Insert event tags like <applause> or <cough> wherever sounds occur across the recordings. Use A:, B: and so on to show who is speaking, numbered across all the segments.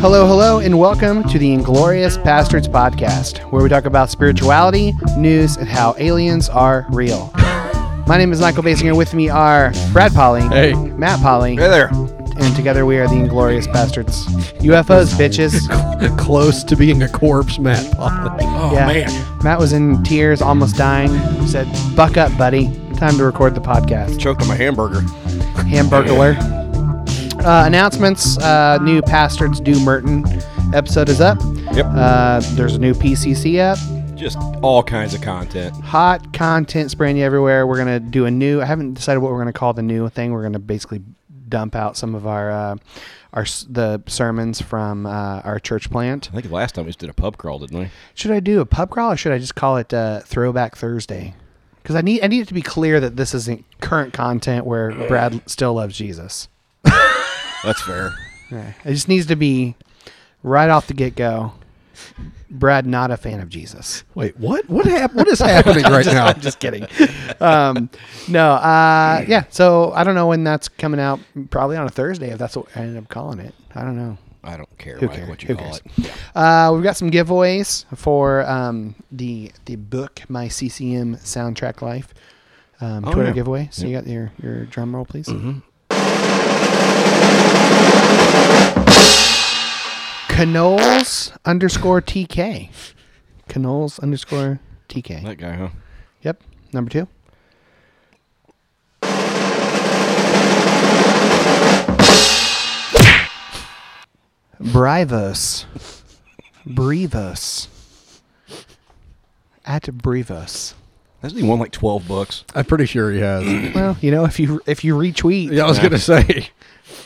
A: Hello, hello, and welcome to the Inglorious Bastards podcast, where we talk about spirituality, news, and how aliens are real. My name is Michael Basinger. With me are Brad Polly,
B: Hey.
A: Matt Polly,
C: Hey there.
A: and together we are the Inglorious Bastards. UFOs,
C: <laughs>
A: bitches.
B: Close to being a corpse, Matt Polly.
C: Oh
A: Yeah.
C: man.
A: Matt was in tears, almost dying. He said, "Buck up, buddy. Time to record the podcast."
C: Choked on my hamburger.
A: Hamburglar. Uh, announcements: uh, New Pastards Do Merton episode is up.
C: Yep.
A: Uh, there's a new PCC up.
C: Just all kinds of content.
A: Hot content spraying you everywhere. We're gonna do a new. I haven't decided what we're gonna call the new thing. We're gonna basically dump out some of our uh, our s- the sermons from uh, our church plant.
C: I think last time we just did a pub crawl, didn't we?
A: Should I do a pub crawl or should I just call it uh, Throwback Thursday? Because I need I need it to be clear that this isn't current content where Brad still loves Jesus.
C: That's fair.
A: Right. It just needs to be right off the get go. Brad, not a fan of Jesus.
B: Wait, what? What hap- What is happening
A: <laughs>
B: right now?
A: Just kidding. um, no, uh, yeah. So I don't know when that's coming out. Probably on a Thursday, if that's what I ended up calling it. I don't know.
C: I don't care,
A: Who
C: Mike,
A: cares?
C: what you
A: Who
C: call
A: cares?
C: it.
A: Uh, we've got some giveaways for um, the the book My CCM Soundtrack Life um,
C: Oh,
A: Twitter
C: yeah. Mm-hmm.
A: giveaway. So you got your your drum roll, please. Canoles underscore TK. Canoles underscore TK.
C: That guy, huh?
A: Yep. Number two. Brivus. Brivus. At Brivus.
C: Hasn't he won like twelve bucks?
B: I'm pretty sure he has.
A: Well, you know, if you if you retweet
B: yeah, I was gonna say.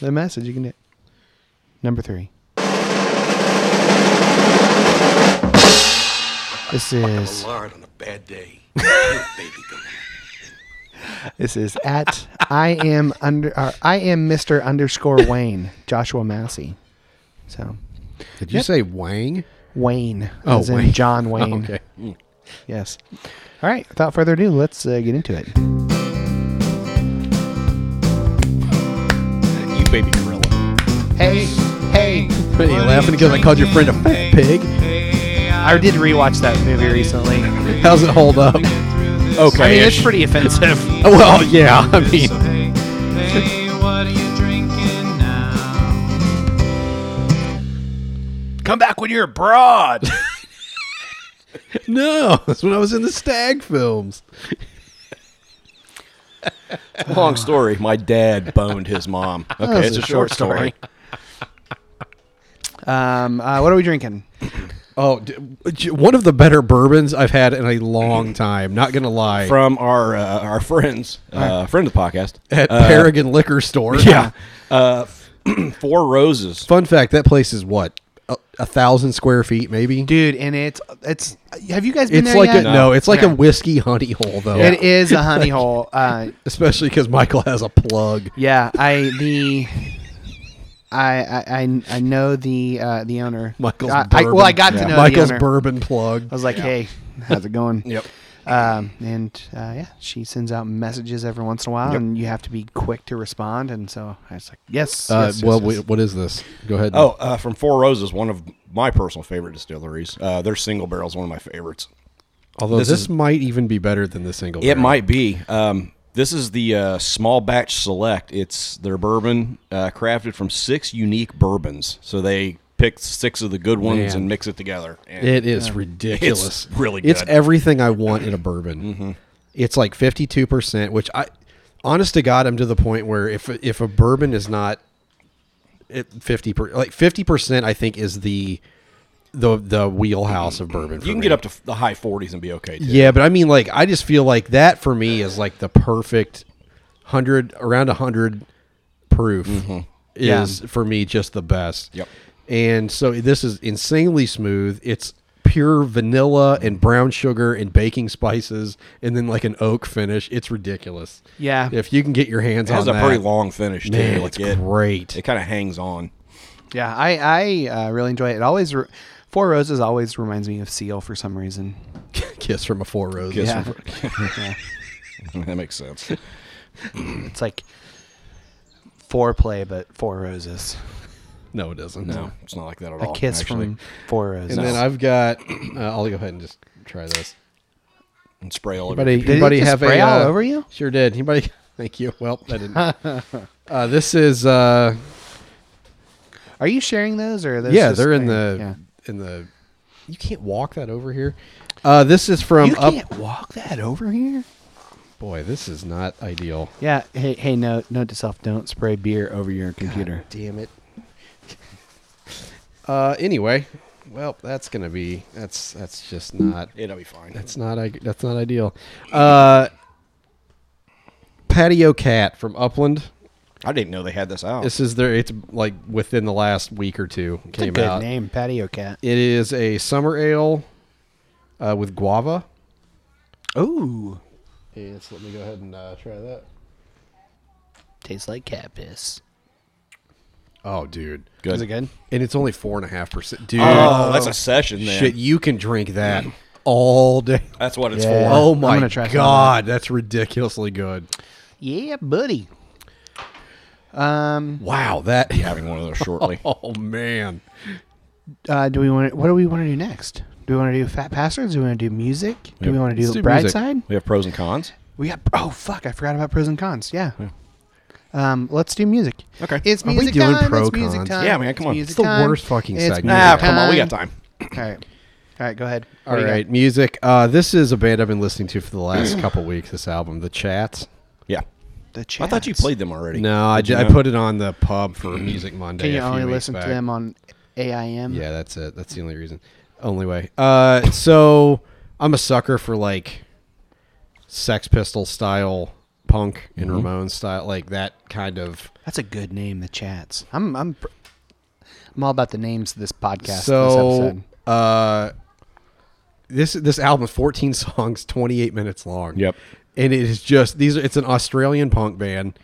A: the message, you can do it. Number three. This is
D: lard on a bad
C: <laughs>
D: day. Good baby goat.
A: This is at I am under or I am Mister underscore Wayne Joshua Massey. So
B: Did you
A: Yep.
B: say Wang?
A: Wayne,
B: Oh,
A: as in
B: Wayne. <laughs>
A: John Wayne.
B: Okay.
A: Yes. All right. Without further ado, let's uh, get into it.
C: You baby gorilla.
A: Hey, hey!
B: What, are you laughing because I called your friend a fat pig?
A: I did rewatch that movie recently.
B: How's it hold up?
C: Okay.
A: I mean, it's pretty offensive.
B: Oh, Well, yeah. I mean,
E: Hey, hey, what are you drinking now?
C: Come back when you're abroad.
B: no. That's when I was in the Stag films.
C: Long story. My dad boned his mom. Okay, it's a short story.
A: <laughs> Um, uh, what are we drinking?
B: Oh, d- j- one of the better bourbons I've had in a long time. Not gonna lie.
C: From our uh, our friends, uh, friend of the podcast
B: At
C: uh,
B: Paragon Liquor
C: <laughs>
B: Store.
C: Yeah. Uh, <clears throat> Four Roses.
B: Fun fact: that place is what a, a thousand square feet, maybe.
A: Dude, and it's it's. Have you guys been
B: it's
A: there
B: like
A: yet?
B: a no, it's like
A: Yeah.
B: a whiskey honey hole though.
A: It is a honey hole. Uh,
B: Especially because Michael has a plug.
A: Yeah, I the I I I- I know the uh, the owner.
B: Michael's
A: I, I,
B: bourbon.
A: well, I got
B: Yeah.
A: to know
B: Michael's
A: the owner.
B: bourbon plug.
A: I was like, hey, how's it
B: <laughs>
A: going?
C: Yep.
A: Um, and uh, yeah, she sends out messages every once in a while, and you have to be quick to respond. And so I was like, yes.
B: Uh,
A: yes, yes,
B: well,
A: yes.
B: wait, what is this? Go ahead.
C: Oh, uh, from Four Roses, one of my personal favorite distilleries. Uh, their single barrel is one of my favorites.
B: although this,
C: this is-
B: might even be better than the single.
C: It
B: barrel.
C: might be. Um, this is the uh, small batch select. It's their bourbon uh, crafted from six unique bourbons. So they picked six of the good ones
B: Man.
C: and mix it together. And
B: It is ridiculous.
C: It's really
B: It's
C: good. Mm-hmm.
B: everything I want in a bourbon. It's like fifty two percent, which I, honest to God, I'm to the point where if if a bourbon is not at fifty per, like fifty percent, I think is the the the wheelhouse of bourbon. for
C: you can
B: me.
C: get up to f- the high 40s and be okay. Too.
B: Yeah, but I mean, like, I just feel like that for me is like the perfect hundred around a hundred proof is for me just the best.
C: Mm-hmm. Yep.
B: And so this is insanely smooth. It's pure vanilla and brown sugar and baking spices, and then like an oak finish. It's ridiculous.
A: Yeah.
B: If you can get your hands
C: It
B: on
C: has a
B: that,
C: pretty long finish, too.
B: man,
C: like
B: it's
C: it,
B: great.
C: it kind of hangs on. <laughs>
A: yeah, I I uh, really enjoy it. it always re- Four Roses always reminds me of Seal for some reason.
B: <laughs> Kiss from a four roses.
C: Kiss
A: Yeah, <laughs> Yeah.
C: that makes sense.
A: it's like foreplay, but Four Roses.
B: No, it doesn't.
C: No, it's not like that at
A: A
C: all.
A: kiss
C: actually.
A: from Forez.
B: And then I've got. <clears throat> Uh, I'll go ahead and just try this.
C: and spray all over.
B: Anybody,
A: Did it
B: anybody
A: just
B: have
A: spray
B: a,
A: all
B: uh,
A: over you?
B: Sure did. Anybody? <laughs> Thank you. Well, I didn't.
A: <laughs>
B: uh, this is. Uh,
A: Are you sharing those or are those
B: yeah,
A: just-
B: they're in the
A: yeah.
B: in the. You can't walk that over here. Uh, this is from
A: You
B: up.
A: can't walk that over here.
B: Boy, this is not ideal.
A: Yeah. Hey, hey, note, note to self: don't spray beer over your computer.
B: Damn it. <laughs> uh, anyway, well, that's gonna be that's that's just not
C: It'll be fine.
B: that's not i- that's not ideal. Uh, patio cat from Upland.
C: I didn't know they had this out.
B: This is their it's like within the last week or two
A: That's a
B: came
A: good
B: out.
A: name, patio cat.
B: It is a summer ale uh, with guava.
A: Ooh,
B: Yes, let me go ahead and uh, try that.
A: tastes like cat piss.
B: Oh, dude,
C: good.
A: Is it good?
B: and it's only four and a half percent, dude.
C: Oh, that's a session. Then.
B: shit, you can drink that all day.
C: That's what
A: <laughs>
C: it's
A: Yeah.
C: for.
B: Oh
A: I'm
B: my
A: gonna try some of
B: god, that's ridiculously good.
A: Yeah, buddy. Um,
B: Wow, that.
C: Be having one of those shortly.
B: <laughs> Oh man,
A: uh, do we want? to What do we want to do next? Do we want to do Fat Bastards? Do we want to do music? Do we
C: Yeah,
A: want to do,
B: let's do
A: Bride
B: music.
A: Side?
C: We have pros and cons.
A: We got. Oh fuck! I forgot about pros and cons. Yeah. Um, let's do music.
C: Okay.
A: It's
B: Are we
A: music
B: doing
A: time.
B: pro
A: it's music
B: cons?
A: time.
C: Yeah, man, come on.
A: music
B: It's the
A: time.
B: worst fucking
A: It's
B: segment.
A: music
C: Ah, come on, we got
A: time.
C: time.
A: All right. All right. Go ahead.
B: All
A: What do you
B: right, music. Uh, this is a band I've been listening to for the last couple weeks. This album, The Chats.
C: Yeah.
A: got? The
C: I thought you
A: Chats.
C: played them already.
B: No, I,
C: Did you
B: ju- I
C: know?
B: put it on the pub for Music
A: <clears throat>
B: Monday.
A: Can you
B: a few
A: only
B: weeks
A: listen to
B: back.
A: them on AIM?
B: Yeah, that's it. That's the only reason. Only way. Uh, so I'm a sucker for like Sex Pistol style punk and
A: Mm-hmm.
B: Ramones style, like that kind of.
A: That's a good name, the Chats. I'm I'm pr- I'm all about the names of this podcast. this
B: so
A: episode.
B: uh, this this album is 14 <laughs> songs, 28 minutes long.
C: Yep.
B: And it is just these. Are, it's an Australian punk band.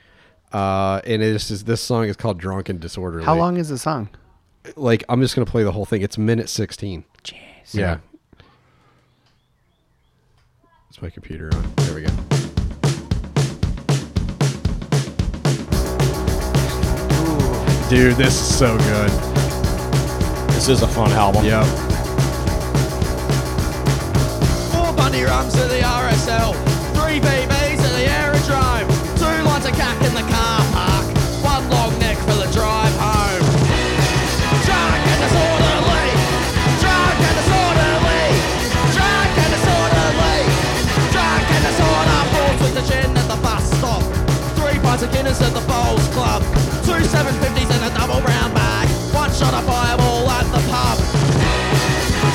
B: Uh, and it is this song is called Drunken Disorderly.
A: how long is the song?
B: Like I'm just gonna play the whole thing. It's minute 16.
A: Jeez.
B: Yeah. It's my computer on. There we go. Dude, this is so good.
C: This is a fun album.
B: Yep.
F: Four bunny rums to the RSL, three BBs at the aerodrome, two lines of cack in the car park, one long neck for the drive home. Drunk and disorderly, drunk and disorderly, drunk and disorderly, drunk and disorder. Balls with the gin at the bus stop, three pints of Guinness at the bowls club, two 750s and a double round bag, one shot of fireball at the pub.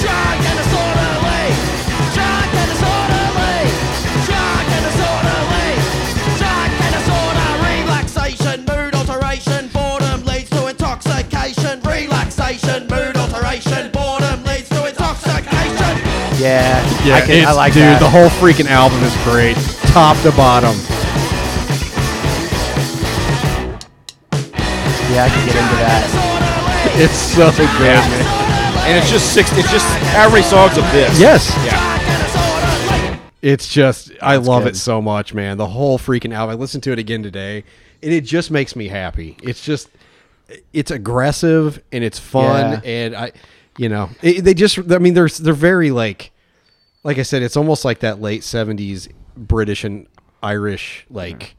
F: Drunk and disorderly. Drunk and disorderly. Drunk and disorderly. Drunk and disorder. Relaxation, mood alteration. Boredom leads to intoxication. Relaxation, mood alteration. Boredom leads to intoxication.
A: Yeah.
B: Yeah,
A: I, can, I
B: it's-
A: like
B: dude,
A: that.
B: the whole freaking album is great. Top to bottom.
A: yeah, I can get into that.
F: Disorderly.
B: It's so good, man.
C: And it's just six. It's just how many songs of this?
B: Yes.
F: Drunk and disorderly.
B: It's just I love
A: good.
B: it so much, man. The whole freaking album. I listened to it again today, and it just makes me happy. It's just it's aggressive and it's fun,
A: Yeah.
B: and I, you know, it, they just. I mean, they're they're very like, like I said, it's almost like that late seventies British and Irish like.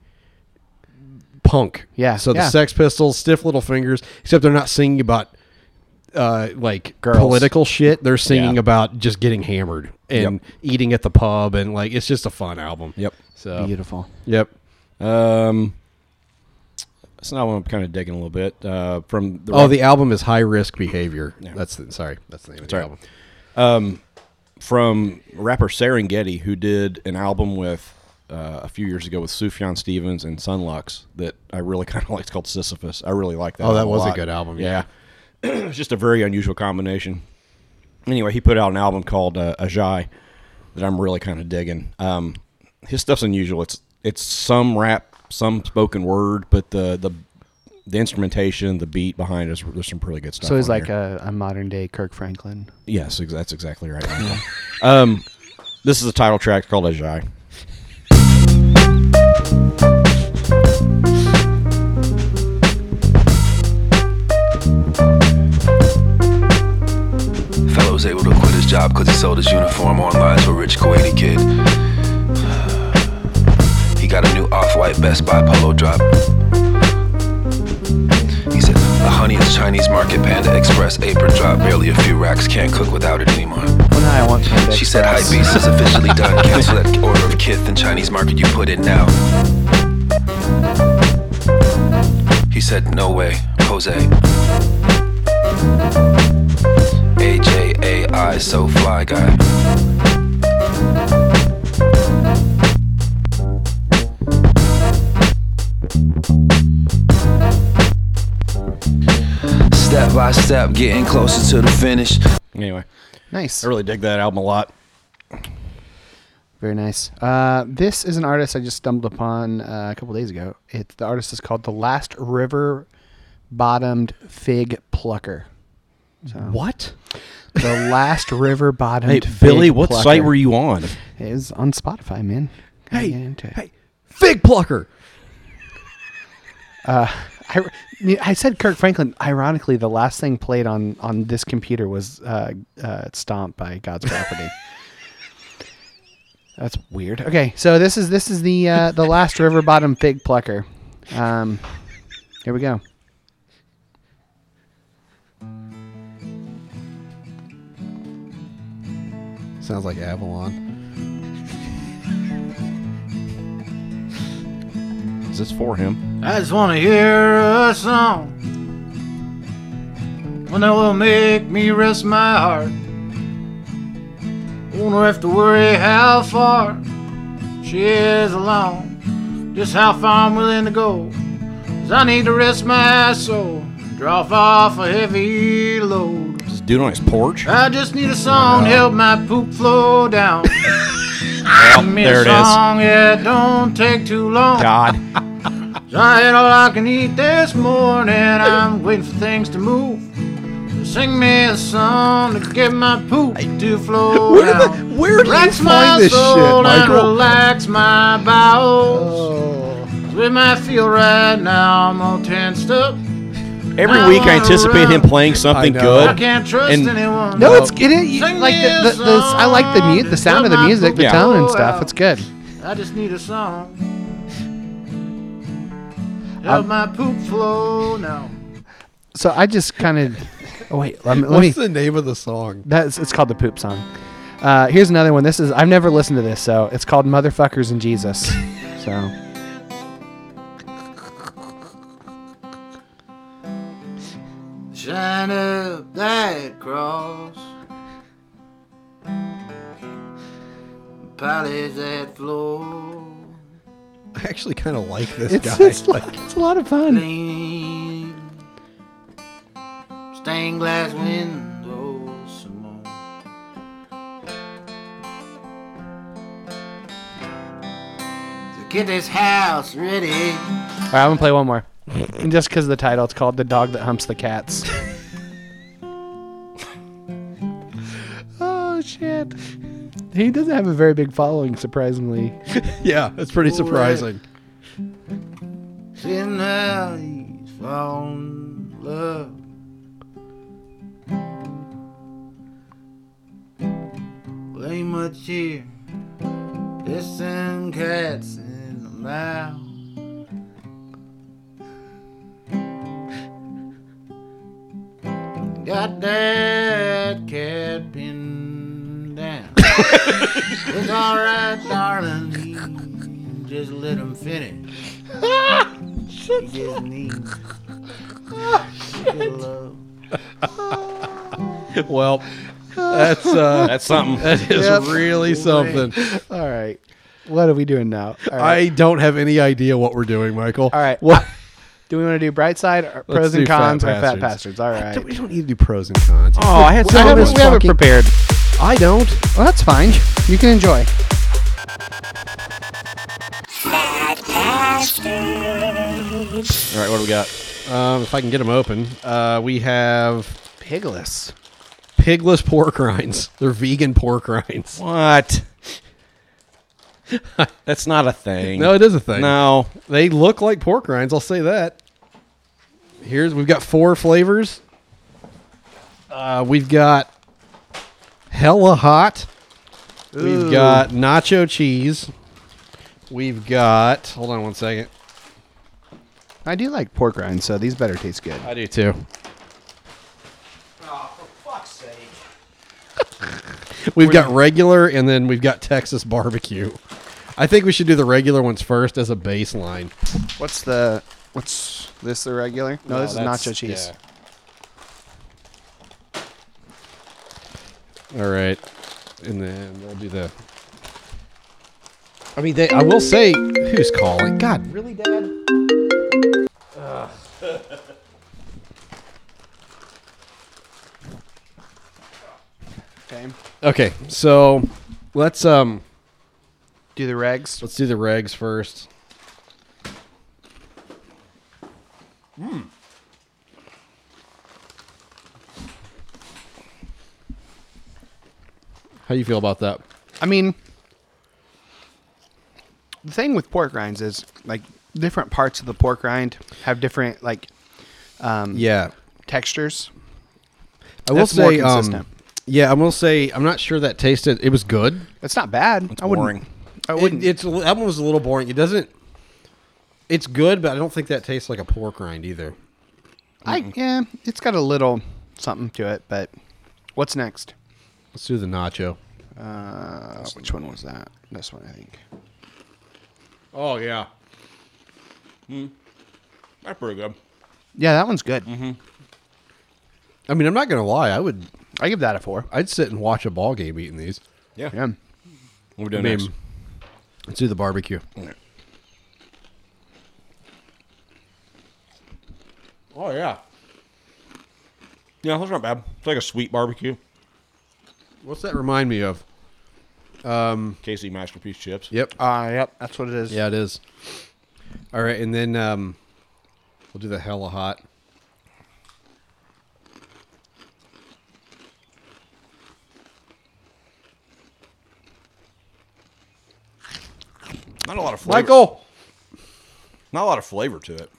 B: Punk,
A: Yeah,
B: So the
A: yeah.
B: Sex Pistols, Stiff Little Fingers, except they're not singing about uh, like
A: Girls.
B: political shit. They're singing
C: Yeah.
B: about just getting hammered and
C: Yep.
B: eating at the pub, and like it's just a fun album.
C: Yep.
B: So
A: Beautiful.
B: Yep.
C: Um, it's not one I'm kind of digging a little bit. Uh, from the
B: Oh, the album is High Risk Behavior.
C: Yeah.
B: That's the, sorry. That's the name of the
C: Sorry.
B: album.
C: from rapper Serengeti, who did an album with uh, a few years ago with Sufjan Stevens and Sunlux that I really <laughs> kind of like. It's called Sisyphus. I really like that.
B: Oh, that
C: album
B: was a
C: lot.
B: good album,
C: Yeah, <clears throat> it's just a very unusual combination. Anyway, he put out an album called uh, Ajay that I'm really kind of digging. Um, his stuff's unusual. It's it's some rap, some spoken word, but the the the instrumentation, the beat behind us, there's some pretty good stuff.
A: So he's
C: on
A: like
C: here.
A: a, a modern day Kirk Franklin.
C: Yes, ex- that's exactly right. <laughs> um, this is a title track called Ajay.
G: was able to quit his job because he sold his uniform online to a rich Kuwaiti kid. <sighs> He got a new off-white Best Buy polo drop. He said, the honeyest Chinese market Panda Express apron drop, barely a few racks, can't cook without it anymore.
A: Well, now I want Panda
G: She said, Hi,
A: Express.
G: Beast is officially done. Cancel that order of Kith and Chinese market you put in now. He said, No way, Jose. AJAI, so fly guy. Step by step, getting closer to the finish.
C: Anyway,
A: Nice.
C: I really dig that album a lot.
A: Very nice. Uh, this is an artist I just stumbled upon uh, a couple days ago. It, the artist is called The Last River Bottomed Fig Plucker.
B: What?
A: <laughs> The Last River Bottomed
C: Hey,
A: Fig
C: Billy, what
A: Plucker.
C: site were you on?
A: It was on Spotify, man. Gotta get into it.
B: fig plucker.
A: I, I said Kirk Franklin. Ironically, the last thing played on on this computer was uh, uh, "Stomp" by God's Property. <laughs> That's weird. Okay, so this is this is the uh, the last river bottom fig plucker. Um, here we go.
B: Sounds like Avalon.
C: Is this for him?
E: I just want to hear a song. One that will make me rest my heart. Won't have to worry how far she is along. Just how far I'm willing to go. 'Cause I need to rest my soul. Drop off a heavy load.
C: Is this dude on his porch?
E: I just need a song to help my poop flow down.
C: <laughs> Yep,
E: Give me
C: there
E: a
C: it is.
E: song, yeah, don't take too
C: <laughs>
E: long.
C: God.
E: I ate all I can eat this morning. I'm waiting for things to move. So sing me a song to get my poop to
B: <laughs>
E: flow
B: Where did
E: down.
B: the- where did you
E: Relax
B: find
E: my
B: this shit,
E: soul and
B: Michael?
E: relax my bowels.
B: Oh.
E: With my feel right now, I'm all tensed up.
C: Every
E: I
C: week I
E: wanna
C: anticipate him
E: run.
C: playing something
B: know.
E: I
C: good.
E: can't trust
C: and-
E: anyone.
A: No, it's it, is- you-
E: Sing
A: like
E: me
A: the,
E: a
A: the, the I like the
E: song Oh,
A: mute, the
E: to
A: sound of the
E: fill my
A: music, the
E: poop
A: tone and
E: hole
A: stuff.
E: out.
A: It's good.
E: I just need a song. Help my poop flow now.
A: So I just kind of oh, wait. Let me, let me
B: What's the name of the song?
A: That's it's called the poop song. Uh, here's another one. This is I've never listened to this, so it's called "Motherfuckers and Jesus." So
E: Shine up that cross. Polish that floor.
B: I actually kind of <laughs> like this
A: it's
B: guy.
A: it's, like, it's a lot of fun.
E: Clean. Stained glass windows some more. So get this house ready.
A: All right, I'm gonna play one more, and just because of the title, it's called "The Dog That Humps the
B: <laughs>
A: Cats." oh shit! He doesn't have a very big following, surprisingly.
B: yeah, that's pretty surprising.
E: Sitting there, he's falling in love. Well, ain't much here. Pissing cats in the mouth. Got that cat pinned down. it's alright, darling. Just let him finish. He just needs good love.
B: Well, that's uh,
C: That's <laughs> something.
B: that is really something.
A: All right, what are we doing now? All right,
B: I don't have any idea what we're doing, Michael.
A: all right.
B: What?
A: do we want to do? Bright side, or pros
B: do
A: and
B: Fat
A: cons, or fat
B: Bastards.
A: bastards? All
B: I
A: right.
B: don't- we don't need to do pros and cons.
C: Oh, I had
A: I
C: some of
A: haven't-
C: this
A: we haven't
C: fucking-
A: prepared.
B: I don't.
A: Well, that's fine. You can enjoy.
C: All right, what do we got?
B: Um, if I can get them open, uh, we have
A: Pigless.
B: pigless pork rinds. They're vegan pork rinds.
C: What? <laughs> That's not a thing.
B: No, it is a thing.
C: No.
B: They look like pork rinds. I'll say that. Here's we've got four flavors. Uh, we've got hella hot. We've got nacho cheese. We've got. Hold on one second.
A: I do like pork rinds, so these better taste good.
B: I do too. <laughs> We've got regular and then we've got Texas barbecue. I think we should do the regular ones first as a baseline.
A: What's the what's this the regular? No, this is
B: that's-
A: nacho cheese.
B: yeah. All right, and then we'll do the. I mean, they, I will say, who's calling? God, really, Dad? Ugh.
A: Okay.
B: okay, so let's um
A: Do the regs.
B: let's do the regs first. Hmm. How you feel about that?
A: I mean, the thing with pork rinds is like different parts of the pork rind have different like
B: Yeah,
A: textures.
B: I will
A: That's more
B: say, um,
A: consistent.
B: yeah, I will say, I'm not sure that tasted. It was good.
A: It's not bad. I wouldn't.
C: boring.
A: I wouldn't.
B: It, it's a li- that one was a little boring. It doesn't. It's good, but I don't think that tastes like a pork rind either.
A: I yeah. It's got a little something to it, but what's next?
B: Let's do the nacho.
A: Uh, which one was that? This one, I think.
B: Oh yeah,
C: That's pretty good.
A: Yeah, that one's good.
B: I mean, I'm not gonna lie. I would.
A: I give that a four.
B: I'd sit and watch a ball game eating these.
C: Yeah.
A: Yeah.
C: What we doing
B: I mean,
C: next?
B: let's do the barbecue. Oh yeah.
C: Yeah, that's not bad. It's like a sweet barbecue.
B: What's that remind me of?
C: Casey masterpiece chips.
B: Yep.
A: Uh, yep. That's what it is.
B: Yeah, it is. All right, and then um, we'll do the hella hot.
C: Not a lot of flavor.
B: Michael.
C: Not a lot of flavor to it.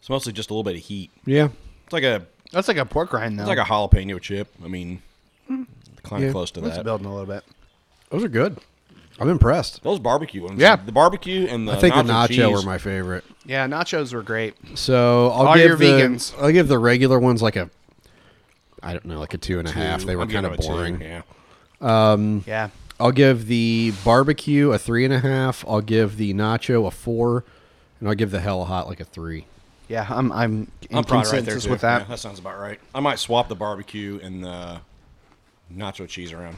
C: It's mostly just a little bit of heat.
B: Yeah.
C: It's like a
A: That's like a pork rind though.
C: it's like a jalapeno chip. I mean, kind of
B: Oh. Yeah.
C: close to
A: It's
C: that.
A: building a little bit.
B: Those are good. I'm impressed.
C: Those barbecue ones.
A: Yeah.
C: the barbecue and the
B: I think the nacho
C: nacho
B: were my favorite.
A: Yeah, nachos were great.
B: So I'll
A: All
B: give
A: your
B: the,
A: vegans.
B: I'll give the regular ones like a I don't know, like a two and a half. They were
C: I'm
B: kind
C: giving
B: of
C: it a two,
B: boring.
C: Yeah,
A: Yeah.
B: I'll give the barbecue a three and a half. I'll give the nacho a four, and I'll give the hella hot like a three.
A: Yeah, I'm I'm in
C: I'm probably right
A: consensus
C: there too.
A: with that.
C: Yeah, that sounds about right. I might swap the barbecue and the nacho cheese around.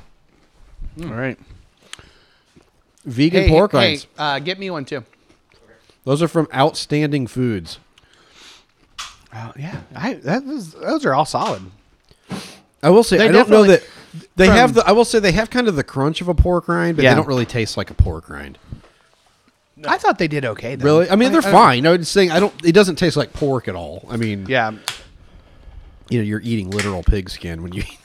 A: All right.
B: Vegan pork rinds.
A: uh, get me one too.
B: Those are from Outstanding Foods.
A: Oh, yeah, I, that was, those are all solid.
B: I will say
A: They
B: I don't know that
A: definitely-
B: they
A: from-
B: have the. I will say they have kind of the crunch of a pork rind, but
A: Yeah.
B: they don't really taste like a pork rind.
A: I thought they did okay. Though.
B: Really, I mean they're fine. I was saying I don't. It doesn't taste like pork at all. I mean,
A: Yeah,
B: you know, you're eating literal pig skin when you <laughs> eat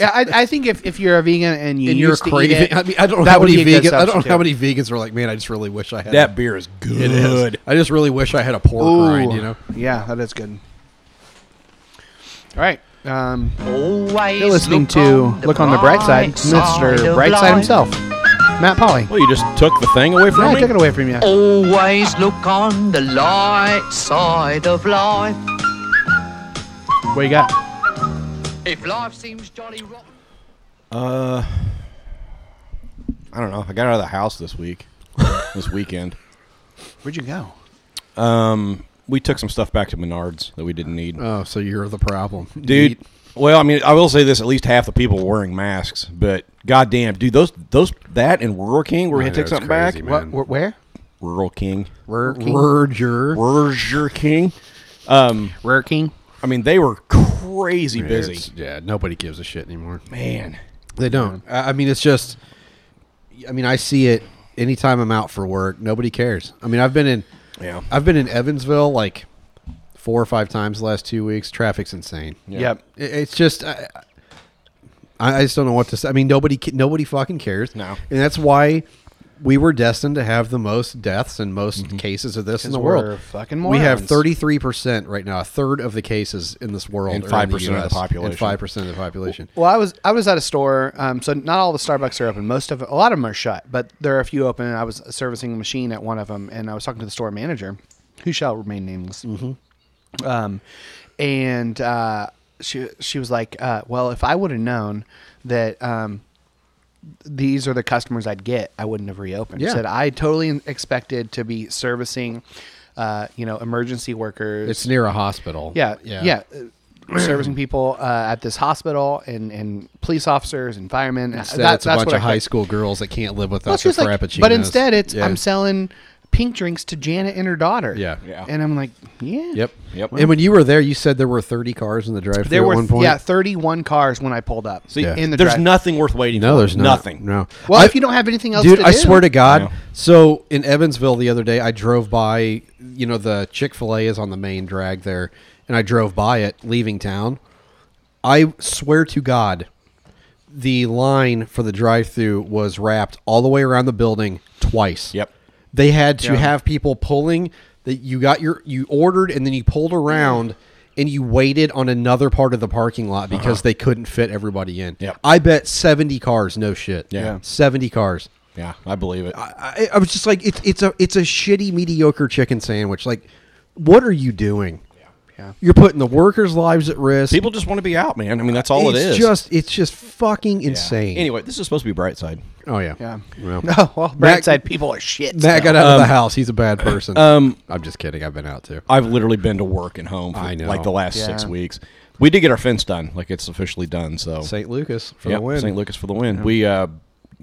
A: yeah. I, I think if, if you're a vegan and you
B: and you're
A: used to eat
B: craving.
A: it,
B: <laughs> I mean, I don't know
A: that
B: how
A: would
B: many
A: be a good
B: vegans. I don't know
A: substitute.
B: how many vegans are like, man, I just really wish I had
C: That beer is good.
B: It is. I just really wish I had a pork
A: Ooh.
B: rind. You know,
A: Yeah, that is good. All right. Um, you're listening to Look on the Bright Side, Mr. Bright Side himself, Matt Polly.
C: Well, you just took the thing away from
A: Yeah, I
C: me.
A: took it away from you.
H: Always look on the light side of life.
A: What you got?
H: If life seems jolly rotten.
C: I don't know. I got out of the house this
B: <laughs>
C: week, this weekend.
A: Where'd you go?
C: We took some stuff back to Menards that we didn't need.
B: oh, so you're the problem,
C: dude.
B: Meat.
C: Well, I mean, I will say this: at least half the people were wearing masks. But goddamn, dude, those those that and Rural King, we're
B: I
C: gonna
B: know,
C: take
B: it's
C: something
B: crazy,
C: back.
B: man.
A: What? wh- Where?
C: Rural King,
B: Roger.
C: Roger King.
A: Working.
C: I mean, they were crazy busy.
B: Yeah, nobody gives a shit anymore.
C: Man,
B: They don't. I I mean, it's just. I mean, I see it anytime I'm out for work. Nobody cares. I mean, I've been in.
C: Yeah.
B: I've been in Evansville like four or five times the last two weeks. Traffic's insane.
A: Yep.
B: It- It's just. I, I I just don't know what to say. I mean, nobody ca- nobody fucking cares.
C: No.
B: and that's why we were destined to have the most deaths and most cases of this in the
A: Mm-hmm. we're
B: world.
A: fucking
B: we have
A: morons.
B: 33% right now, a third of the cases in this world
C: And
B: are in
C: 5% of the
B: US,
C: population.
B: And 5% of the population.
A: Well, I was I was at a store, um, so not all the Starbucks are open. Most of a lot of them are shut, but there are a few open. And I was servicing a machine at one of them, and I was talking to the store manager, who shall remain nameless.
B: Mm-hmm.
A: Um, and uh, she she was like, uh, "Well, if I would have known that um, these are the customers I'd get, I wouldn't have reopened."
B: Yeah.
A: Said I totally expected to be servicing, uh, you know, emergency workers.
B: It's near a hospital.
A: Yeah, yeah, uh, servicing people uh, at this hospital and and police officers and firemen. Uh,
B: Instead,
A: that-
B: it's a bunch
A: what
B: of
A: I
B: high
A: thought.
B: school girls that can't live
A: Well,
B: without
A: she
B: their
A: was like-
B: frappuccinos.
A: but instead, it's
B: Yeah.
A: I'm selling pink drinks to Janet and her daughter.
B: Yeah.
C: Yeah.
A: And I'm like, yeah.
B: Yep.
C: Yep.
B: And when you were there, you said there were 30 cars in the drive-thru
A: There
B: at
A: were
B: one point.
A: yeah 31 cars when I pulled up.
C: See,
B: Yeah.
A: in the
C: there's
A: drive-
C: nothing worth waiting.
B: No,
C: for.
B: there's not.
C: nothing.
B: No.
A: Well,
B: I-
A: if you don't have anything else,
B: Dude,
A: to
B: I
A: do.
B: swear to God.
C: Yeah.
B: So in Evansville the other day, I drove by, you know, the Chick fil A is on the main drag there, and I drove by it leaving town. I swear to God, the line for the drive through was wrapped all the way around the building twice.
C: Yep.
B: They had to have people pulling that you got your, you ordered and then you pulled around. And you waited on another part of the parking lot because they couldn't fit everybody in.
C: Uh-huh. Yep.
B: I bet seventy cars, no shit.
C: Yeah.
B: seventy cars.
C: Yeah, I believe it.
B: I, I was just like, it's it's a it's a shitty mediocre chicken sandwich. Like, what are you doing?
A: Yeah.
B: You're putting the workers' lives at risk.
C: People just want to be out, man. I mean, that's all
B: it's
C: it is.
B: Just it's just fucking
C: Yeah.
B: insane.
C: Anyway, this is supposed to be bright side.
B: Oh yeah.
A: Yeah. <laughs>
B: <laughs> Well,
A: No, well,
B: Matt-
A: Brad said people are shit.
B: Matt got out of the house. He's a bad person.
C: um, uh,
B: I'm just kidding. I've been out too.
C: I've literally been to work and home for
B: I know.
C: like the last
A: Yeah.
C: six weeks. We did get our fence done, like it's officially done. So
B: St. Lucas for
C: Yep,
B: the win.
C: St. Lucas for the win. We uh,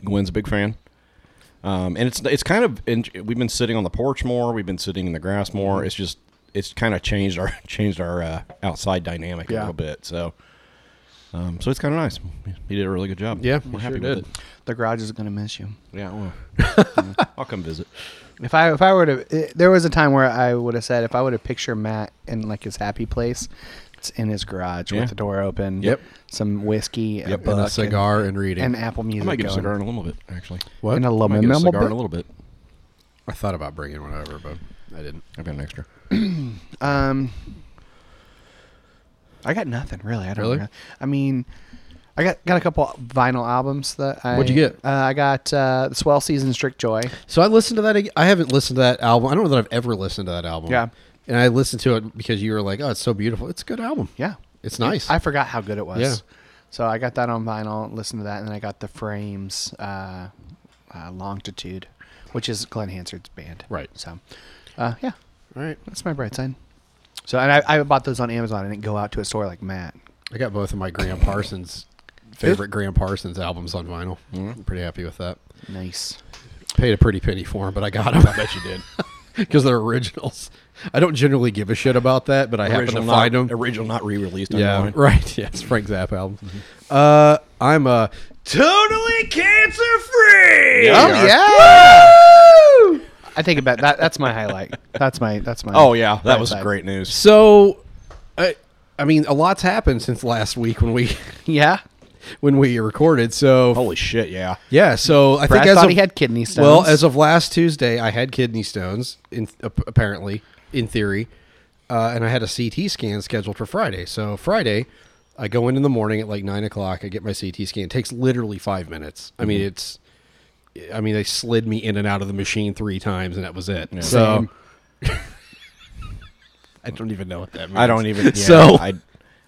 C: Gwen's a big fan, um, and it's it's kind of in, we've been sitting on the porch more. We've been sitting in the grass
B: Mm-hmm.
C: more. It's just it's kind of changed our <laughs> changed our uh, outside dynamic a
A: Yeah.
C: little bit. So. Um, so it's kind of nice. He did a really good job.
B: Yeah,
C: we're
B: he
C: happy
B: sure
C: with
B: did.
C: it.
A: The garage is gonna miss you.
C: Yeah, well, <laughs> I'll come visit.
A: If I if I were to, it, there was a time where I would have said if I would have picture Matt in like his happy place, it's in his garage
C: Yeah.
A: with the door open.
C: Yep.
A: Some whiskey, a,
B: And
A: book,
B: a cigar and, reading.
A: and, and Apple Music.
C: I might get a
A: going.
C: cigar in a little bit, actually.
B: what?
A: And a
C: I
A: little
C: might get a
A: minimal
C: cigar in
A: bit.
C: a little bit.
B: I thought about bringing one over, but I didn't.
C: I've got an extra.
A: Um, I got nothing really. I don't.
B: Really?
A: know. I mean, I got got a couple vinyl albums that I.
B: What'd you get?
A: Uh, I got uh, the Swell Season Strict Joy.
B: So I listened to that. ag- I haven't listened to that album. I don't know that I've ever listened to that album.
A: Yeah.
B: And I listened to it because you were like, "Oh, it's so beautiful. It's a good album.
A: Yeah,
B: It's nice.
A: I forgot how good it was.
B: Yeah.
A: So I got that on vinyl. Listened to that, and then I got the Frames uh, uh, Longitude, which is Glenn Hansard's band.
B: Right.
A: So, uh, yeah,
B: All right.
A: that's my bright side. So and I, I bought those on Amazon. I didn't go out to a store like Matt.
B: I got both of my Graham Parsons favorite Graham Parsons albums on vinyl. I'm pretty happy with that.
A: Nice.
B: Paid a pretty penny for them, but I got them. I bet you did <laughs> because they're originals. I don't generally give a shit about that, but I happen to
C: not,
B: find them.
C: Original, not re-released.
B: yeah,
C: online.
B: right. <laughs> Yeah, it's Frank Zappa album. Uh, I'm a totally cancer free.
A: Oh yeah! I think about that. That's my highlight. That's my. That's my.
C: Oh yeah, that
A: bright
C: was
A: side.
C: great news.
B: So, I, I mean, a lot's happened since last week when we <laughs>
A: Yeah.
B: when we recorded. So,
C: Holy shit, yeah.
B: Yeah, so I
A: Brad
B: think as
A: thought
B: of,
A: he had kidney stones.
B: Well, as of last Tuesday, I had kidney stones. In ap- apparently, in theory, uh, and I had a CT scan scheduled for Friday. So Friday, I go in in the morning at like nine o'clock. I get my CT scan. It takes literally five minutes. I
A: Mm-hmm.
B: mean, it's. I mean, they slid me in and out of the machine three times, and that was it. So. <laughs> I don't even know what that means.
C: I don't <laughs> even. Yeah,
B: So-
C: I,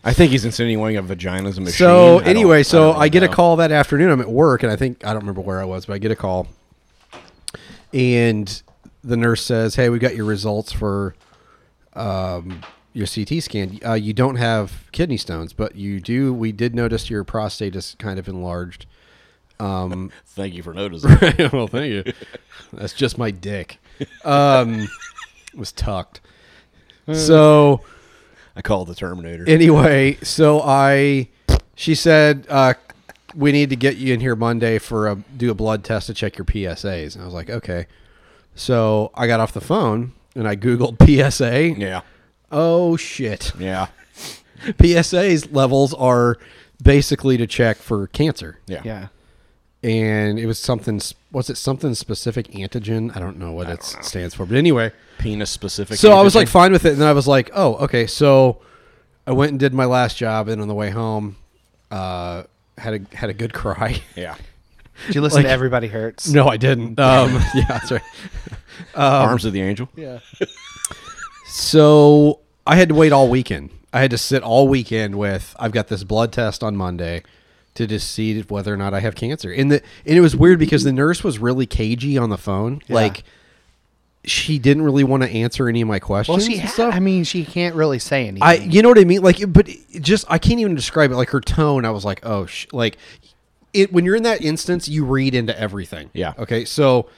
C: I think he's insinuating a vagina is a machine.
B: So
C: I don't-
B: anyway, so
C: don't
B: I, get a
C: know.
B: call that afternoon. I'm at work, and I think I don't remember where I was, but I get a call, and the nurse says, "Hey, we got your results for um, your CT scan. Uh, you don't have kidney stones, but you do. We did notice your prostate is kind
C: <laughs>
B: of enlarged."
C: Thank you for
B: <laughs>
C: noticing.
B: well, thank you. That's just my dick. Um, <laughs> it was tucked. So
C: I called the Terminator.
B: anyway, so I, she said, uh, we need to get you in here Monday for a do a blood test to check your PSAs. And I was like, okay. So I got off the phone and I googled <laughs> PSA.
C: yeah,
B: Oh shit.
C: yeah,
B: PSA's levels are basically to check for cancer.
C: yeah,
A: yeah.
B: and it was something. s- Was it something specific antigen? I don't know what it stands for, but anyway.
C: Penis specific.
B: So I was like
C: antigen.
B: fine with it, and then I was like, oh, okay. So I went and did my last job, and on the way home, uh, had a had a good cry. <laughs>
C: yeah.
A: Did you listen to Everybody Hurts?
B: No, I didn't. Um, <laughs> yeah, that's right. Um,
C: Arms of the angel.
A: Yeah.
B: So I had to wait all weekend. I had to sit all weekend with. I've got this blood test on Monday to just see whether or not I have cancer. And the and it was weird because the nurse was really cagey on the phone. Like she didn't really want to answer any of my questions.
A: Well, she.
B: and
A: Ha-
B: stuff.
A: I mean, she can't really say anything.
B: I you know what I mean? Like, but it just I can't even describe it. Like her tone, I was like, oh, sh-. like it when you're in that instance, you read into everything.
C: Yeah.
B: Okay, so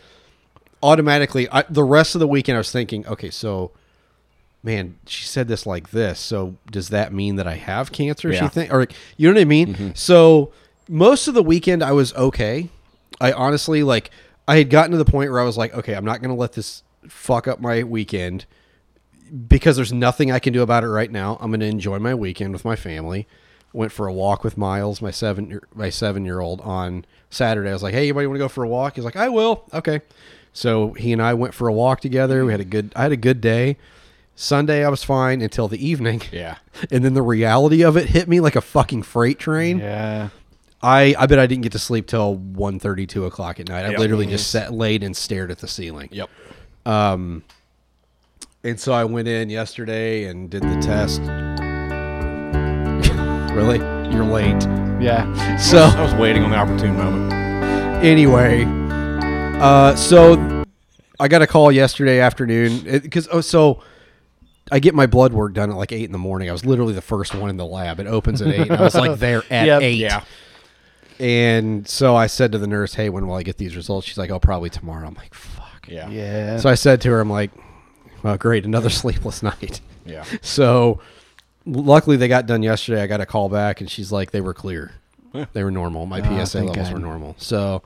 B: automatically, I, the rest of the weekend, I was thinking, okay, so man, she said this like this, so does that mean that I have cancer? She
C: Yeah. Mm-hmm.
B: think or like, you know what I mean? So most of the weekend, I was okay. I honestly like I had gotten to the point where I was like, okay, I'm not gonna let this fuck up my weekend because there's nothing I can do about it right now. I'm going to enjoy my weekend with my family. Went for a walk with Miles, my seven year- my seven year old, on Saturday. I was like, "Hey, anybody want to go for a walk?" He's like, "I will." Okay, so he and I went for a walk together. We had a good I had a good day. Sunday I was fine until the evening.
C: Yeah.
B: <laughs> and then the reality of it hit me like a fucking freight train.
A: Yeah.
B: I I bet I didn't get to sleep till 1.30, 2 o'clock at night. I literally just sat laid and stared at the ceiling.
C: Yep.
B: And so I went in yesterday and did the test. <laughs> really? You're late.
A: Yeah.
C: I
B: So
C: was waiting on the opportune moment.
B: anyway, uh, so I got a call yesterday afternoon because oh, so I get my blood work done at like eight in the morning. I was literally the first one in the lab. It opens at eight. And I was
C: <laughs>
B: like there at
A: Yep.
B: eight.
C: Yeah.
B: And so I said to the nurse, "Hey, when will I get these results?" She's like, "Oh, probably tomorrow." I'm like, "Fuck."
C: Yeah.
A: Yeah.
B: So I said to her, "I'm like, well, great, another <laughs> sleepless night."
C: Yeah. Mm-hmm.
B: So luckily they got done yesterday. I got a call back and she's like, they were clear. They were normal. My PSA
A: Ah, thank
B: levels were
A: God.
B: normal. So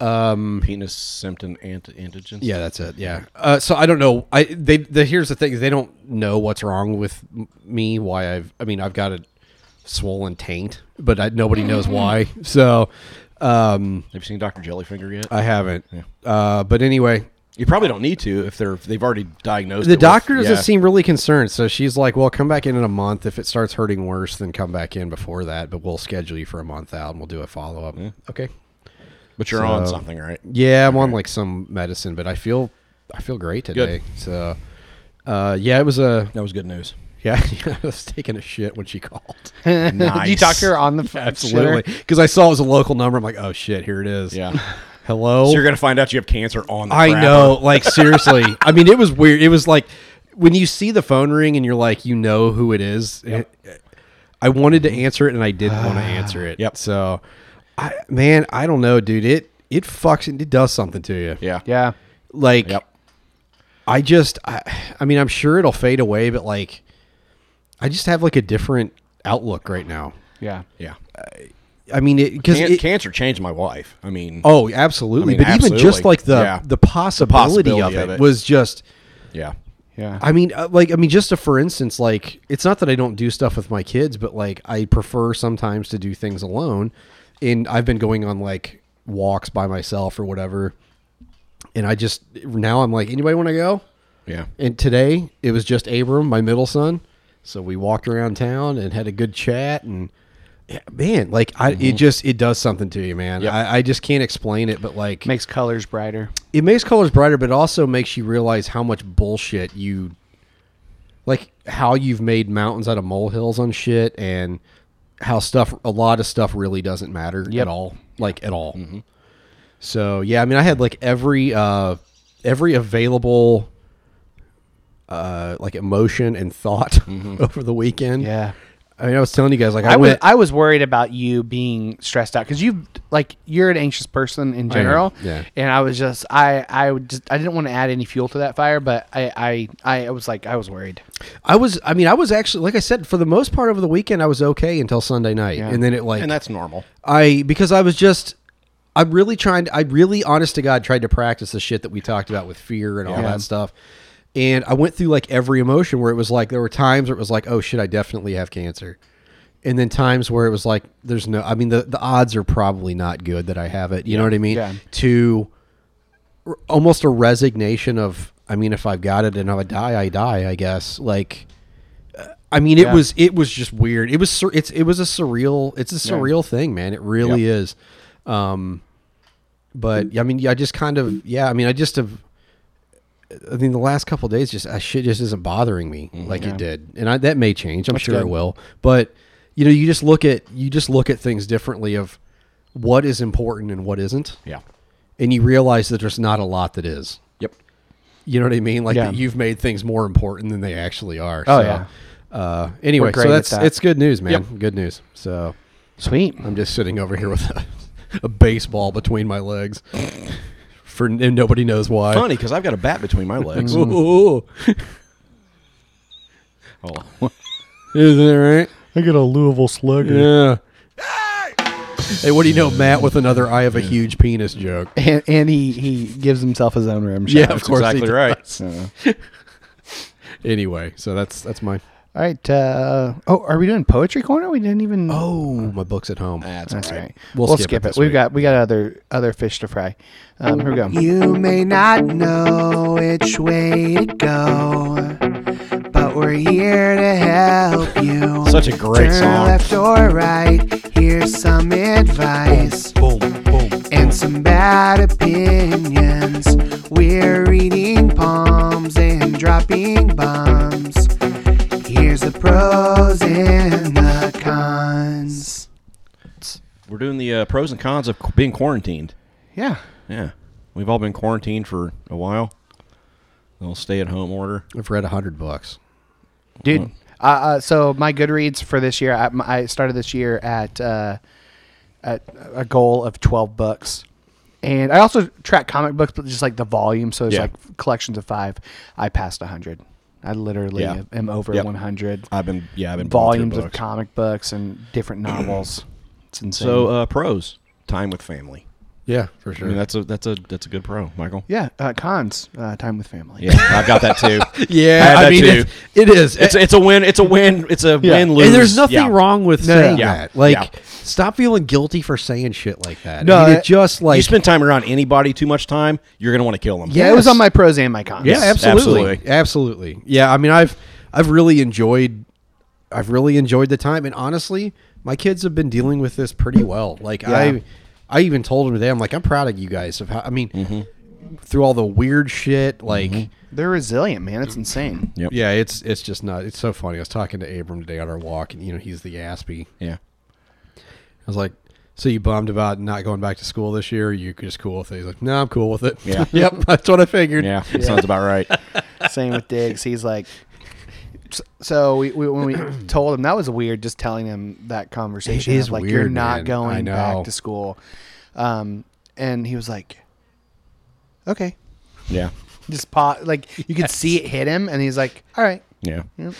C: Penis symptom anti- antigen.
B: yeah, that's it. Yeah. Uh, so I don't know. I they the here's the thing. is They don't know what's wrong with m- me. Why I've I mean I've got a swollen taint, but I, nobody knows why. So um,
C: Have you seen Doctor Jellyfinger yet?
B: I haven't. Uh, but anyway,
C: you probably don't need to if they're they've already diagnosed.
B: the
C: it with-
B: doctor doesn't
C: yeah.
B: seem really concerned so she's like well come back in in a month if it starts hurting worse then come back in before that but we'll schedule you for a month out and we'll do a follow-up okay
C: But you're on
B: so-
C: something, right?
B: yeah i'm on like some medicine but i feel i feel great today so uh yeah it was a
C: That was good news.
B: yeah <laughs> i was taking a shit when she called
A: Did you talk to her on the phone?
B: absolutely because i saw it was a local number i'm like oh shit here it is
C: Yeah.
B: <laughs> hello
C: So you're gonna find out you have cancer on. the
B: I
C: crapper.
B: know, like seriously. I mean, it was weird. It was like when you see the phone ring and you're like, you know who it is. It- I wanted to answer it and I didn't
C: <sighs>
B: want to answer it.
C: Yep.
B: So, I, man, I don't know, dude. It it fucks it does something to you.
C: Yeah.
A: Yeah.
B: Like,
C: Yep.
B: I just, I, I mean, I'm sure it'll fade away, but like, I just have like a different outlook right now.
A: Yeah.
C: Yeah.
B: I mean, it because
C: Can-
B: it,
C: cancer changed my life. I mean.
B: oh, absolutely.
C: I mean,
B: but even just
C: absolutely.
B: like the
C: Yeah.
B: the possibility,
C: possibility
B: of,
C: of
B: it
C: it.
B: was just.
C: Yeah.
A: Yeah.
B: I mean, uh, like, I mean, just to, for instance, like, it's not that I don't do stuff with my kids, but like, I prefer sometimes to do things alone. And I've been going on like walks by myself or whatever. And I just now I'm like, anybody want to go?
C: Yeah.
B: And today it was just Abram, my middle son. So we walked around town and had a good chat. And yeah, man, like, I it just it does something to you, man.
C: Yep.
B: I, I just can't explain it, but like,
A: Makes colors brighter.
B: it makes colors brighter, but it also makes you realize how much bullshit you like how you've made mountains out of molehills on shit and how stuff a lot of stuff really doesn't matter
A: Yep. Mm-hmm.
B: at all. Like at all. So yeah, I mean I had like every uh every available uh like emotion and thought <laughs> over the weekend.
A: Mm-hmm. Yeah.
B: I mean I was telling you guys like I,
A: I was
B: went
A: I was worried about you being stressed out because you like you're an anxious person in general.
B: yeah.
A: And I was just I I would just I didn't want to add any fuel to that fire, but I I I was like I was worried.
B: I was I mean I was actually like I said for the most part over the weekend I was okay until Sunday night.
A: Yeah.
B: And then it like
C: And that's normal.
B: I because I was just I'm really trying to I really honest to God tried to practice the shit that we talked about with fear and all that stuff. And I went through like every emotion where it was like there were times where it was like, oh shit, I definitely have cancer. and then times where it was like there's no i mean the, the odds are probably not good that i have it you know what i mean
A: Yeah.
B: to r- almost a resignation of i mean if i've got it and if i die i die i guess like uh, i mean it
A: Yeah.
B: was it was just weird it was sur- it's it was a surreal it's a
A: Yeah.
B: surreal thing man it really is um but i mean i just kind of yeah i mean i just have I mean, the last couple of days, just uh, shit just isn't bothering me like it did, and I, that may change. I'm sure
A: Mm-hmm. good.
B: it will, but you know, you just look at you just look at things differently of what is important and what isn't,
C: Yeah.
B: and you realize that there's not a lot that is.
C: Yep.
B: You know what I mean? Like
A: Yeah.
B: that you've made things more important than they actually are.
A: Oh,
B: so,
A: yeah.
B: Uh, anyway,
A: great
B: so
A: at
B: that's
A: that.
B: it's good news, man. Good news. So
A: Sweet. <laughs>
B: I'm just sitting over here with a, <laughs> a baseball between my legs, <laughs> for and nobody knows why. <laughs>
C: Funny because I've got a bat between my legs.
B: Mm, Ooh.
C: Hold
B: <laughs>
C: on.
B: Isn't it right?
A: I got a Louisville slugger.
B: Yeah. Hey, what do you know, Matt? With another "I have a huge penis" joke.
A: And, and he, he gives himself his own rim shot.
B: Yeah, of course. he
C: exactly
B: does.
C: right.
B: Anyway, so that's that's my
A: All right. Uh, oh, are we doing poetry corner? We didn't even.
B: oh my books at home.
C: That's,
A: that's
C: all
A: right.
C: right.
A: We'll,
B: We'll
A: skip,
B: skip it
A: it.
B: this
A: We've
B: week.
A: got we got other other fish to fry. Um, here we
B: <laughs>
A: go.
I: You may not know which way to go, but we're here to help you.
C: Such a great
I: Turn
C: song.
I: left or right, here's some advice. Boom, boom, And some bad opinions. We're reading palms and dropping bombs. Here's the pros and the cons.
C: We're doing the uh, pros and cons of qu- being quarantined.
A: Yeah.
C: Yeah. We've all been quarantined for a while. Little stay at home order.
B: I've read a hundred books.
C: Mm.
A: dude. Uh, uh, so my Goodreads for this year, I, my- I started this year at uh, at a goal of twelve books, and I also track comic books, but just like the volume. So it's
C: Yeah.
A: like collections of five. I passed hundred. I literally
C: Yeah.
A: am over
C: Yep.
A: one hundred.
C: I've been, yeah, I've been blowing through
A: volumes of
C: books.
A: comic books and
C: <clears throat>
A: different novels. it's insane.
C: So, uh, pros time with family.
B: Yeah, for
C: I
B: sure.
C: mean, that's a that's a that's a good pro, Michael.
A: yeah, uh, cons uh, time with family.
C: Yeah, I've got that <laughs> too. I
B: yeah,
C: had
B: I,
C: that
B: mean,
C: too.
B: it's, it is.
C: It's it's a win. It's a win. It's a
A: Yeah.
C: win
A: And
C: lose.
B: and there's nothing
C: Yeah.
B: wrong with
A: No,
B: saying
C: yeah.
B: that. Like,
C: Yeah.
B: stop feeling guilty for saying shit like that.
A: No,
B: I mean,
A: I-
B: it just like
C: you spend time around anybody too much time, you're gonna want to kill them.
A: Yeah, it was
B: Yes.
A: on my pros and my cons.
B: Yeah,
C: Yes,
B: absolutely.
C: absolutely.
B: absolutely, Yeah, I mean, I've I've really enjoyed, I've really enjoyed the time, and honestly, my kids have been dealing with this pretty well. Like I, I even told them today, I'm like, I'm proud of you guys of how. I mean,
C: Mm-hmm.
B: through all the weird shit, like.
A: They're resilient, man. It's insane.
C: Yep.
B: Yeah, it's it's just not. It's so funny. I was talking to Abram today on our walk, and you know he's the Aspie.
C: Yeah.
B: I was like, "So you bummed about not going back to school this year? Are you just cool with it?" He's like, "No, I'm cool with it."
C: Yeah.
B: <laughs> yep, that's what I figured.
C: Yeah, sounds about <laughs> right.
A: Same with Diggs. He's like, so- so we, we
B: <coughs>
A: when we told him that was weird, just telling him that conversation
B: It
A: of
B: is
A: like you're
B: weird,
A: not
B: man. I
A: going back
B: know.
A: to school, um, and he was like, okay,
C: Yeah,
A: just pot like you could see it hit him, and he's like, all right,
C: yeah.
A: Yep.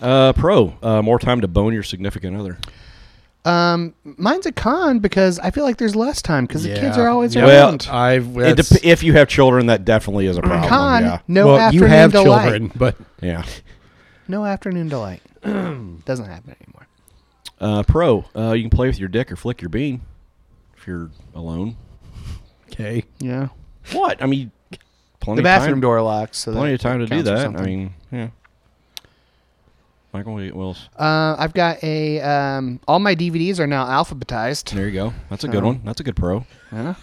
C: Uh, pro, uh, more time to bone your significant other.
A: um, mine's a con because I feel like there's less time because the kids
B: Yeah.
A: are always
C: Yeah. Well,
A: around.
B: I've
C: It
B: that's-
C: dep- if you have children, that definitely is a problem.
A: con,
C: Yeah,
A: no
B: oh, well,
A: afternoon
B: you have
A: delight.
B: children, but
C: yeah.
A: No afternoon delight.
B: <coughs>
A: Doesn't happen anymore.
C: Uh, pro, uh, you can play with your dick or flick your bean if you're alone.
B: okay.
A: Yeah.
C: What? I mean, plenty
A: The
C: of time-
A: bathroom door locks. So
C: Plenty
A: that
C: of time to do
A: counts for
C: that. I
A: something.
C: mean, yeah. Michael what else?
A: Uh, I've got a. Um, all my DVDs are now alphabetized.
C: There you go. That's a good one. That's a good pro.
A: Yeah.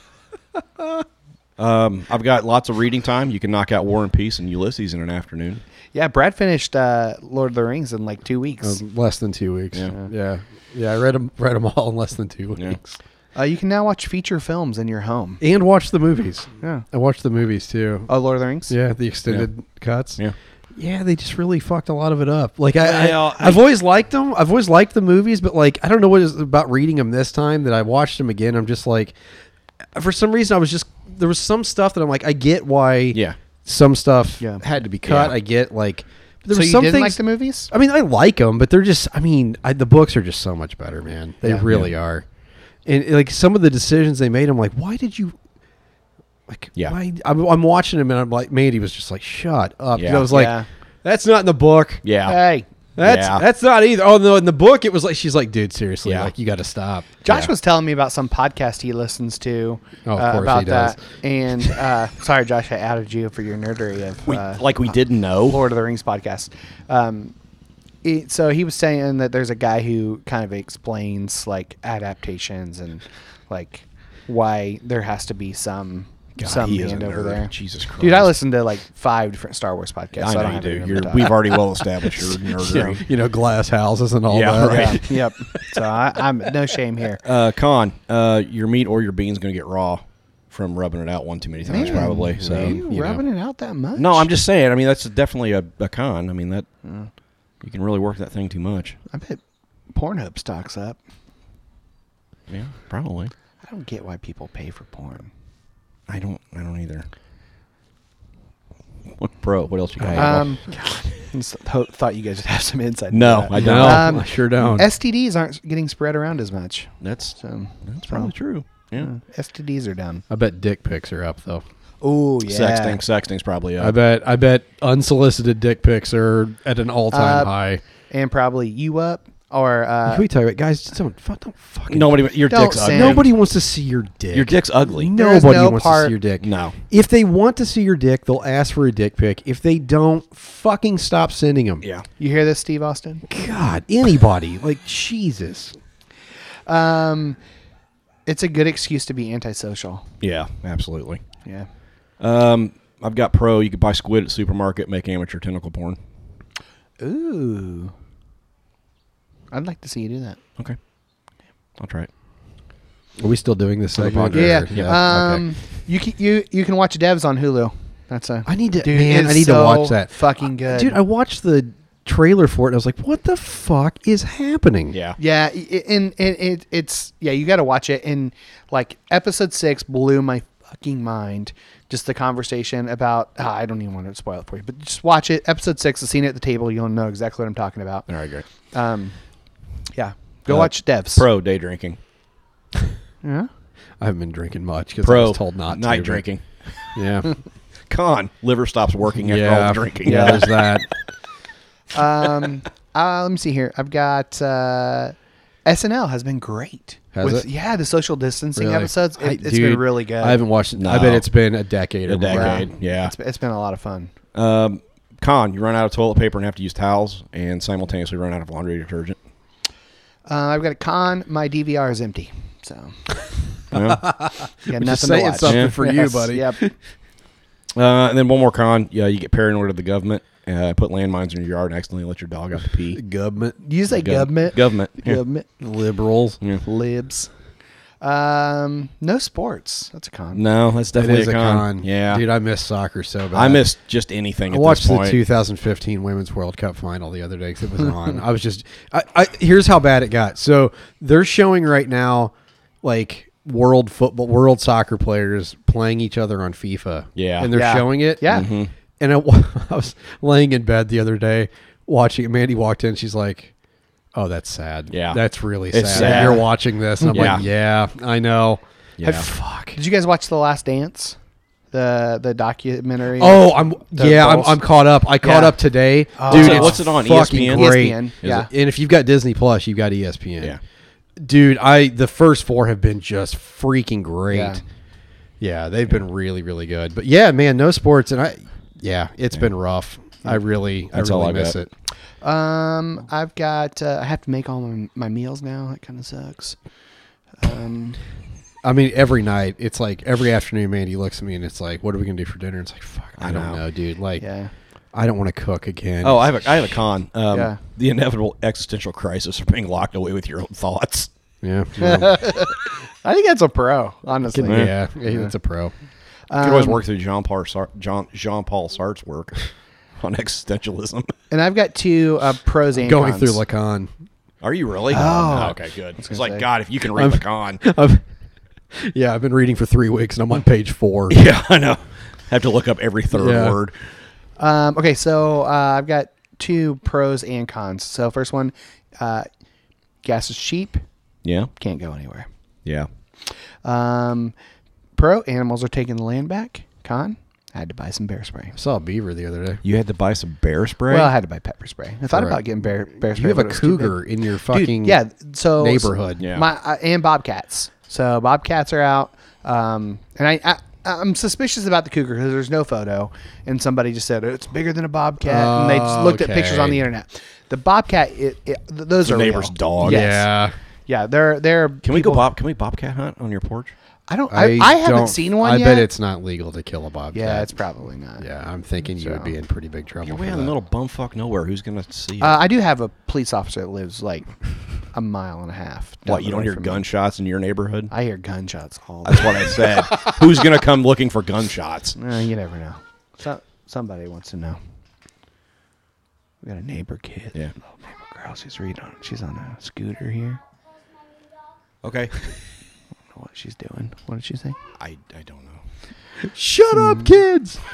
C: Um, I've got lots of reading time. You can knock out War and Peace and Ulysses in an afternoon.
A: Yeah, Brad finished uh, Lord of the Rings in like Uh, two weeks.
B: less than two weeks.
C: Yeah.
B: Yeah. yeah, I read them read them all in less than two
C: Yeah.
B: weeks,
A: Uh, you can now watch feature films in your home.
B: and watched the movies.
A: Yeah.
B: I watched the movies too.
A: Oh, Lord of the Rings.
B: Yeah, the extended cuts.
C: Yeah.
B: yeah, they just really fucked a lot of it up. Like I,
C: Well,
B: I, have always liked them. I've always liked the movies, but like I don't know what is about reading them this time that I watched them again. I'm just like, for some reason, I was just there was some stuff that I'm like, I get why.
C: Yeah.
B: some stuff
A: Yeah.
B: had to be cut.
C: Yeah.
B: I get like but there
A: So
B: were
A: you
B: some
A: didn't
B: things.
A: like the movies?
B: I mean, I like them, but they're just. I mean, I, the books are just so much better, man. They
A: Yeah.
B: really are. And like some of the decisions they made, I'm like, why did you? Like,
C: Yeah.
B: why? I'm, I'm watching him, and I'm like, Mandy was just like, shut up.
C: Yeah.
B: And I was like,
A: Yeah.
B: that's not in the book.
C: Yeah.
A: Hey,
B: That's
C: Yeah.
B: that's not either. Oh no, in the book it was like she's like, dude, seriously,
C: Yeah.
B: like you got to stop.
A: Josh was telling me about some podcast he listens to
B: Oh, of
A: uh,
B: course
A: about
B: he does.
A: that. And uh, sorry, Josh, I outed you for your nerdery of
C: We,
A: uh,
C: like we didn't know.
A: Lord of the Rings podcast. Um, it, so he was saying that there's a guy who kind of explains like adaptations and like why there has to be some some
C: he is a
A: hand over
C: nerd.
A: there.
C: Jesus
A: dude! I
C: Christ.
A: listen to like five different Star Wars podcasts.
C: I
A: so
C: know
A: don't
C: you
A: have to
C: do.
A: remember
C: You're,
A: that.
C: we've already well established your
B: Yeah,
C: nerdery.
B: you know, glass houses and all
C: Yeah,
B: that.
C: right.
A: yeah, <laughs> yep. So I, I'm no shame
C: <laughs>
A: here.
C: Uh, Con, uh, your meat or your beans going to get raw from rubbing it out one too many times, probably. So
A: you,
C: you know.
A: rubbing it out that much?
C: No, I'm just saying. I mean, that's definitely a, a con. I mean, that you can really work that thing too much.
A: I bet Pornhub stocks up.
C: Yeah, probably.
A: I don't get why people pay for porn.
C: I don't. I don't either. What bro? What else you got?
A: Um, <laughs> just tho- thought you guys would have some insight.
C: Oh. uh, No,
A: into that.
C: I don't.
B: <laughs> Oh, No,
A: Um,
B: I sure don't.
A: STDs aren't getting spread around as much.
C: that's
A: So
C: that's probably true. Yeah.
A: Hmm. STDs are down.
B: I bet dick pics are up though.
A: Oh yeah.
C: Sexting. Sexting's probably uh,
B: I
C: up.
B: bet I bet unsolicited dick pics are at an all time
A: Uh,
B: high.
A: And probably you up or uh,
B: Can we talk about guys? just Don't, fuck, don't fucking.
C: Nobody. Your
A: Don't
C: dick's ugly.
A: send-
B: nobody wants to see your dick.
C: Your dick's ugly.
A: There is
B: Nobody
A: no
B: wants to
A: part-
B: see your dick.
C: No.
B: If they want to see your dick, they'll ask for a dick pic. If they don't, fucking stop sending them.
C: Yeah.
A: you hear this, Steve
B: <laughs>
A: Austin?
B: God, anybody like Jesus.
A: Um, it's a good excuse to be antisocial.
C: Yeah. Absolutely.
A: Yeah.
C: Um, I've got pro. You could buy squid at supermarket. Make amateur tentacle porn.
A: Ooh. I'd like to see you do that.
C: Okay. I'll try it.
B: Are we still doing this? on the podcast?
A: Yeah.
B: Or-
A: yeah.
B: okay.
A: Um, you can you you can watch Devs on Hulu. That's a
B: I need to.
A: Dude,
B: man,
A: it's
B: I need to
A: so
B: watch that.
A: Fucking good,
B: Dude, I watched the trailer for it. and I was like, what the fuck is happening?
C: Yeah.
A: Yeah, i- i- and, and it, it's yeah, you got to watch it. And like episode six blew my fucking mind. Just the conversation about ah, I don't even want to spoil it for you, but just watch it. Episode six, the scene at the table, you'll know exactly what I'm talking about.
C: All right. Great.
A: Um, yeah, go
C: Uh,
A: watch Devs.
C: Pro day drinking.
A: Yeah.
B: I haven't been drinking much because I
C: Pro
B: was told not to.
C: night
B: but-
C: drinking. <laughs>
B: Yeah.
C: Con liver stops working after all
B: yeah.
C: the drinking.
B: Yeah, there's that.
A: Um, uh, let me see here. I've got uh, SNL has been great.
B: Has it?
A: Yeah, the social distancing
B: Really.
A: episodes. It,
B: I-
A: has
B: dude,
A: been really good.
B: I haven't watched it. I
C: No.
B: bet it's been a decade or
C: A
B: more.
C: decade. Yeah.
A: It's, it's been a lot of fun.
C: <laughs> Um, con, you run out of toilet paper and have to use towels, and simultaneously run out of laundry detergent.
A: Uh, I've got a con. My DVR is empty, so
C: Yeah.
A: yeah,
B: <laughs> Just
A: nothing to
B: saying
A: watch.
B: something
C: Yeah.
B: for you,
A: Yes,
B: buddy.
A: Yep.
C: <laughs> uh, and then one more con. Yeah, you get paranoid of the government. Uh, put landmines in your yard and accidentally let your dog out to pee.
B: Government
A: <laughs> You say
C: Gov-
A: government,
C: Government.
A: <laughs>
C: Yeah.
A: government,
B: liberals.
C: Yeah.
A: libs. Um, no sports. That's a con.
C: <laughs> No, that's
B: It
C: definitely
B: is
C: a, con. Yeah.
B: Dude, I miss soccer so bad.
C: I miss just anything.
B: I
C: At
B: watched
C: this
B: the
C: point.
B: 2015 Women's World Cup final the other day because it was on. I was just, I, I, here's how bad it got. So they're showing right now, like world football, world soccer players playing each other on FIFA.
C: Yeah. Mm-hmm.
B: and they're
A: Yeah.
B: showing it.
A: Yeah.
B: And I, <laughs> wa- I was laying in bed the other day watching. it. Mandy walked in. She's like, "Oh, that's sad.
C: Yeah.
B: that's really sad.
C: It's
B: that
C: sad.
B: You're watching this." And I'm like, "Yeah, I know.
C: Yeah.
B: I- fuck.
A: Did you guys watch The Last Dance? The the documentary.
B: Oh, I'm yeah, I'm,
A: Bulls.
B: I'm caught up. I caught
A: Yeah.
B: up today,
C: What's
B: dude.
C: it-
B: it's
C: Oh, what's it on? E
B: Fucking
C: ESPN?
B: Great.
A: ESPN, yeah.
B: And if you've got Disney Plus, you've got E ESPN.
C: Yeah.
B: Dude, I the first four have been just freaking great.
A: Yeah.
B: Yeah, they've been really really good. But yeah, man, no sports, and I yeah, it's been rough. I really
C: Mm. That's
B: I
C: all
B: really
C: I
B: miss
C: got.
B: it.
A: Um, I've got. Uh, I have to make all my, my meals now. That kind of sucks. Um,
B: I mean, every night it's like every afternoon, Mandy looks at me and it's like, "What are we gonna do for dinner?" it's like, "Fuck, I, don't
C: know.
B: know. dude. Like,
A: yeah.
B: I don't want to cook again."
C: Oh, I have a I have a con. Um,
A: Yeah.
C: The inevitable existential crisis of being locked away with your own thoughts. <laughs>
B: yeah, well,
A: I think that's a pro, honestly.
B: yeah, yeah, that's a pro.
C: You could always work through Jean Paul Sar- Jean Jean Paul Sartre's work <laughs> on existentialism.
A: And I've got two uh, pros and
B: Going
A: cons.
B: through Lacan.
C: Are you really? okay, good. It's like
A: say.
C: God, if you can read the con. <laughs>
B: I've, <laughs> yeah, I've been reading for three weeks and I'm on
A: <laughs>
B: page four.
C: Yeah, I know. Have to look up every third
B: Yeah.
C: word.
A: Um, okay, so uh, I've got two pros and cons. So first one, uh, gas is cheap,
C: Yeah,
A: can't go anywhere.
C: yeah.
A: Um, pro animals are taking the land back. Con I had to buy some bear spray.
B: saw a beaver the other day.
C: You had to buy some bear spray.
A: Well, I had to buy pepper spray. I thought
B: Right.
A: about getting bear bear spray.
B: You have
A: but
B: a
A: it was too big.
B: cougar in your
A: Dude,
B: fucking
A: yeah. So
B: neighborhood.
C: Yeah.
A: My uh, and bobcats. So bobcats are out, um, and I. I I'm suspicious about the cougar because there's no photo, and somebody just said it's bigger than a bobcat, and they just looked at pictures on
B: Oh, Okay.
A: the internet. The bobcat, it, it, th- those
C: The
A: are
C: neighbor's
A: real.
C: dog.
A: Yes.
B: Yeah.
A: yeah, they're they're.
C: Can we go bob? Can we bobcat hunt on your porch?
A: I don't. I, I haven't
B: don't-
A: seen one
B: I
A: yet.
B: bet it's not legal to kill a bobcat.
A: Yeah, it's probably not.
B: Yeah, I'm thinking you would be in pretty big trouble.
C: You're
B: for
C: way out in the
B: that.
C: middle of bumfuck nowhere. Who's gonna see you?
A: Oh, Uh, I do have a police officer that lives like a mile and a half. down
C: what?
A: the
C: You don't
A: road
C: hear
A: from me.
C: gunshots in your neighborhood?
A: I hear gunshots all.
C: <laughs>
A: the
C: That's what
A: <laughs>
C: I said. Who's gonna come looking for gunshots?
A: Uh, you never know. So, somebody wants to know. We got a neighbor kid.
C: Yeah.
A: Little neighbor girl. She's reading on. She's on a scooter here.
C: Okay.
A: I don't know what she's doing. What did she say? Hmm.
C: I, I don't know.
B: Shut up, kids.
A: <laughs>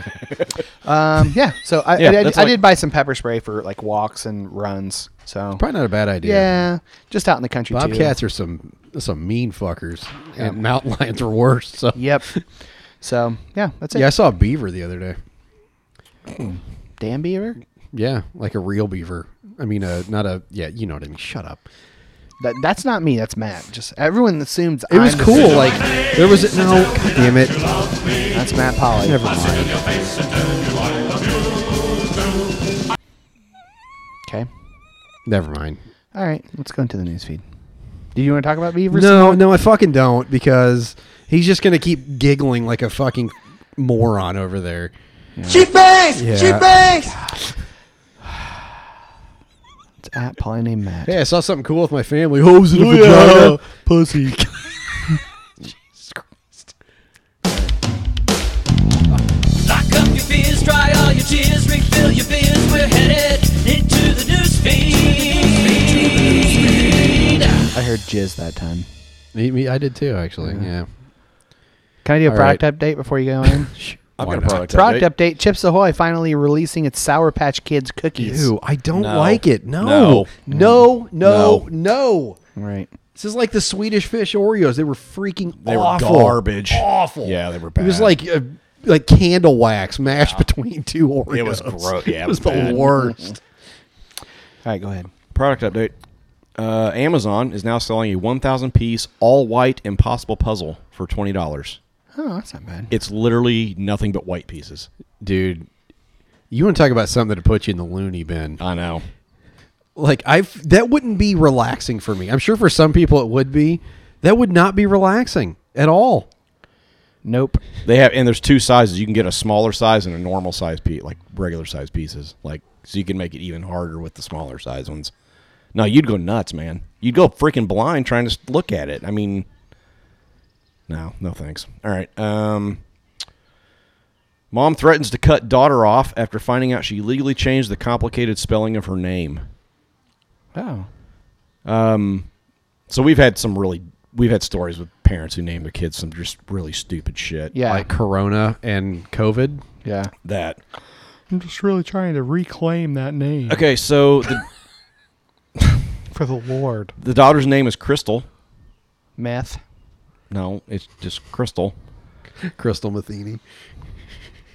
A: Um. Yeah. So I
C: Yeah,
A: I, I,
C: that's
A: I
C: like-
A: did buy some pepper spray for like walks and runs. So
B: Probably not a bad idea.
A: yeah, just out in the country. too.
B: Bobcats are some some mean fuckers, and <laughs> mountain lions are worse. So
C: <laughs>
A: Yep. So yeah, that's it.
B: yeah, I saw a beaver the other day.
A: Damn beaver.
B: Yeah, like a real beaver. I mean, uh, not a yeah. You know what I mean. Shut up.
A: That, that's not me. That's Matt. Just everyone assumes
B: It was
A: I'm the
B: cool.
A: same.
B: Like there was a, no. God damn it.
A: that's Matt Polly.
B: Never mind.
A: Okay.
B: Never mind.
A: All right. Let's go into the news feed. Do you want to talk about beavers?
B: No, no, I fucking don't because he's just gonna keep giggling like a fucking moron over there. She bangs. She bangs.
A: It's at Polly named Matt.
B: Hey, I saw something cool with my family. Oh, was it a vagina? Pussy.
F: Lock up your fears, dry all your tears, refill your beers. We're headed into the newsfeed.
A: I heard jizz that time.
B: <laughs> Me, me, I did too, actually. Yeah.
A: Can I do a
B: All
A: product update before you go <laughs> in?
C: I've
B: Why
C: got a
B: not?
C: product.
A: product update. Chips Ahoy finally releasing its Sour Patch Kids cookies.
B: Ew, I don't
C: No.
B: like it. No.
C: No.
B: No. No. No.
A: Right.
B: This is like the Swedish fish Oreos. They were freaking
C: They were
B: awful.
C: garbage.
B: Awful.
C: Yeah, they were
B: It was
C: bad.
B: like a, like candle wax mashed between two Oreos.
C: It was gross. Yeah,
B: <laughs> it was,
C: it was
B: the
C: bad.
B: worst.
A: All right. Go ahead.
C: Product update. Uh, Amazon is now selling a 1,000 piece all white impossible puzzle for twenty dollars.
A: Oh, that's not bad.
C: It's literally nothing but white pieces.
B: Dude, you want to talk about something to put you in the loony bin?
C: I know.
B: like I've that wouldn't be relaxing for me. I'm sure for some people it would be. That would not be relaxing at all.
A: Nope.
C: They have and there's two sizes. You can get a smaller size and a normal size piece, like regular size pieces. Like so you can make it even harder with the smaller size ones. No, you'd go nuts, man. You'd go freaking blind trying to s- look at it. I mean, no, no thanks. All right. Um, mom threatens to cut daughter off after finding out she legally changed the complicated spelling of her name.
A: Oh.
C: So we've had some really we've had stories with parents who name their kids some just really stupid shit.
A: Yeah.
B: Like Corona and COVID.
A: yeah.
C: That.
A: I'm just really trying to reclaim that name
C: Okay, so the
A: for the Lord.
C: the daughter's name is Crystal.
A: Meth.
C: No, it's just Crystal.
B: Crystal Matheny.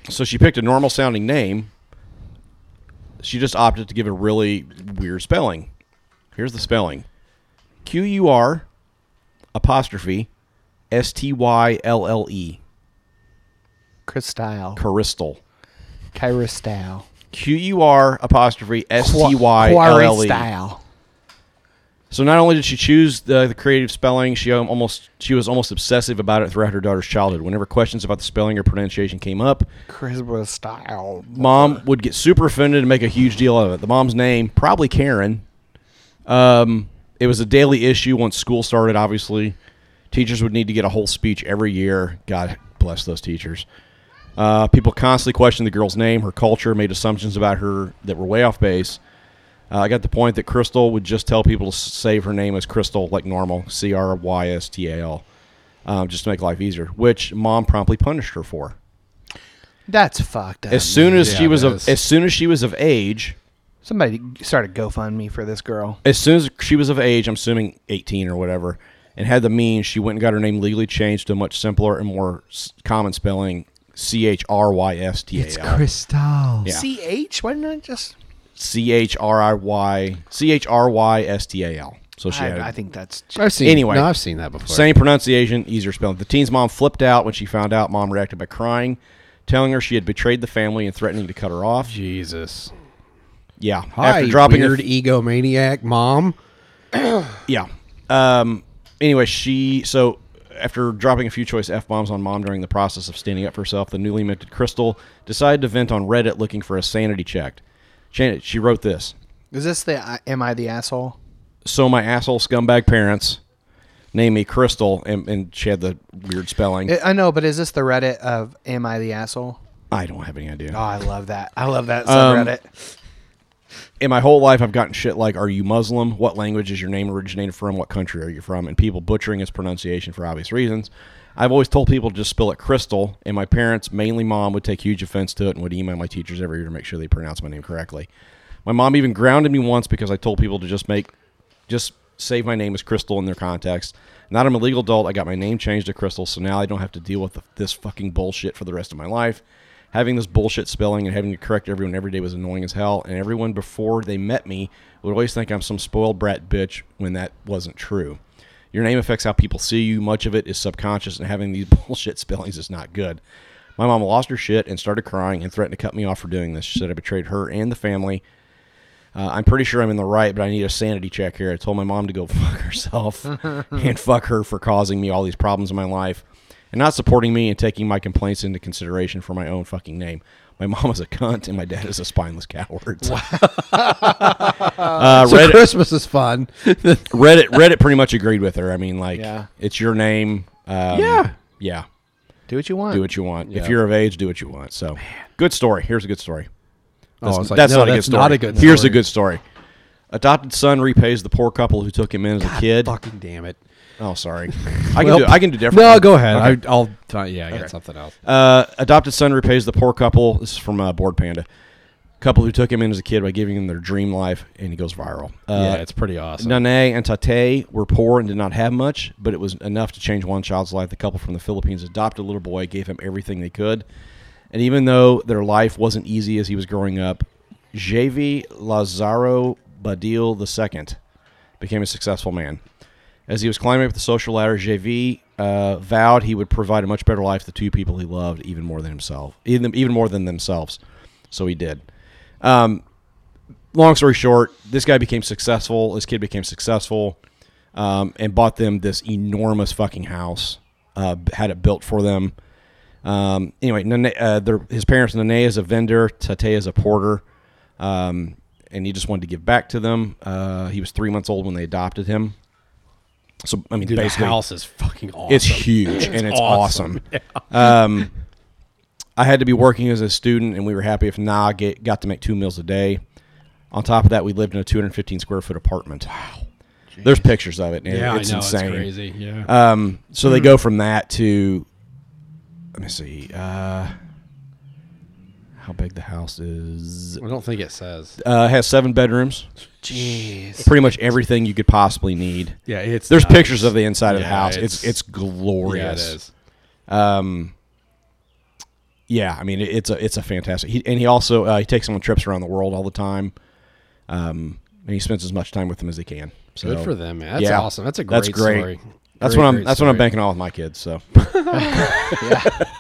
C: So she picked a normal sounding name. She just opted to give a really weird spelling. Here's the spelling Q U R apostrophe S T Y L L E.
A: Crystal.
C: Crystal.
A: Kyristal.
C: Q U R apostrophe S T Y L L E.
A: Quarry-style.
C: So not only did she choose the, the creative spelling, she al- almost she was almost obsessive about it throughout her daughter's childhood. Whenever questions about the spelling or pronunciation came up,
A: Christmas style.
C: mom would get super offended and make a huge deal out of it. The mom's name, probably Karen. Um, it was a daily issue once school started. Obviously, teachers would need to get a whole speech every year. God bless those teachers. Uh, people constantly questioned the girl's name, her culture, made assumptions about her that were way off base. Uh, I got the point that Crystal would just tell people to s- save her name as Crystal, like normal, C R Y S T A L, um, just to make life easier, which mom promptly punished her for
A: That's fucked up.
C: as soon as she
B: Yeah,
C: was
B: it
C: of
B: is.
C: as soon as she was of age
A: Somebody started GoFundMe for this girl.
C: as soon as she was of age i'm assuming 18 or whatever and had the means she went and got her name legally changed to a much simpler and more s- common spelling C H R Y S T
B: It's
C: A L.
B: Cristal.
C: Yeah.
A: CH? Why didn't I just.
C: C H R I Y C H R Y S T A L. So she had
A: I,
C: a-
A: I think that's.
B: I've seen.
C: Anyway.
B: no, I've seen that before.
C: Same pronunciation, easier spelling. The teen's mom flipped out when she found out. Mom reacted by crying, telling her she had betrayed the family and threatening to cut her off.
B: Jesus.
C: Yeah,
B: Hi,
C: after dropping her,
B: weird egomaniac mom.
C: yeah. Um. Anyway, she so after dropping a few choice f bombs on mom during the process of standing up for herself, the newly minted Crystal decided to vent on Reddit looking for a sanity check. She, she wrote this:
A: Is this the I- Am I the Asshole?
C: "So my asshole scumbag parents." Name me Crystal, and, and she had the weird spelling.
A: I I know, but is this the Reddit of Am I the Asshole?
C: I don't have any idea.
A: Oh, I love that. I love that
C: Um,
A: subreddit.
C: in my whole life, I've gotten shit like, "Are you Muslim? What language is your name originated from? What country are you from?" and people butchering its pronunciation for obvious reasons. I've always told people to just spell it crystal, and my parents, mainly mom, would take huge offense to it and would email my teachers every year to make sure they pronounce my name correctly. My mom even grounded me once because I told people to just make, just save my name as Crystal in their contacts. Now that I'm a legal adult, I got my name changed to Crystal, so now I don't have to deal with the, this fucking bullshit for the rest of my life. Having this bullshit spelling and having to correct everyone every day was annoying as hell, and everyone before they met me would always think I'm some spoiled brat bitch when that wasn't true. Your name affects how people see you. Much of it is subconscious, and having these <laughs> bullshit spellings is not good. My mom lost her shit and started crying and threatened to cut me off for doing this. She said I betrayed her and the family. Uh, I'm pretty sure I'm in the right, but I need a sanity check here. I told my mom to go <laughs> fuck herself and fuck her for causing me all these problems in my life and not supporting me and taking my complaints into consideration for my own fucking name. My <laughs> mom is a cunt and my dad is a spineless coward. <laughs> uh,
B: So
C: Reddit,
B: Christmas
C: <laughs>
B: is fun.
C: Reddit, Reddit pretty much agreed with her. I mean, like,
A: Yeah.
C: it's your name. Um,
B: Yeah.
C: Yeah.
A: Do what you want.
C: Do what you want. If you're of age, do what you want. So, good story. Here's a good story. That's,
B: Oh, it's like,
C: that's
B: no,
C: not, a
B: that's
C: good story.
B: not a good
C: Here's a
B: story.
C: good story. Adopted son repays the poor couple who took him in as a kid.
B: Fucking damn it.
C: Oh,
B: <laughs>
C: sorry. I can do. I can do different.
B: No, go ahead. I, I'll. yeah, I got something else.
C: Uh, adopted son repays the poor couple. This is from uh, Board Panda. Couple who took him in as a kid by giving him their dream life, and he goes viral. Uh,
B: yeah, it's pretty awesome.
C: Nane and Tate were poor and did not have much, but it was enough to change one child's life. The couple from the Philippines adopted a little boy, gave him everything they could. And even though their life wasn't easy as he was growing up, Javi Lazaro Badil II became a successful man. As he was climbing up the social ladder, JV uh, vowed he would provide a much better life to the two people he loved, even more than himself, even, even more than themselves. So he did. Um, long story short, this guy became successful. This kid became successful, um, and bought them this enormous fucking house. Uh, had it built for them. Um, anyway, Nene, uh, their, his parents, Nene is a vendor, Tate is a porter, um, and he just wanted to give back to them. Uh, he was three months old when they adopted him. So I mean,
B: Dude,
C: basically,
B: the house is fucking awesome.
C: it's huge and it's awesome.
B: awesome. <laughs>
C: Um, I had to be working as a student, and we were happy if nah I get, got to make two meals a day. On top of that, we lived in a 215 square foot apartment. Wow. There's pictures of it. And
B: Yeah,
C: it's
B: I know.
C: insane.
B: It's crazy. Hmm. Yeah.
C: Um, so they go from that to, let me see, uh, how big the house is.
B: I don't think it says.
C: Uh, it has seven bedrooms. Jeez. Pretty much everything you could possibly need.
B: Yeah, it's.
C: There's pictures of the inside of the
B: Yeah,
C: house. It's
B: it's-
C: it's glorious. Um, yeah, I mean it- it's a it's a fantastic. He, and he also uh, he takes him on trips around the world all the time, um, and he spends as much time with them as he can. So
B: Good for them, man. That's
C: yeah.
B: awesome. That's a great
C: That's great.
B: story.
C: That's
B: Great,
C: what I'm
B: great
C: that's what I'm
B: story.
C: banking on with my kids. So
B: <laughs>
C: <laughs>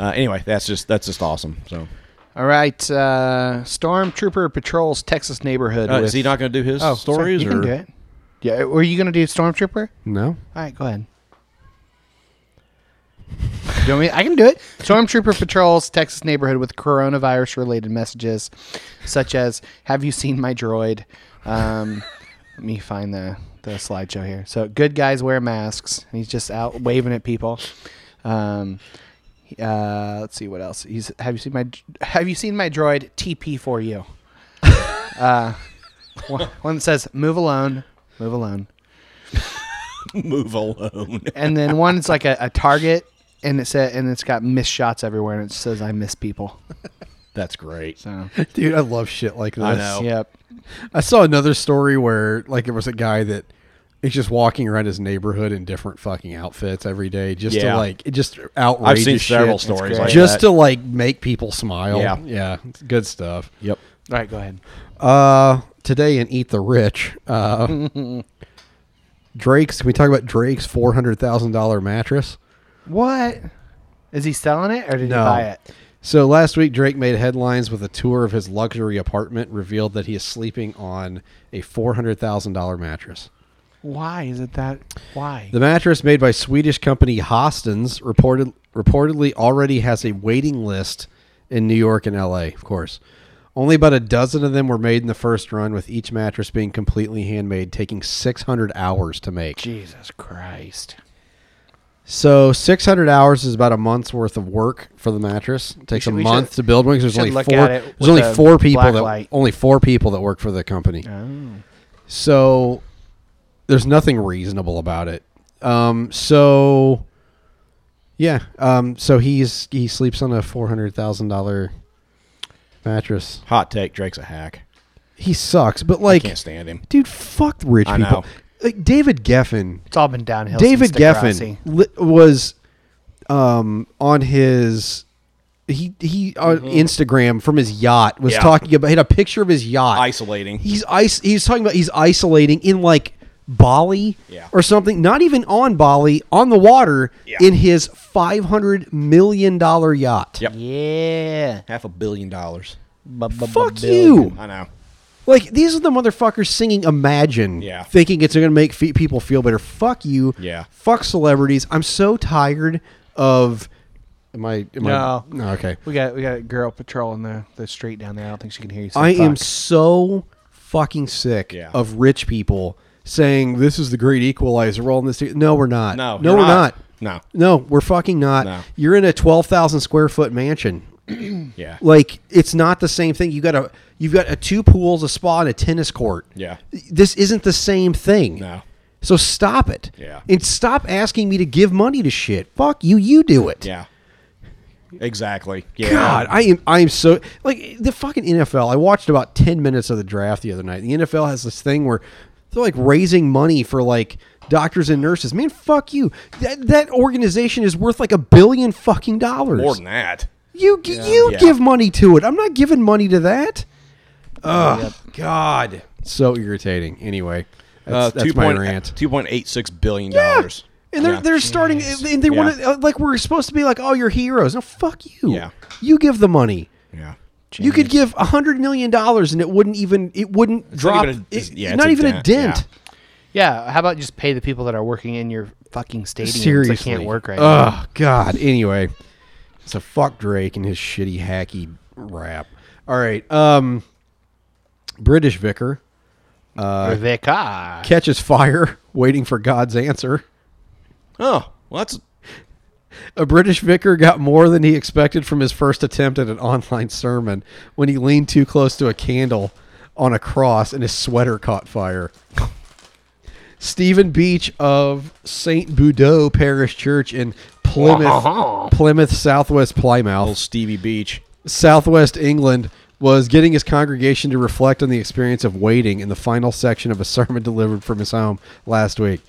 C: Uh, anyway, that's just that's just awesome. So
A: All right. Uh, Stormtrooper patrols Texas neighborhood.
C: Uh,
A: with,
C: is he not going to do his
A: Oh, sorry,
C: stories
A: you can
C: or
A: do it. Yeah. Were you going to do Stormtrooper?
B: No.
A: All right, go ahead. Do me? I can do it. Stormtrooper patrols Texas neighborhood with coronavirus-related messages, such as "Have you seen my droid?" Um, let me find the the slideshow here. So, good guys wear masks. And he's just out waving at people. Um, uh, let's see what else. He's have you seen my have you seen my droid TP for you? uh, <laughs> one, one that says "Move alone, move alone."
C: <laughs> move alone?
A: and then one is like a, a target and it said and it's got missed shots everywhere and it says i miss people
C: that's great.
A: so
B: <laughs> Dude, I love shit like this.
C: know.
A: yep
B: I saw another story where like there was a guy that He's just walking around his neighborhood in different fucking outfits every day, just
C: Yeah.
B: to like it just outrageous.
C: seen several
B: shit.
C: stories That's like
B: just
C: that.
B: to like make people smile.
C: Yeah.
B: yeah, it's good stuff.
C: Yep.
A: All right, go ahead.
B: Uh, today in Eat the Rich, uh, Drake's. Can we talk about Drake's four hundred thousand dollar mattress?
A: What is he selling it or did
B: No.
A: he buy it?
B: So last week, Drake made headlines with a tour of his luxury apartment, revealed that he is sleeping on a four hundred thousand dollar mattress.
A: Why is it that? Why?
B: The mattress made by Swedish company Hostens reported reportedly already has a waiting list in New York and LA, of course. Only about a dozen of them were made in the first run, with each mattress being completely handmade, taking 600 hours to make.
A: Jesus Christ!
B: So 600 hours is about a month's worth of work for the mattress. It takes
A: should-
B: a
A: we
B: month
A: should-
B: to build one because
A: should
B: there's only
A: look
B: four.
A: at it
B: There's
A: with
B: only
A: a
B: four people
A: black
B: that
A: light. Oh.
B: only four people that work for the company. So there's nothing reasonable about it. Um, so yeah, um, so he's he sleeps on a four hundred thousand dollar mattress.
C: Hot take. Drake's a hack.
B: He sucks, but like,
C: Can't stand him.
B: dude, fuck rich
C: I
B: people.
C: know.
B: Like David Geffen,
A: It's all been downhill.
B: David
A: since Degrassi.
B: Geffen li- was um, on his he he on Instagram from his yacht was
C: Mm-hmm. Yeah.
B: talking about he had a picture of his yacht
C: Isolating.
B: He's ice. He's talking about he's isolating in like Bali
C: Yeah.
B: or something. Not even on Bali, on the water
C: Yeah.
B: in his five hundred million dollar yacht.
C: Yep.
A: Yeah.
C: Half a billion dollars.
B: Fuck you.
C: I know.
B: Like these are the motherfuckers singing Imagine,
C: Yeah.
B: thinking it's going to make fe- people feel better. Fuck you.
C: Yeah.
B: Fuck celebrities. I'm so tired of. Am I? Am
A: No.
B: I, no. Okay.
A: We got we got a girl patrolling the, the street down there. I don't think she can hear you. Say
B: I am
A: fuck.
B: so fucking sick
C: Yeah.
B: of rich people saying this is the great equalizer. We're all in this. together." No, we're not.
C: No,
B: No,
C: you're
B: we're not.
C: not. No.
B: No, we're fucking not.
C: No.
B: You're in a twelve thousand square foot mansion.
C: Yeah.
B: Like it's not the same thing. You got a you've got a two pools, a spa, and a tennis court.
C: Yeah.
B: This isn't the same thing.
C: No.
B: So stop it.
C: Yeah.
B: And stop asking me to give money to shit. Fuck you. You do it.
C: yeah. Exactly. Yeah.
B: God, I am I am so like the fucking NFL. I watched about ten minutes of the draft the other night. The NFL has this thing where they're like raising money for like doctors and nurses. Man, fuck you. That that organization is worth like a billion fucking dollars.
C: More than that.
B: You g you
C: Yeah.
B: give money to it. I'm not giving money to that. Oh God, so irritating. Anyway, that's,
C: Uh,
B: that's
C: two
B: my
C: point
B: rant.
C: two point eight six billion dollars.
B: And they're they're starting. And
C: Yeah.
B: they want to like we're supposed to be like, oh, you're heroes. No, fuck you.
C: Yeah.
B: you give the money.
C: yeah.
B: You could give a hundred million dollars and it wouldn't even it wouldn't drop.
C: not
B: Not
C: even
B: even
C: a-
B: a,
C: it's- yeah, it's
B: not
C: a
B: even a
C: dent,
B: dent.
A: Yeah. How about just pay the people that are working in your fucking stadium?
B: Seriously,
A: They can't work right now.
B: Oh God. Anyway, so fuck Drake and his shitty hacky rap. All right. Um, British vicar
A: Or they car.
B: catches fire, <laughs> waiting for God's answer.
C: Oh, well, that's
B: A British vicar got more than he expected from his first attempt at an online sermon when he leaned too close to a candle on a cross and his sweater caught fire. Stephen Beach of St. Budeaux Parish Church in Plymouth, Plymouth, Southwest
C: old
B: Plymouth,
C: Stevie Beach.
B: Southwest England, was getting his congregation to reflect on the experience of waiting in the final section of a <laughs> sermon delivered from his home last week.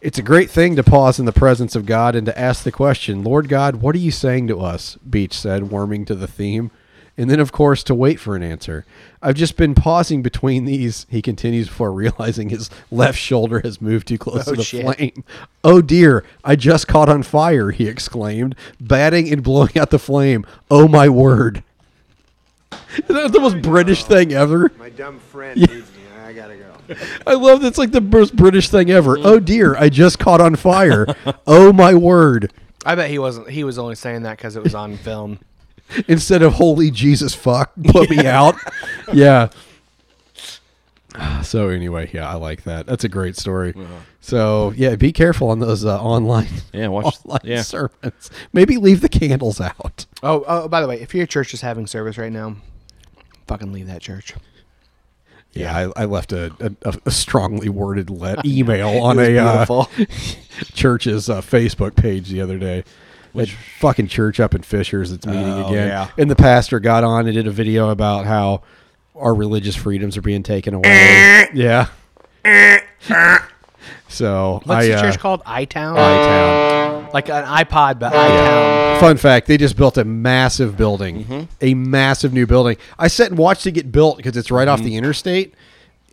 B: It's a great thing to pause in the presence of God and to ask the question, Lord God, what are you saying to us? Beach said, warming to the theme. And then, of course, to wait for an answer. I've just been pausing between these, he continues before <laughs> realizing his left shoulder has moved too close to the flame. Oh dear, I just caught on fire, he exclaimed, batting and blowing out the flame. Oh my word. <laughs> That's the most British thing ever.
J: My dumb friend needs me. I gotta go.
B: I love that's like the most British thing ever.
C: Mm-hmm.
B: Oh dear, I just caught on
C: <laughs>
B: fire. oh my word.
A: I bet he wasn't. He was only saying that because it was <laughs> on film.
B: Instead of holy Jesus fuck, put
C: <laughs>
B: me out. Yeah. So anyway, yeah, I like that. That's a great story. So yeah, be careful on those uh, online
C: Yeah, watch-
B: <laughs> online
C: yeah.
B: sermons. Maybe leave the candles out.
A: Oh, oh. By the way, if your church is having service right now, fucking leave that church.
B: Yeah, I, I left a, a, a strongly worded let email on a uh, <laughs> church's uh, Facebook page the other day. Which fucking church up in Fishers that's meeting
C: Oh,
B: again.
C: yeah.
B: And the pastor got on and did a video about how our religious freedoms are being taken away. yeah. So
A: What's
B: I,
A: the
B: uh,
A: church called? iTown.
B: iTown.
A: Like an iPod, but iTown.
B: Fun fact: They just built a massive building,
A: Mm-hmm.
B: a massive new building. I sat and watched it get built because it's right off
A: Mm-hmm.
B: the interstate.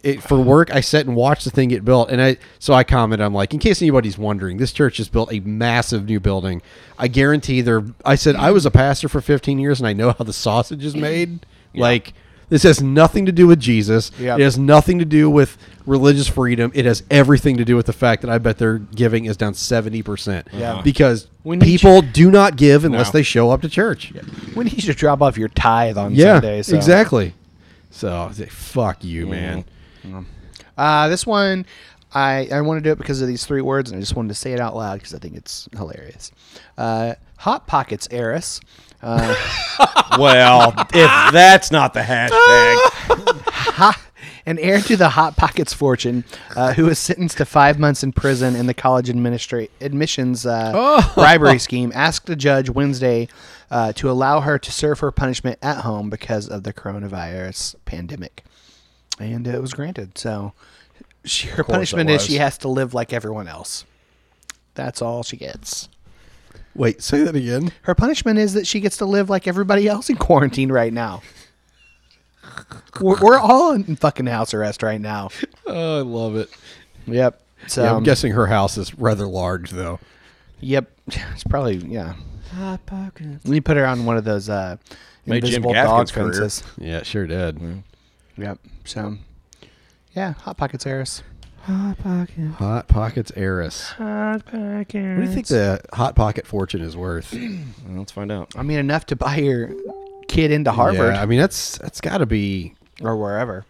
B: It, for work, I sat and watched the thing get built, and I so I commented, I'm like, in case anybody's wondering, this church just built a massive new building. I guarantee they're. I said I was a pastor for 15 years, and I know how the sausage is made. Like this has nothing to do with Jesus.
A: Yeah.
B: It has nothing to do with religious freedom. It has everything to do with the fact that I bet their giving is down 70 percent.
A: Yeah.
B: because
A: We need
B: people do not give unless
A: No.
B: they show up to church. Yeah,
A: We need you to drop off your tithe on Sunday. So.
B: exactly. So I was like, fuck you, man.
A: Uh, this one, I, I want to do it because of these three words, and I just wanted to say it out loud because I think it's hilarious. Uh, Hot Pockets heiress. Uh,
C: well,
B: <laughs>
C: if that's not the
B: Ah.
C: hashtag,
A: ha- <laughs> an heir to the Hot Pockets fortune, uh, who was sentenced to five months in prison in the college administra- admissions uh,
C: Oh. <laughs>
A: bribery scheme, asked a judge Wednesday uh, to allow her to serve her punishment at home because of the coronavirus pandemic, and it was granted. So, she, her
C: course it
A: punishment is she
C: was.
A: has to live like everyone else. That's all she gets.
B: Wait, say that again.
A: Her punishment is that she gets to live like everybody else in quarantine right now. We're, we're all in fucking house arrest right now.
B: Oh, I love it.
A: Yep. So
B: yeah, I'm guessing her house is rather large, though.
A: Yep. <laughs> It's probably yeah. Let me put her on one of those uh,
C: Made Jim
A: invisible dog
C: Gaffigan's career.
A: fences.
B: Yeah, it sure did.
A: Yep. So yeah, hot pockets Harris.
B: Hot Pockets heiress. Hot Pockets. What do you think the Hot Pocket fortune is worth?
C: let's find out.
A: I mean, enough to buy your kid into Harvard
B: Yeah, I mean, that's that's got to be.
A: or wherever.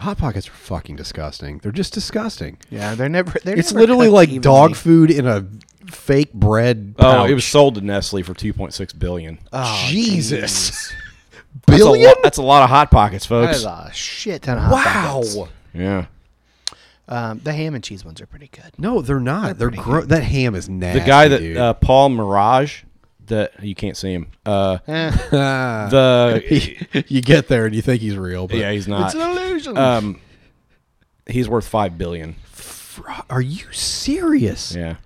B: Hot Pockets are fucking disgusting. They're just disgusting.
A: Yeah, they're never. They're
B: It's
A: never
B: literally
A: cooked
B: like
A: evenly.
B: dog food in a fake bread.
C: Oh, it
B: pouch.
C: was sold to Nestle for 2.6 billion.
A: Oh, jeez.
C: That's
B: Jesus.
C: a
B: Ah. <laughs> billion.
C: lot- That's a lot of hot pockets,
A: That is
C: folks.
A: a shit ton of hot pockets.
B: wow.
C: Yeah.
A: Um, the ham and cheese ones are pretty good.
B: No, they're not. They're, gro- that ham is nasty.
C: The guy that
B: dude.
C: uh, Paul Mirage, that you can't see him. Uh,
A: Eh,
B: <laughs>
C: the <laughs>
B: you get there and you think he's real, but
C: yeah, he's not.
A: it's an illusion.
C: Um, he's worth five billion.
B: are you serious?
C: Yeah.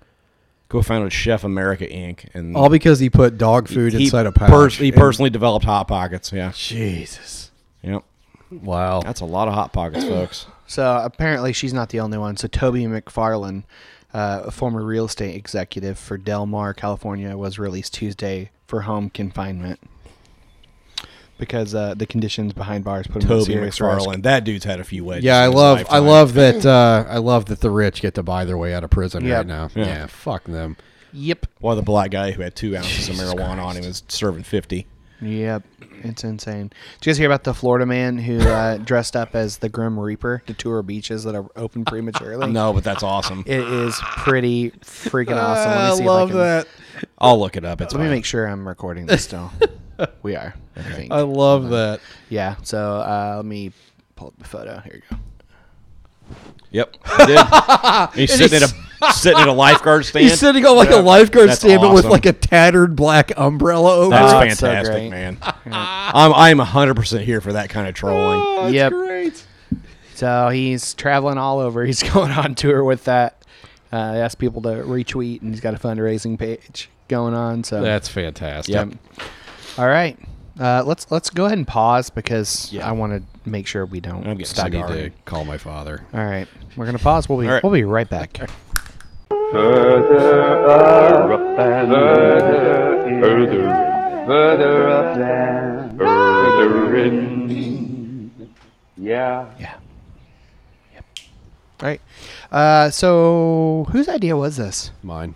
C: Co-founded Chef America Inc. and
B: All because he put dog food
C: he
B: inside a pouch.
C: pers- he
B: and-
C: personally developed hot pockets. Yeah.
B: Jesus.
C: Yep.
B: Wow.
C: That's a lot of hot <sighs> pockets, folks.
A: So apparently she's not the only one. So Toby McFarlane, uh, a former real estate executive for Del Mar, California, was released Tuesday for home confinement because uh, the conditions behind bars put him in
C: Toby
A: serious risk.
C: McFarlane. That dude's had a few wedges.
B: yeah, I
C: in his
B: love I
C: lifetime.
A: <laughs>
B: love that uh, I love that the rich get to buy their way out of prison
A: Yep.
B: right now.
C: Yeah.
B: Yeah. fuck them.
A: Yep.
C: Why the black guy who had two ounces of marijuana on him is serving fifty.
A: Yep. It's insane. Did you guys hear about the Florida man who uh, <laughs> dressed up as the Grim Reaper to tour beaches that are open prematurely?
C: <laughs> No, but that's awesome.
A: It is pretty freaking awesome. Uh, Let
C: Ah,
A: me see if I can-
C: I'll look it up. It's
A: Let me
C: fine.
A: make sure I'm recording this
C: <laughs>
A: still. we are. I think.
B: I love that.
A: Yeah. So uh, let me pull up the photo. Here you go.
C: <laughs> Yep. I did. he's <laughs> sitting at a sitting at a lifeguard stand.
B: He's sitting on like a lifeguard
C: That's
B: stand, but with
C: awesome.
B: like a tattered black umbrella over.
C: That's
B: it.
A: That's so great.
C: fantastic, <laughs> man. I'm I'm 100 percent here for that kind of
B: Oh,
C: trolling.
A: yep. So he's traveling all over. <laughs> He's going on tour with that. Uh, he asked people to retweet, and he's got a fundraising page going on. So
B: That's fantastic.
C: Yep.
A: all right. Uh, let's let's go ahead and pause because
C: Yeah.
A: I want to make sure we don't
C: I'm getting
A: stop.
B: I need
C: cigar.
B: to call my father.
A: All right, we're gonna pause. We'll be
C: All right.
A: we'll be right back.
J: Further up there. Further in. Yeah.
A: Yeah. Yep. All right. Uh, so whose idea was this?
B: Mine.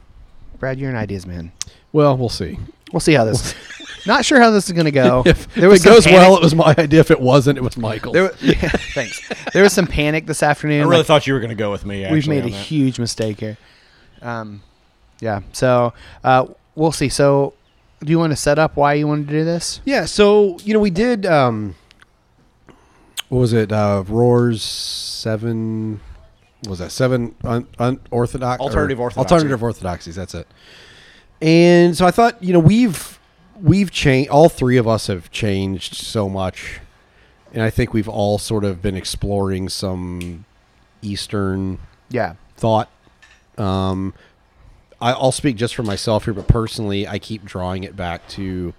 A: Brad, you're an ideas man.
B: Well, we'll see.
A: We'll see how this. <laughs> Not sure how this is going to go.
B: If,
A: there was
B: if it
A: some
B: goes
A: panic-
B: well, it was my idea. If it wasn't, it was Michael's.
A: There, wa- <laughs> yeah, thanks. There was some panic this afternoon.
C: I really
A: Like,
C: thought you were going to go with me.
A: we've
C: actually,
A: made a
C: on that.
A: huge mistake here. Um, yeah. So uh, we'll see. So, do you want to set up why you wanted to do this?
B: Yeah, so you know we did. Um, what was it? Uh, Roars seven. what was that seven un, unorthodox or-
C: Alternative orthodoxy.
B: alternative orthodoxies? That's it. And so I thought, you know, we've we've changed. All three of us have changed so much, and I think we've all sort of been exploring some Eastern
A: Yeah.
B: thought Um, I, I'll speak just for myself here, but personally, I keep drawing it back to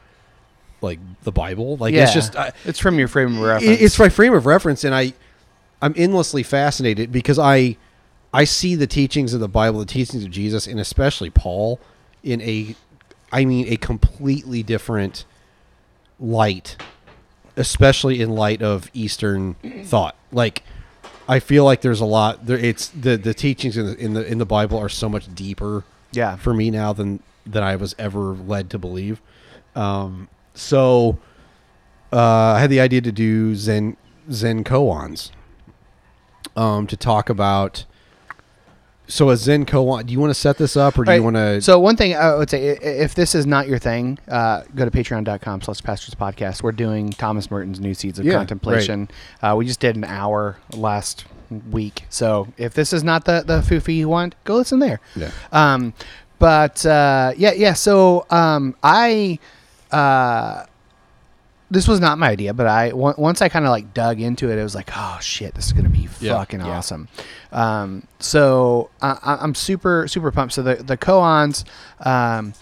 B: like the Bible. Like it's
A: Yeah.
B: just I,
A: it's from your frame of
B: it-
A: reference.
B: It's my frame of reference, and I, I'm endlessly fascinated because I, I see the teachings of the Bible, the teachings of Jesus, and especially Paul, in a, I mean, a completely different light, especially in light of Eastern thought. Like, I feel like there's a lot. There, it's the the teachings in the in the in the Bible are so much deeper.
A: Yeah.
B: for me now than than I was ever led to believe. Um, so uh, I had the idea to do Zen Zen koans um, to talk about. So a Zen koan. Do you want to set this up, or do you
A: Right.
B: want to?
A: So one thing I would say, i- i- if this is not your thing, uh, go to patreon.com slash pastors podcast. We're doing Thomas Merton's New Seeds of
B: Yeah, right.
A: Contemplation. Uh, we just did an hour last week. So if this is not the, the foofy you want, go listen there.
B: Yeah.
A: Um, but uh, yeah, yeah. So um, I, uh, this was not my idea, but I on- once I kind of like dug into it, it was like, oh shit, this is gonna be
B: Yeah,
A: fucking awesome. Um, so I, I- I'm super super pumped. So the the koans. Um,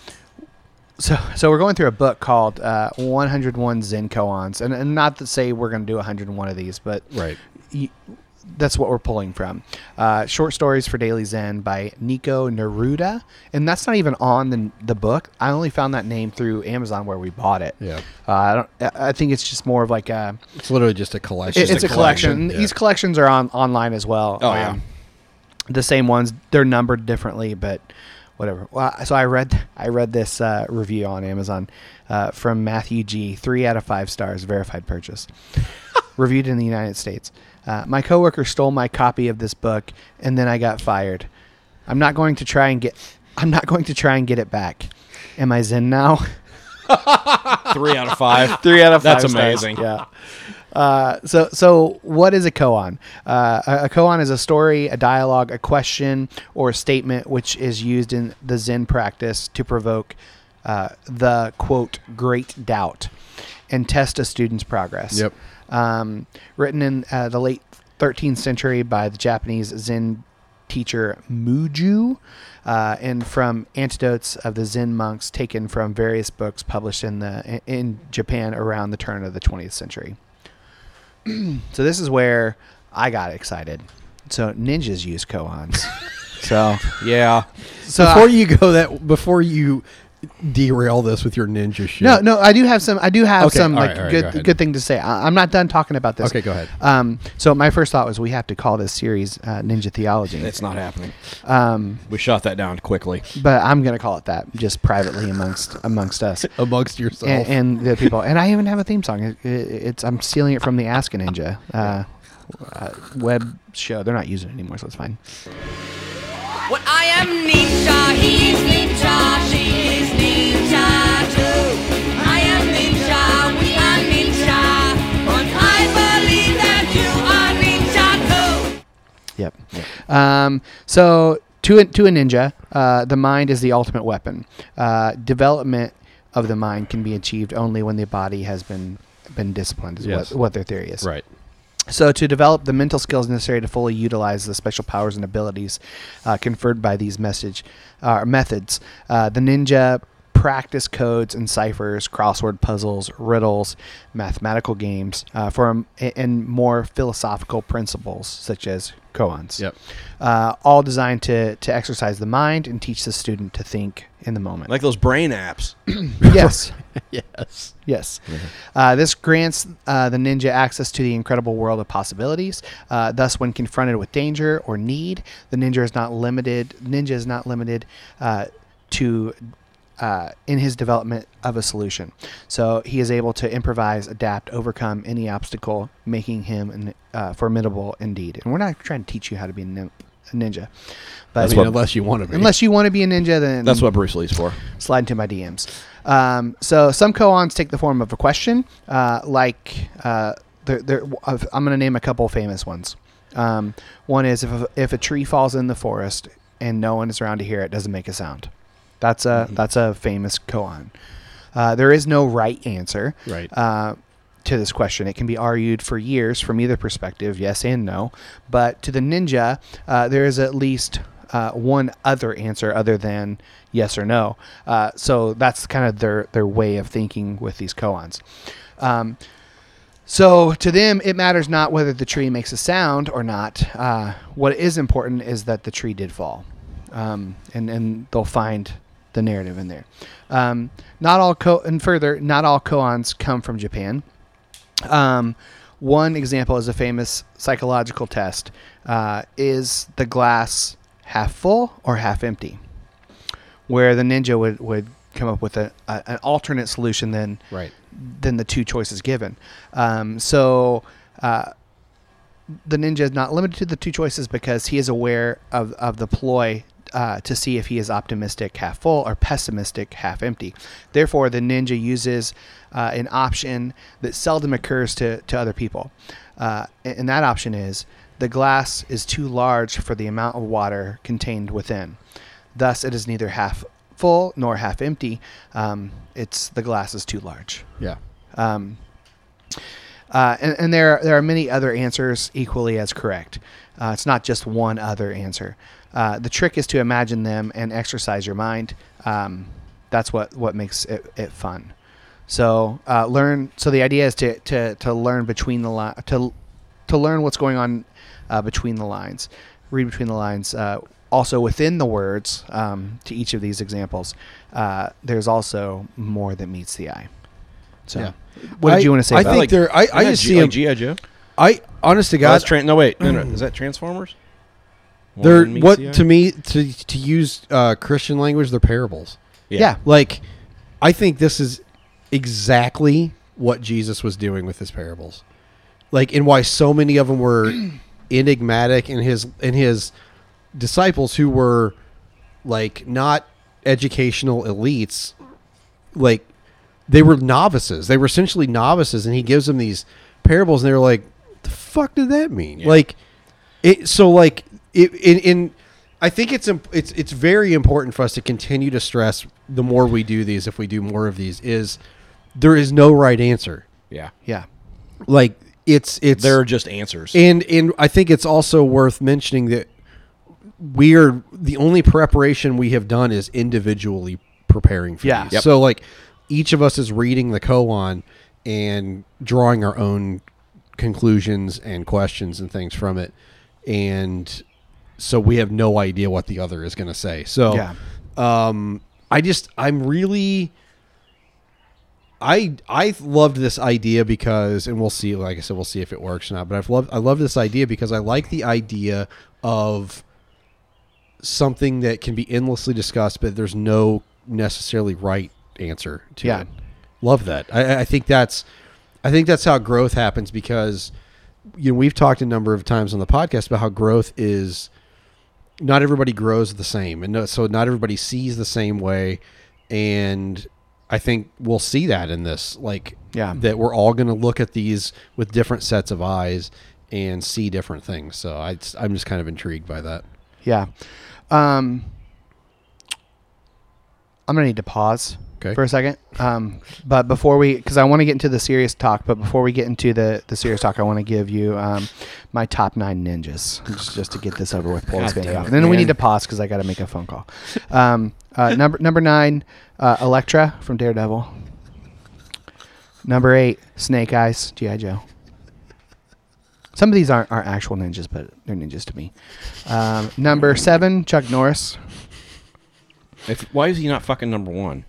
A: so, so we're going through a book called uh, 101 Zen Koans, and, and not to say we're going to do 101 of these, but
B: Right.
A: y- that's what we're pulling from. Uh, Short Stories for Daily Zen by Nico Neruda. And that's not even on the, the book. I only found that name through Amazon where we bought it.
B: Yeah.
A: Uh, I, don't, I I think it's just more of like a.
B: It's literally just a collection.
A: It's, a, collection. These collections are on online as well. Um,
C: Oh, yeah.
A: the same ones. They're numbered differently, but whatever. Well, I- so I read I read this uh, review on Amazon uh, from Matthew G. Three out of five stars, verified purchase. Reviewed in the United States. Uh, my coworker stole my copy of this book, and then I got fired. I'm not going to try and get. I'm not going to try and get it back. Am I Zen now?
C: Three out of five.
B: <laughs>
A: Three out of five.
C: That's
A: stars.
C: amazing.
A: Yeah. Uh, so, so what is a koan? Uh, a, a koan is a story, a dialogue, a question, or a statement which is used in the Zen practice to provoke uh, the quote great doubt and test a student's progress.
B: Yep.
A: Um, written in uh, the late 13th century by the Japanese Zen teacher Muju, uh, and from antidotes of the Zen monks taken from various books published in the in Japan around the turn of the 20th century. so this is where I got excited. So ninjas use
B: <laughs>
A: koans. so
C: Yeah.
A: so
B: before you go that before you derail this with your ninja shit.
A: No, no, I do have some. I do have
B: Okay,
A: some
B: all right,
A: like
B: all right, go
A: good
B: ahead.
A: good thing to say. I, I'm not done talking about this.
B: Okay, go ahead.
A: Um, so my first thought was we have to call this series uh, Ninja Theology,
C: It's not happening.
A: um,
C: We shot that down quickly.
A: but I'm gonna call it that just privately amongst amongst us.
B: amongst yourself.
A: And, and the people, and I even have a theme song. It, it, it's I'm stealing it from the Ask a Ninja uh, uh, web show. They're not using it anymore, so it's fine.
K: Well, I am ninja, he is ninja, she is ninja too. I am ninja, we are ninja, but I believe that you are ninja too.
A: Yep. Um, so to a, to a ninja, uh, the mind is the ultimate weapon. Uh, development of the mind can be achieved only when the body has been been disciplined. Is
B: Yes.
A: what, what their theory is.
B: right.
A: So, to develop the mental skills necessary to fully utilize the special powers and abilities uh, conferred by these message uh, methods, uh, the ninja practice codes and ciphers, crossword puzzles, riddles, mathematical games, uh, for and more philosophical principles such as koans.
B: Yep.
A: Uh, all designed to to exercise the mind and teach the student to think in the moment.
C: Like those brain apps. <laughs>
A: yes.
B: Yes.
A: Yes. Uh, this grants uh, the ninja access to the incredible world of possibilities. Uh, thus, when confronted with danger or need, the ninja is not limited. Ninja is not limited uh, to uh, in his development of a solution. So he is able to improvise, adapt, overcome any obstacle, making him an, uh, formidable indeed. And we're not trying to teach you how to be a, nin- a ninja, but
B: I
C: <laughs>
B: mean, unless you want to be.
A: unless you want to be a ninja, then
C: That's what Bruce Lee's for.
A: slide into my DMs. Um, so some koans take the form of a question, uh, like uh, they're, they're, of- I'm going to name a couple famous ones. Um, one is if a, if a tree falls in the forest and no one is around to hear it, doesn't make a sound. That's a that's a famous koan. Uh, there is no right answer
B: Right.
A: uh, to this question. It can be argued for years from either perspective, yes and no. But to the ninja, uh, there is at least uh, one other answer other than yes or no. Uh, so that's kind of their their way of thinking with these koans. Um, so to them, it matters not whether the tree makes a sound or not. Uh, what is important is that the tree did fall, um, and and they'll find the narrative in there. Um, not all ko- and further, not all koans come from Japan. Um, one example is a famous psychological test: uh, is the glass half full or half empty? Where the ninja would, would come up with a, a, an alternate solution than
B: Right.
A: than the two choices given. Um, so uh, the ninja is not limited to the two choices because he is aware of, of the ploy uh, to see if he is optimistic half full or pessimistic half empty. Therefore, the ninja uses uh, an option that seldom occurs to, to other people. Uh, and, and that option is the glass is too large for the amount of water contained within. Thus, it is neither half full nor half empty. Um, it's the glass is too large.
B: Yeah.
A: Um, uh, and, and there there are many other answers equally as correct. Uh, it's not just one other answer. Uh, the trick is to imagine them and exercise your mind. Um, that's what what makes it, it fun. So uh, learn. So the idea is to to, to learn between the li- to to learn what's going on uh, between the lines. Read between the lines. Uh, also within the words um, to each of these examples, uh, there's also more that meets the eye. So,
B: Yeah.
A: what did
B: I-
A: you want to say?
B: I
A: about
B: think
A: it?
B: there. I,
C: Isn't
B: I
C: that
B: just
C: G-
B: see
C: like
B: him.
C: GI Joe.
B: I honest to
C: Oh,
B: God,
C: that's Tran- no wait, no, no, is that Transformers? One
B: they're
C: meets
B: what
C: the other?
B: to me to to use uh, Christian language. They're parables.
C: Yeah. Yeah.
B: Like, I think this is exactly what Jesus was doing with his parables, like, and why so many of them were <clears throat> enigmatic in his in his disciples who were like not educational elites like they were novices. They were essentially novices, and he gives them these parables, and they're like, "The fuck did that mean?" Like, it. So like, it, in in, I think it's imp- it's it's very important for us to continue to stress the more we do these, if we do more of these, is there is no right answer.
C: Yeah.
A: Yeah.
B: Like it's it's
C: There are just answers.
B: and and I think it's also worth mentioning that we are the only preparation we have done is individually preparing for
A: Yeah.
B: these.
A: Yep.
B: So like each of us is reading the koan and drawing our own conclusions and questions and things from it. And so we have no idea what the other is going to say. So
A: Yeah.
B: um I just I'm really I I loved this idea because, and we'll see. Like I said, we'll see if it works or not. But I've loved I love this idea because I like the idea of something that can be endlessly discussed, but there's no necessarily right answer to
A: Yeah.
B: it. Love that. I, I- I think that's I think that's how growth happens because you know we've talked a number of times on the podcast about how growth is not everybody grows the same and no, so not everybody sees the same way and i think we'll see that in this like
A: Yeah.
B: that we're all going to look at these with different sets of eyes and see different things so I, i'm just kind of intrigued by that
A: Yeah. Um, I'm gonna need to pause
B: Okay.
A: for a second. Um, but before we, because I want to get into the serious talk, but before we get into the the serious talk, I want to give you um, my top nine ninjas just, just to get this over with. Pull this
B: God
A: baby
B: damn
A: off.
B: it,
A: And then we
B: man.
A: need to pause because I got to make a phone call. Um, uh, number number nine, uh, Elektra from Daredevil. Number eight, Snake Eyes, GI Joe. Some of these aren't, aren't actual ninjas, but they're ninjas to me. Um, number seven, Chuck Norris.
C: If, why is he not fucking number one?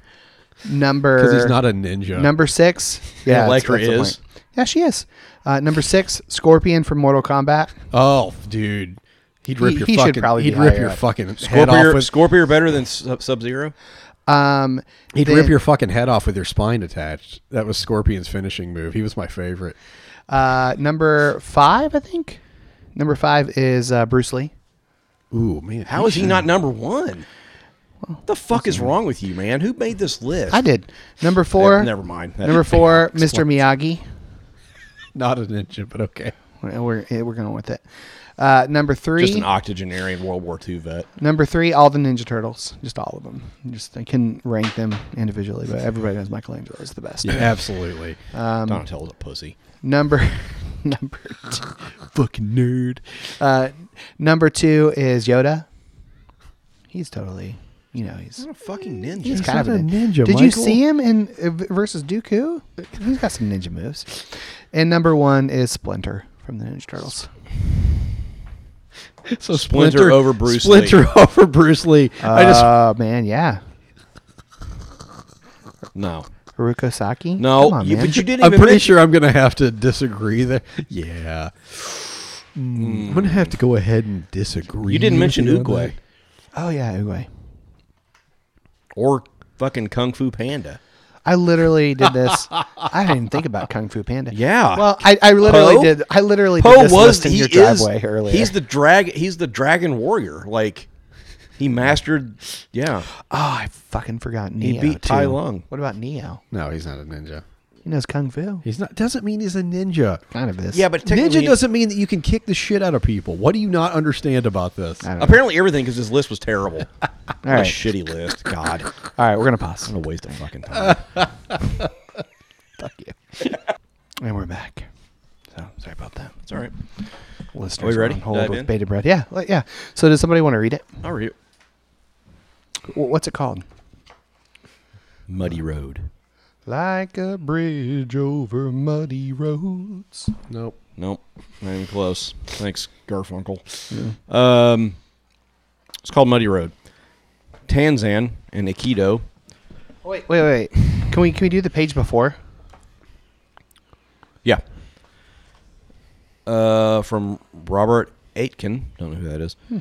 A: Number
B: because he's not a ninja
A: number six.
C: Yeah,
A: Yeah,
C: Elektra
A: the
C: is.
A: point. Yeah, she is. Uh, number six, Scorpion from Mortal Kombat.
B: oh dude he'd rip
A: He-
B: your
A: he should
B: fucking
A: probably
B: he'd
A: be
B: rip
A: higher
B: your
A: up.
B: fucking head off
C: Scorpio,
B: with,
C: Scorpio better than Sub Zero.
A: Um,
B: he'd
A: then-
B: rip your fucking head off with your spine attached that was scorpion's finishing move he was my favorite
A: Uh, number five, I think. Number five is uh, Bruce Lee.
B: ooh man
C: How
B: <laughs>
C: is he not number one? What the fuck is wrong with you, man? Who made this list?
A: I did. Number four.
C: Eh, never mind. That- <laughs>
A: number four, Mr. Miyagi.
B: not a ninja but okay
A: We're we're, eh, we're going with it. Uh, number three.
C: Just an octogenarian World War II vet.
A: Number three, all the Ninja Turtles, just all of them. Just I can rank them individually, but everybody knows Michelangelo is the best.
B: yeah absolutely
A: Um,
C: Donatello's a pussy.
A: Number <laughs> number two, fucking nerd. Uh, number two is Yoda. He's totally, you know, he's
C: a fucking ninja.
A: He's
C: He's
A: kind of
C: not
A: a
C: a
A: ninja.
C: ninja,
A: Did you
C: Michael.
A: see him in uh, v- versus Dooku? He's got some ninja moves. And number one is Splinter from the Ninja Turtles.
B: So
C: Splinter over Bruce
B: Splinter <laughs>
C: Lee.
B: over Bruce Lee. I just
A: Oh man, yeah,
C: No.
A: Haruko Saki.
C: No,
A: Come on,
C: you-
A: man.
C: but you didn't.
B: I'm
C: even
B: pretty
C: mention-
B: sure I'm going to have to disagree there. Yeah. Mm, I'm going to have to go ahead and disagree.
C: You didn't
B: with
C: mention
B: you on
C: Uguay
B: that.
A: Oh yeah, Uwe.
C: or fucking Kung Fu Panda.
A: I literally did
C: <laughs>
A: this. I didn't even think about Kung Fu Panda.
C: Yeah.
A: Well, I, I literally
C: Poe?
A: did. I literally
C: Poe
A: did this
C: was-
A: list in
C: he
A: your
C: is-
A: driveway earlier.
C: He's the drag. He's the dragon warrior. Like he mastered. Yeah,
A: oh, I fucking forgot Neo.
C: he beat Tai
A: too.
C: Lung.
A: What about Neo?
B: No, he's not a ninja.
A: He knows Kung Fu.
B: He's not. Doesn't mean he's a ninja.
A: Kind of is.
C: Yeah, but technically,
B: Ninja doesn't mean that you can kick the shit out of people. What do you not understand about this?
A: I don't know.
C: <laughs> Apparently everything because his list
A: <laughs>
C: was terrible. what a
A: right.
C: shitty list. God, what
A: All right, we're gonna pause.
C: a waste of
A: <laughs>
C: fucking time.
A: Fuck you. and we're back. So sorry about that.
C: It's all right.
A: Listeners
C: Are we ready?
A: on hold
C: Dive
A: with
C: in?
A: bated breath. Yeah, like- yeah. So does somebody want to read it?
C: How are you?
A: Wh- What's it called?
C: Muddy Road.
A: Like a bridge over muddy roads.
B: Nope.
C: Nope, not even close. Thanks, Garfunkel. Um, it's called Muddy Road. Tanzan and Aikido.
A: Wait, wait, wait. Can we can we do the page before?
C: Yeah. Uh, from Robert Aitken. Don't know who that is.
A: Hmm.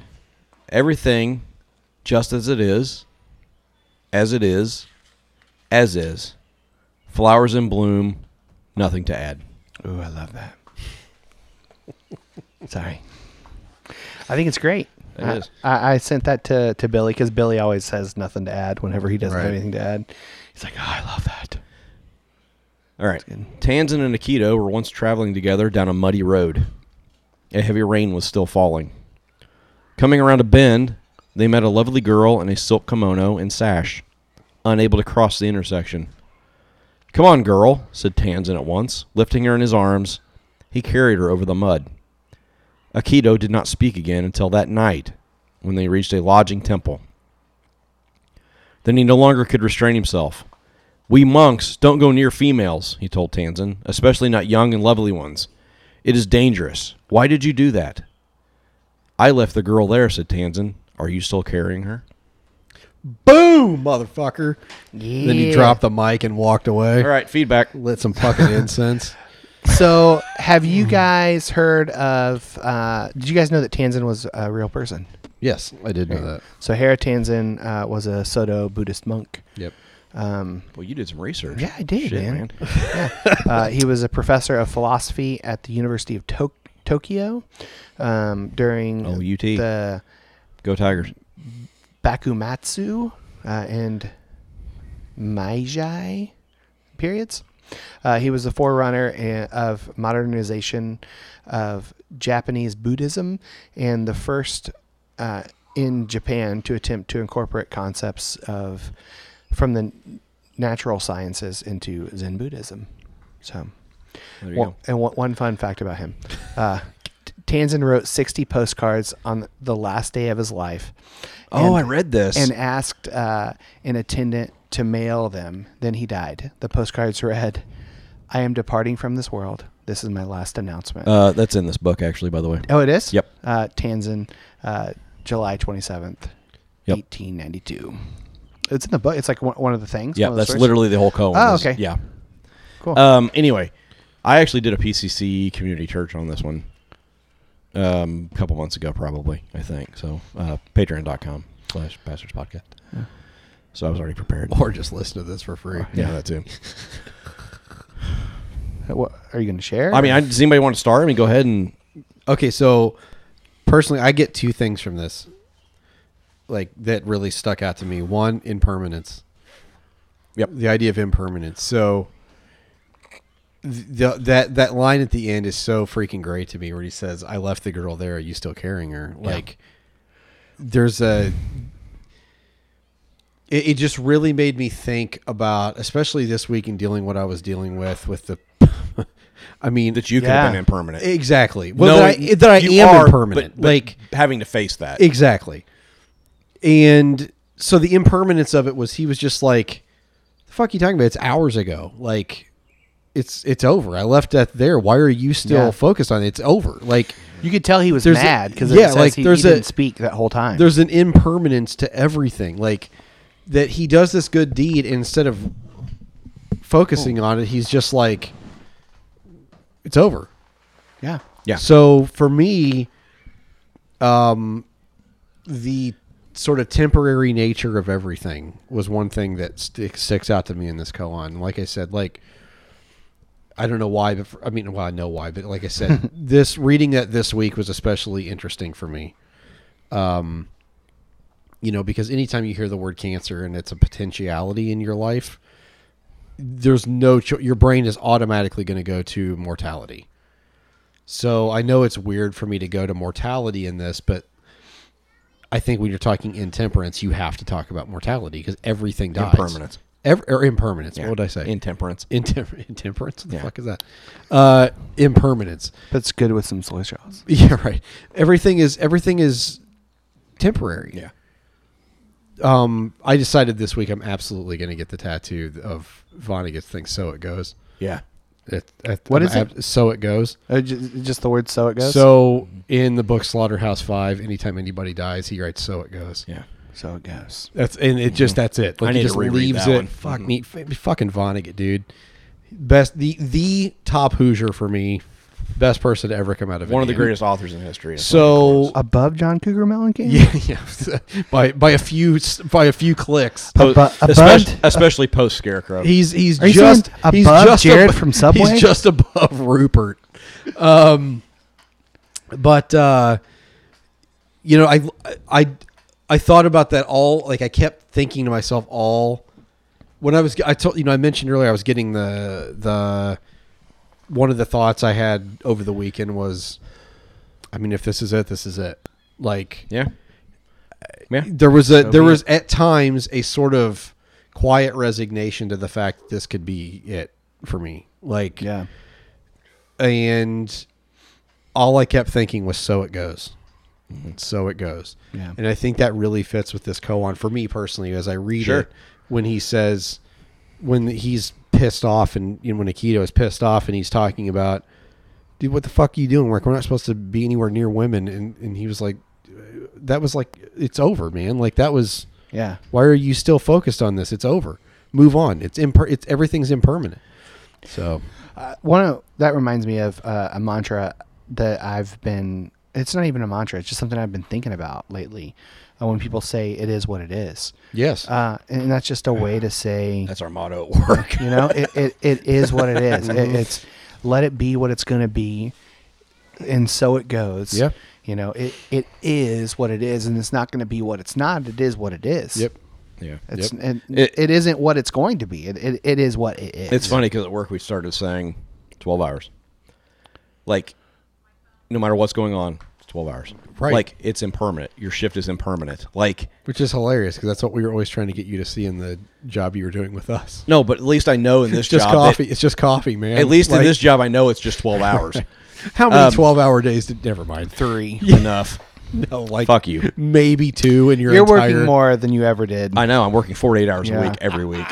C: Everything, just as it is, as it is, as is. Flowers in bloom. Nothing to add.
A: Ooh, I love that. Sorry. I think it's great.
C: It
A: I,
C: is.
A: I, I sent that to, to Billy because Billy always has nothing to add whenever he doesn't have
B: Right.
A: anything to add. He's like, oh, I love that.
C: All right. Tanzan and Aikido were once traveling together down a muddy road. A heavy rain was still falling. Coming around a bend, they met a lovely girl in a silk kimono and sash, unable to cross the intersection. Come on, girl, said Tanzan at once, lifting her in his arms. He carried her over the mud. Aikido did not speak again until that night when they reached a lodging temple. Then he no longer could restrain himself. We monks don't go near females, he told Tanzan, especially not young and lovely ones. It is dangerous. Why did you do that? I left the girl there, said Tanzan. Are you still carrying her?
B: Boom, motherfucker. Then he
A: Yeah.
B: dropped the mic and walked away.
C: All right, feedback.
B: Lit some fucking incense.
A: So, have
C: <laughs>
A: you guys heard of? Uh, did you guys know that Tanzan was a real person?
B: Yes, I did know that.
A: So, Hera Tanzan uh, was a Soto Buddhist
C: <laughs>
A: monk.
B: Yep.
A: Um,
C: Well, you did some research.
A: yeah, I did,
C: Shit,
A: man. Yeah. Uh, he was a professor of philosophy at the University of Tok Tokyo um, during
C: Oh, UT.
A: the
C: Go Tigers.
A: Bakumatsu uh, and Meiji periods. Uh, he was the forerunner a- of modernization of Japanese Buddhism and the first uh, in Japan to attempt to incorporate concepts of from the natural sciences into Zen Buddhism. So,
C: There you
A: one-
C: go.
A: and one, one fun fact about him. Uh, T- Tanzan wrote 60 postcards on the last day of his life.
C: Oh,
A: and-
C: I read this.
A: And asked uh, an attendant to mail them. Then he died. The postcards read, I am departing from this world. This is my last announcement.
C: uh, that's in this book, actually, by the way.
A: oh, it is?
C: yep.
A: Uh, Tanzan, uh, July 27th,
C: Yep.
A: 1892. It's in the book. It's like one, one of the things.
C: Yeah,
A: one of the
C: that's
A: stories.
C: literally the whole column.
A: Oh,
C: is-
A: okay.
C: Yeah.
A: Cool.
C: Um, anyway, I actually did a PCC community church on this one um, a couple months ago, probably, I think. So, uh, patreon.com slash pastors podcast. So I was already prepared.
B: Or just listen to this for free.
C: Yeah, that
B: <laughs>
C: too.
A: what, are you going to share?
C: I mean, I, does anybody want to start? I mean, go ahead and
B: Okay, so personally, I get two things from this, like that really stuck out to me. One, impermanence.
C: Yep.
B: the idea of impermanence. So th- the, that that line at the end is so freaking great to me, where he says, "I left the girl there. Are you still carrying her?" Like, there's a. It, it just really made me think about, especially this week in dealing what I was dealing with with the. <laughs> I mean,
C: that you could
A: Yeah.
C: have been impermanent.
B: Exactly. Well, that I,
C: Knowing
B: that I
C: you
B: am
C: are,
B: impermanent.
C: but- but
B: like
C: having to face that.
B: exactly. And so the impermanence of it was he was just like, the fuck you talking about? It's hours ago. Like, it's it's over. I left that there. Why are you still
A: Yeah.
B: focused on it? It's over. Like
A: You could tell he was
B: there's a-
A: mad because
B: yeah,
A: yeah,
B: like,
A: he,
B: there's
A: he
B: a-
A: didn't speak that whole time.
B: there's an impermanence to everything. Like that he does this good deed and instead of focusing on it, he's just like it's over.
A: yeah.
C: Yeah.
B: So for me, um, the sort of temporary nature of everything was one thing that stick, sticks out to me in this koan. Like I said, like I don't know why, but for, I mean, well, I know why, but like I said, this reading that this week was especially interesting for me. Um, you know, because anytime you hear the word cancer and it's a potentiality in your life, there's no cho- your brain is automatically going to go to mortality. So I know it's weird for me to go to mortality in this, but I think when you're talking intemperance, you have to talk about mortality because everything dies.
C: Impermanence.
B: Ev- or impermanence.
C: Yeah.
B: What would I say?
C: Intemperance.
B: Intem- <laughs> intemperance. What the
C: Yeah.
B: fuck is that? Uh, impermanence. <laughs>
A: That's good with some soy sauce.
B: Yeah, right. Everything is everything is temporary.
C: Yeah.
B: Um, I decided this week I'm absolutely going to get the tattoo of Vonnegut's thing. So it goes.
C: Yeah.
B: It, it,
A: What
B: I'm
A: is it?
B: So it goes.
A: Uh, just, just the word so it goes.
B: So in the book Slaughterhouse Five, anytime anybody dies, he writes "So it goes."
C: Yeah. Mm-hmm.
A: so it goes.
B: That's and it just that's it.
C: I
B: Like
C: need
B: he
C: to
B: just
C: reread
B: leaves
C: that
B: it.
C: one.
B: Fuck
C: Mhm.
B: me, f- fucking Vonnegut, dude. Best the the top Hoosier for me. Best person to ever come out of
C: One of the
B: Indiana.
C: greatest authors in history.
B: So uh,
A: Above John Cougar Mellencamp.
B: <laughs> yeah, yeah. by by a few s- by a few clicks.
A: Abo- above.
C: especially, especially post Scarecrow.
B: He's he's
A: Are you
B: just
A: saying
B: he's
A: above
B: just
A: Jared
B: abo-
A: from Subway?
B: He's just above Rupert. Um, but uh, you know, I I I thought about that all. Like I kept thinking to myself all when I was I told you know I mentioned earlier I was getting the the one of the thoughts I had over the weekend was, I mean, if this is it, this is it. Like
C: yeah. Yeah.
B: there was a there
A: be
B: was at times a sort of quiet resignation to the fact that this could be it for me like
A: Yeah.
B: and all i kept thinking was so it goes so it goes
A: Mm-hmm. Yeah.
B: and i think that really fits with this koan for me personally as i read
C: Sure.
B: it when he says when he's pissed off and you know, when Aikido is pissed off and he's talking about dude what the fuck are you doing like we're not supposed to be anywhere near women and, and he was like that was like it's over man like that was
A: Yeah.
B: why are you still focused on this? It's over. Move on. It's imper- it's everything's impermanent. So
A: one of that reminds me of uh, a mantra that I've been. It's not even a mantra. It's just something I've been thinking about lately. Uh, when people say "it is what it is,"
B: yes,
A: uh, and that's just a way to say,
C: That's our motto at work. <laughs>
A: you know, it, it, it is what it is. It, it's let it be what it's going to be, and so it goes.
B: Yeah.
A: You know, it it is what it is, and it's not going to be what it's not. It is what it is.
B: Yep.
C: Yeah.
A: It's
C: Yep.
A: and
C: It-
A: it isn't what it's going to be. It it, it is what it is.
C: It's funny because at work we started saying 12 hours. Like, no matter what's going on, it's 12 hours.
B: Right.
C: Like, it's impermanent. Your shift is impermanent. Like,
B: which is hilarious because that's what we were always trying to get you to see in the job you were doing with us.
C: <laughs> no, but at least I know in this
B: It's just
C: job. that-
B: coffee. it's just coffee, man.
C: at least
B: Like,
C: in this job, I know it's just 12 <laughs> hours.
B: how many
C: um,
B: twelve hour days? Did, never mind.
A: three.
C: Enough.
B: No, <laughs> like
C: Fuck you.
B: Maybe two, and you're
A: You're working more than you ever did.
C: I know. I'm working 48 hours a
A: Yeah.
C: week every <laughs> week.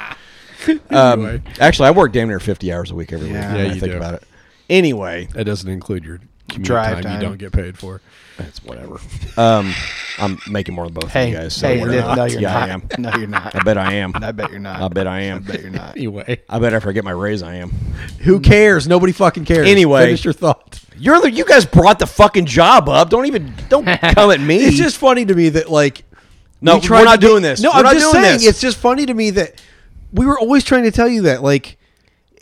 C: Um, Actually, I work damn near 50 hours a week every
A: Yeah.
C: week.
B: Yeah,
C: when I
B: you
C: think
B: do.
C: about it. Anyway,
B: That doesn't include your commute
A: Drive
B: time,
A: time.
B: You don't get paid for.
C: that's whatever. Um, I'm making more than both
A: Hey,
C: of you guys.
A: hey,
C: we're
A: no,
C: not.
A: no, you're
C: yeah,
A: not.
C: I am.
A: <laughs> No, you're not.
C: I bet I am.
A: I bet you're not.
C: I bet I am.
A: I bet you're
C: <laughs>
A: not.
B: Anyway,
C: I bet if I get my raise, I am.
B: who cares? Nobody fucking cares.
C: Anyway.
B: finish your thought.
C: You're the, you guys brought the fucking job up. Don't even
A: <laughs>
C: don't come at me.
B: It's just funny to me that like
C: No,
B: tried
C: we're
B: to
C: not
B: get-
C: doing this.
B: No,
C: We're
B: I'm
C: not
B: just
C: doing
B: saying
C: this.
B: it's just funny to me that we were always trying to tell you that like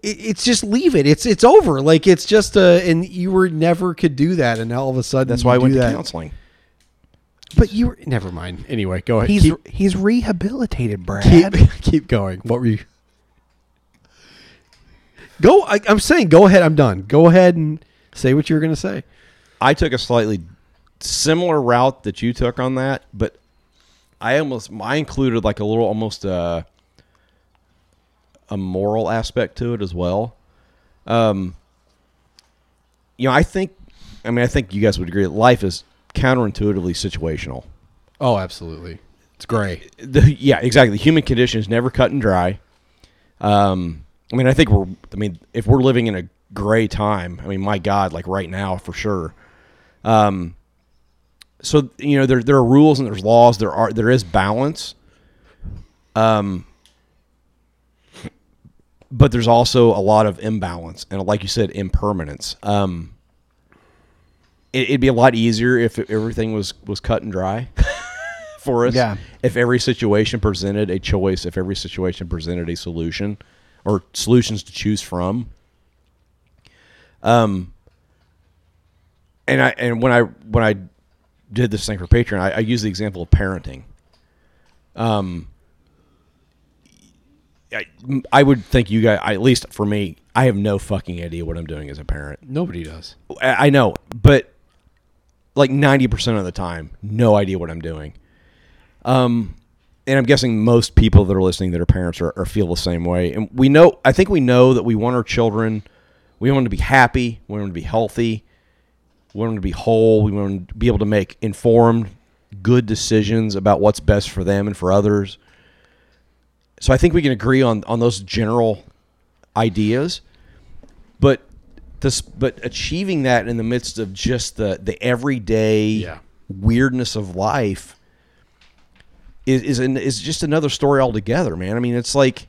B: it, it's just leave it. It's it's over. Like it's just a and you were never could do that, and now all of a sudden
C: that's why I
B: you
C: went
B: do
C: to
B: that.
C: counseling.
B: But you were never mind. Anyway, go ahead.
A: He's
B: keep,
A: he's rehabilitated, Brad.
C: <laughs>
B: keep keep going. What were you? Go. I, I'm saying go ahead. I'm done. Go ahead and say what you were going to say.
C: I took a slightly similar route that you took on that, but I almost I included like a little almost a a moral aspect to it as well. Um, you know, I think I mean I think you guys would agree that life is counterintuitively situational.
B: Oh, absolutely. It's gray.
C: the, yeah, exactly. The human condition is never cut and dry. Um, I mean, I think we're. I mean, if we're living in a gray time, I mean, my God, like right now for sure. Um, so you know, there there are rules and there's laws. There are there is balance. Um, but there's also a lot of imbalance and, like you said, impermanence. Um, it, it'd be a lot easier if everything was was cut and dry. <laughs> for us.
A: Yeah.
C: If every situation presented a choice, if every situation presented a solution or solutions to choose from. Um and I and when I when I did this thing for Patreon, I, I used the example of parenting. Um I, I would think you guys, at least for me, I have no fucking idea what I'm doing as a parent.
B: Nobody does.
C: I I know, but like 90% of the time, no idea what I'm doing. Um, and I'm guessing most people that are listening that are parents are, are feel the same way. And we know, I think we know that we want our children, we want them to be happy, we want them to be healthy, we want them to be whole, we want them to be able to make informed, good decisions about what's best for them and for others. So I think we can agree on on those general ideas, but this but achieving that in the midst of just the the everyday weirdness of life is is an, is just another story altogether, man. I mean, it's like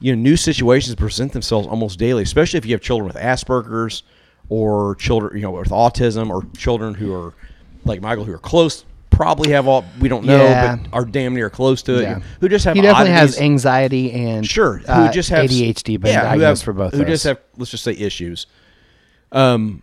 C: you know, new situations present themselves almost daily, especially if you have children with Asperger's or children, you know, with autism or children who are like Michael who are close probably have all we don't know
A: Yeah.
C: but are damn near close to it
A: Yeah.
C: who just have
A: he definitely
C: oddities
A: has anxiety and
C: sure who
A: uh,
C: just have
A: ADHD, but
C: yeah, who have
A: diagnosed for both.
C: who
A: those.
C: just have let's just say issues. Um,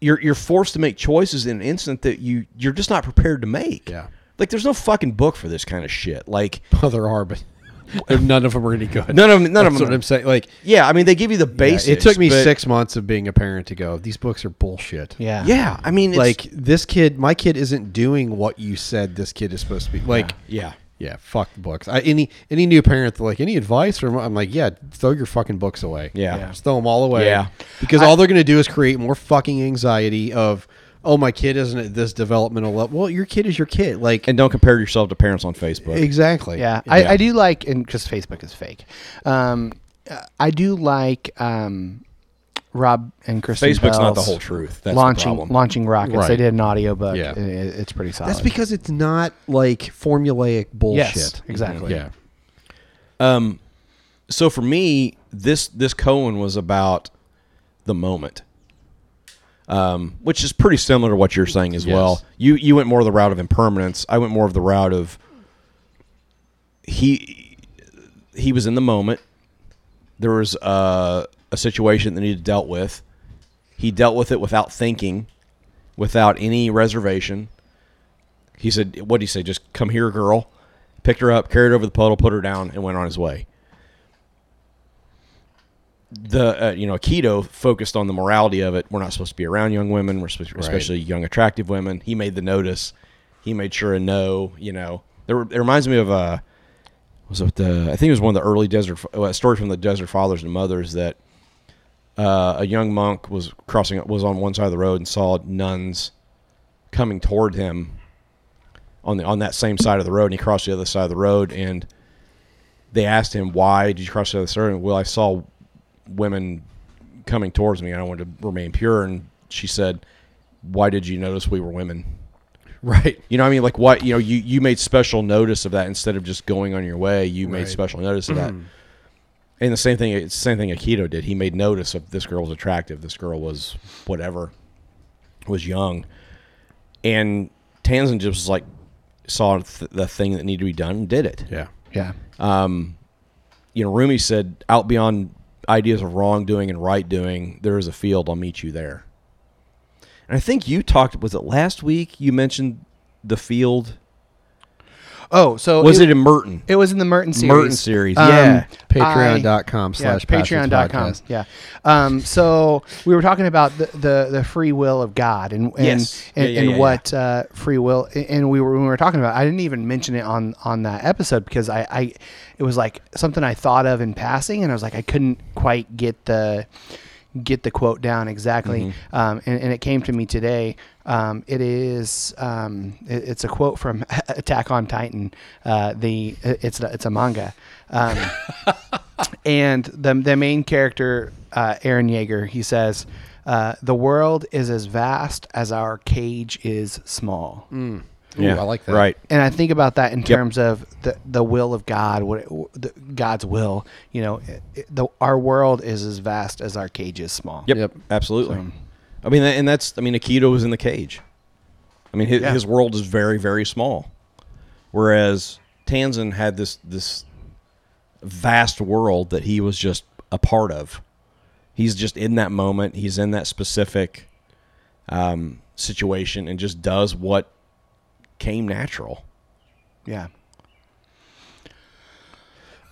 C: you're you're forced to make choices in an instant that you you're just not prepared to make. Yeah, like there's no fucking book for this kind of shit. Like
B: oh, there are, but <laughs> none of them are any good.
C: None of them. None
B: That's
C: of them.
B: what I'm saying. Like,
C: yeah, I mean they give you the
B: Yeah,
C: basics.
B: it took me
C: but-
B: six months of being a parent to go. These books are bullshit.
A: Yeah.
C: Yeah, I mean, it's-
B: like this kid, my kid isn't doing what you said this kid is supposed to be. Like,
C: Yeah.
B: yeah, fuck the books. I, any any new parent, they're like, any advice? Or I'm like, yeah, throw your fucking books away.
C: Yeah. Yeah.
B: Just throw them all away.
C: Yeah.
B: because all they're gonna do is create more fucking anxiety of. Oh, my kid isn't at this developmental level. Well, your kid is your kid. Like,
C: and don't compare yourself to parents on Facebook.
B: Exactly.
A: Yeah, I, I do like, and because Facebook is fake, um, uh, I do like um, Rob and Kristen.
C: Facebook's not the
A: Bell's
C: whole truth. That's the
A: launching
C: problem.
A: launching rockets. They
C: Right.
A: did an audiobook.
C: Yeah.
A: Yeah, it's pretty solid.
B: That's because it's not like formulaic bullshit.
A: Uh, Yes, exactly.
B: Yeah.
C: Um, so for me, this this Cohen was about the moment, um, which is pretty similar to what you're saying as well. You you went more the route of impermanence. I went more of the route of he he was in the moment. There was uh, a situation that needed dealt with. He dealt with it without thinking, without any reservation. He said, "What did he say? Just come here, girl." Picked her up, carried her over the puddle, put her down, and went on his way. The uh, you know Aikido focused on the morality of it. We're not supposed to be around young women, we're supposed to,
B: Right.
C: especially young attractive women. He made the notice. He made sure to know. You know, there, it reminds me of uh, was it the I think it was one of the early desert uh, a story from the desert fathers and mothers that uh, a young monk was crossing was on one side of the road and saw nuns coming toward him on the on that same side of the road and he crossed the other side of the road and they asked him why did you cross the other side and well I saw women coming towards me and I wanted to remain pure and she said why did you notice we were women
B: <laughs> Right.
C: you know what I mean? Like what you know, you, you made special notice of that instead of just going on your way, you made
B: Right.
C: special notice of that.
B: Mhm.
C: And the same thing it's the same thing Aikido did. He made notice of this girl was attractive, this girl was whatever, was young. And Tanzan just was like saw th- the thing that needed to be done and did it.
B: Yeah.
A: Yeah.
C: Um, you know, Rumi said, out beyond ideas of wrongdoing and right doing, there is a field. I'll meet you there. And I think you talked, was it last week? You mentioned the field.
A: Oh, so
C: Was it in Merton?
A: It was in the Merton series.
C: Merton series, Um, yeah.
B: Patreon.com
A: I-
B: slash
A: yeah,
B: Pastors
A: Patreon.com.
B: Podcast.
A: Yeah. Um, so we were talking about the, the, the free will of God and and
B: Yes.
A: and,
B: Yeah, yeah,
A: and
B: yeah,
A: what uh, free will and we were when we were talking about. it, I didn't even mention it on on that episode because I, I it was like something I thought of in passing and I was like I couldn't quite get the get the quote down exactly.
B: Mm-hmm.
A: Um, and, and it came to me today. Um, it is um, it- it's a quote from <laughs> Attack on Titan. Uh, the it's it's a manga. Um, and the the main character, uh, Aaron Yeager, he says, uh, "The world is as vast as our cage is small."
B: Ooh, Yeah, I like that. right.
A: And I think about that in
B: Mm. Yep.
A: terms of the the will of God, what it, the, God's will. You know, it, it- the, our world is as vast as our cage is small.
C: Yep. Absolutely. I mean, and that's I mean, Aikido was in the cage. I mean, his,
A: Yeah.
C: his world is very very small, whereas Tanzan had this this vast world that he was just a part of. He's just in that moment. He's in that specific um, situation and just does what came natural.
A: Yeah.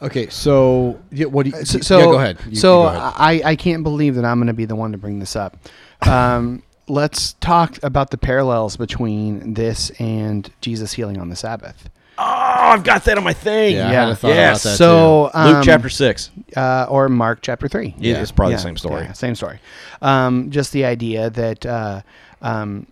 B: Okay, so yeah, what do you,
A: so,
B: yeah,
A: so
B: go ahead. You- you
A: so
B: go ahead.
A: I, I can't believe that I'm going to be the one to bring this up. Um, <laughs> let's talk about the parallels between this and Jesus healing on the Sabbath.
C: Oh, I've got that on my thing.
A: Yeah, I had a thought about Yes. that, So, too. um,
C: Luke chapter six.
A: uh, or Mark chapter three.
C: Yeah, it's probably the same story.
A: yeah, same story. Um, just the idea that uh, um,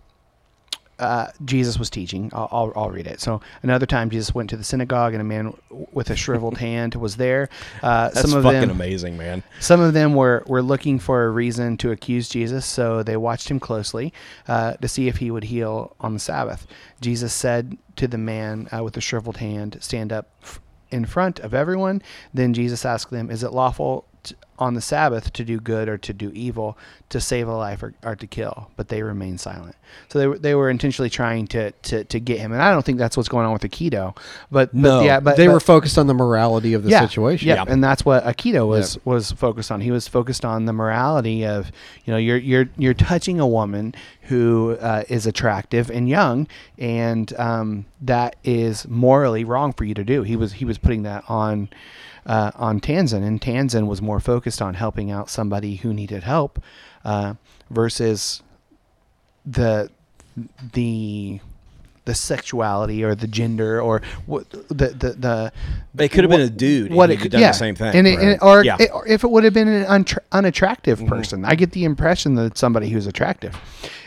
A: uh, Jesus was teaching. I'll, I'll, I'll read it. So another time, Jesus went to the synagogue, and a man w- with a
C: <laughs>
A: shriveled hand was there. Uh,
C: That's
A: some of
C: fucking
A: them,
C: amazing, man.
A: Some of them were were looking for a reason to accuse Jesus, so they watched him closely uh, to see if he would heal on the Sabbath. Jesus said to the man uh, with the shriveled hand, "Stand up." f- in front of everyone. Then Jesus asked them, Is it lawful t- on the Sabbath to do good or to do evil, to save a life or, or to kill? But they remained silent. So they, were- they were intentionally trying to, to, to get him. And I don't think that's what's going on with Aikido. But, but yeah, but
B: they
A: but-
B: were focused on the morality of the
A: yeah,
B: situation.
A: Yep. and that's what Aikido was was focused on. He was focused on the morality of you know you're you're you're touching a woman who uh, is attractive and young, and um, that is morally wrong for you to do. He was he was putting that on. Uh, on Tanzan, and Tanzan was more focused on helping out somebody who needed help, uh, versus the the the sexuality or the gender or what the the the
C: It could have been a dude and he'd have done the same thing,
A: and, it, and
C: right?
A: it- or
C: Yeah. Mm-hmm.
A: it- or if it would have been an untra- unattractive person i get the impression that it's somebody who's attractive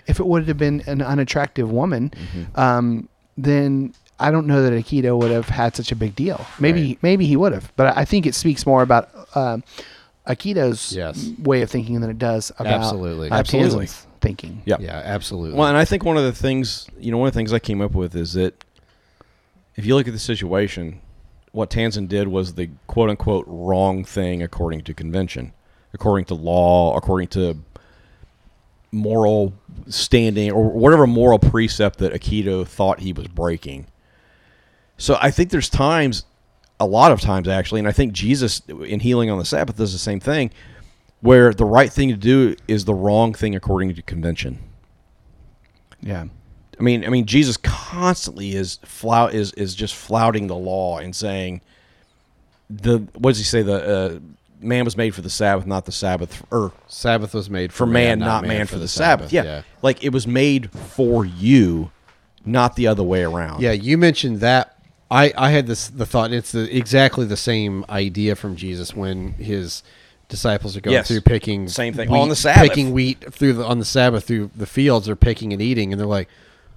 A: if it would have been an unattractive woman
C: Mm-hmm.
A: um, then i don't know that aikido would have had such a big deal maybe maybe he would have but i think it speaks more about um aikido's
B: Yes.
A: way of thinking than it does about
B: Absolutely.
A: uh,
B: Absolutely.
A: Tanzan's thinking
C: Yeah.
B: Yeah, absolutely.
C: Well, and I think one of the things, you know, one of the things I came up with is that if you look at the situation, what Tanzan did was the quote unquote wrong thing according to convention, according to law, according to moral standing or whatever moral precept that Aikido thought he was breaking. So I think there's times, a lot of times actually, and I think Jesus in healing on the Sabbath does the same thing, where the right thing to do is the wrong thing according to convention.
A: yeah
C: I mean, I mean, Jesus constantly is flout is is just flouting the law and saying the what does he say? The uh, man was made for the Sabbath, not the Sabbath, or
B: Sabbath was made
C: for man, not man, for, the, Sabbath. Yeah.
B: yeah.
C: like it was made for you, not the other way around.
B: Yeah, you mentioned that. I, I had this the thought. It's the, exactly the same idea from Jesus when his disciples are going
C: Yes.
B: through picking
C: Same thing.
B: wheat-
C: On the Sabbath.
B: picking wheat through the, on the Sabbath through the fields. They're picking and eating, and they're like,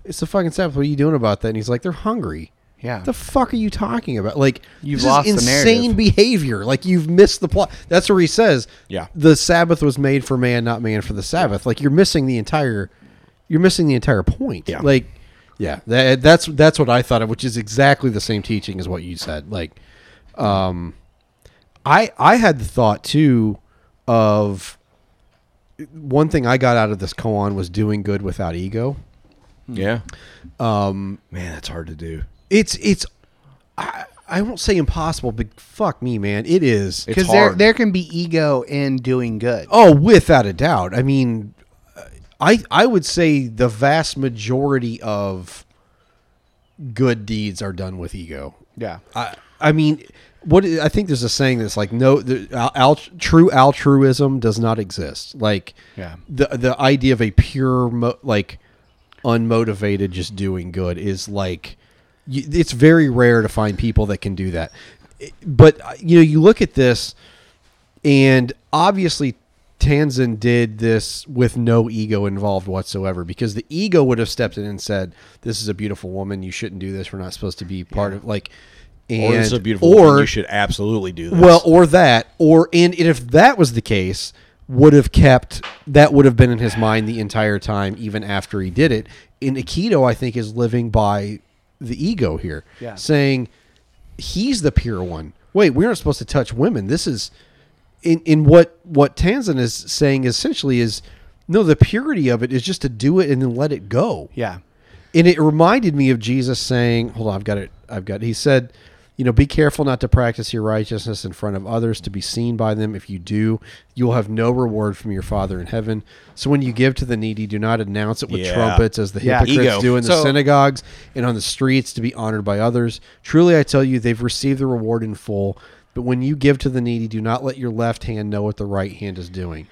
B: "It's the fucking Sabbath. What are you doing about that?" And he's like, "They're hungry."
A: Yeah.
B: The fuck are you talking about? Like
A: You've
B: this is
A: lost the narrative.
B: insane behavior. Like you've missed the plot. That's where he says,
C: Yeah.
B: the Sabbath was made for man, not man for the Sabbath." Like you're missing the entire, you're missing the entire point.
C: Yeah.
B: Like, yeah, that, that's that's what I thought of, which is exactly the same teaching as what you said. Like, um, I I had the thought too of one thing I got out of this koan was doing good without ego.
C: yeah.
B: Um,
C: Man, that's hard to do.
B: it's it's I, I won't say impossible, but fuck me, man, it is
A: because there there can be ego in doing good
B: Oh, without a doubt. I mean, I I would say the vast majority of good deeds are done with ego.
A: Yeah.
B: I I mean, what I think there's a saying that's like no, the, al, al- true altruism does not exist. Like
A: Yeah.
B: the the idea of a pure mo- like unmotivated just doing good is like you, it's very rare to find people that can do that. But you know, you look at this and obviously Tanzan did this with no ego involved whatsoever because the ego would have stepped in and said, "This is a beautiful woman. You shouldn't do this. We're not supposed to be part of like."
C: Or this is a
B: and-
C: beautiful
B: or-
C: woman. You should absolutely do this.
B: well, or that, or and if that was the case, would have kept that would have been in his mind the entire time, even after he did it. And Aikido, I think, is living by the ego here,
A: Yeah.
B: saying he's the pure one. Wait, we aren't supposed to touch women. This is in in what what Tanzan is saying essentially is no, the purity of it is just to do it and then let it go.
A: Yeah.
B: And it reminded me of Jesus saying, "Hold on, I've got it. I've got." It. He said, "You know, be careful not to practice your righteousness in front of others to be seen by them. If you do, you will have no reward from your Father in heaven. So when you give to the needy, do not announce it with
C: Yeah.
B: trumpets as the
C: Yeah.
B: hypocrites
C: Ego.
B: do in the
C: So-
B: synagogues and on the streets to be honored by others. Truly, I tell you, they've received the reward in full." But when you give to the needy, do not let your left hand know what the right hand is doing.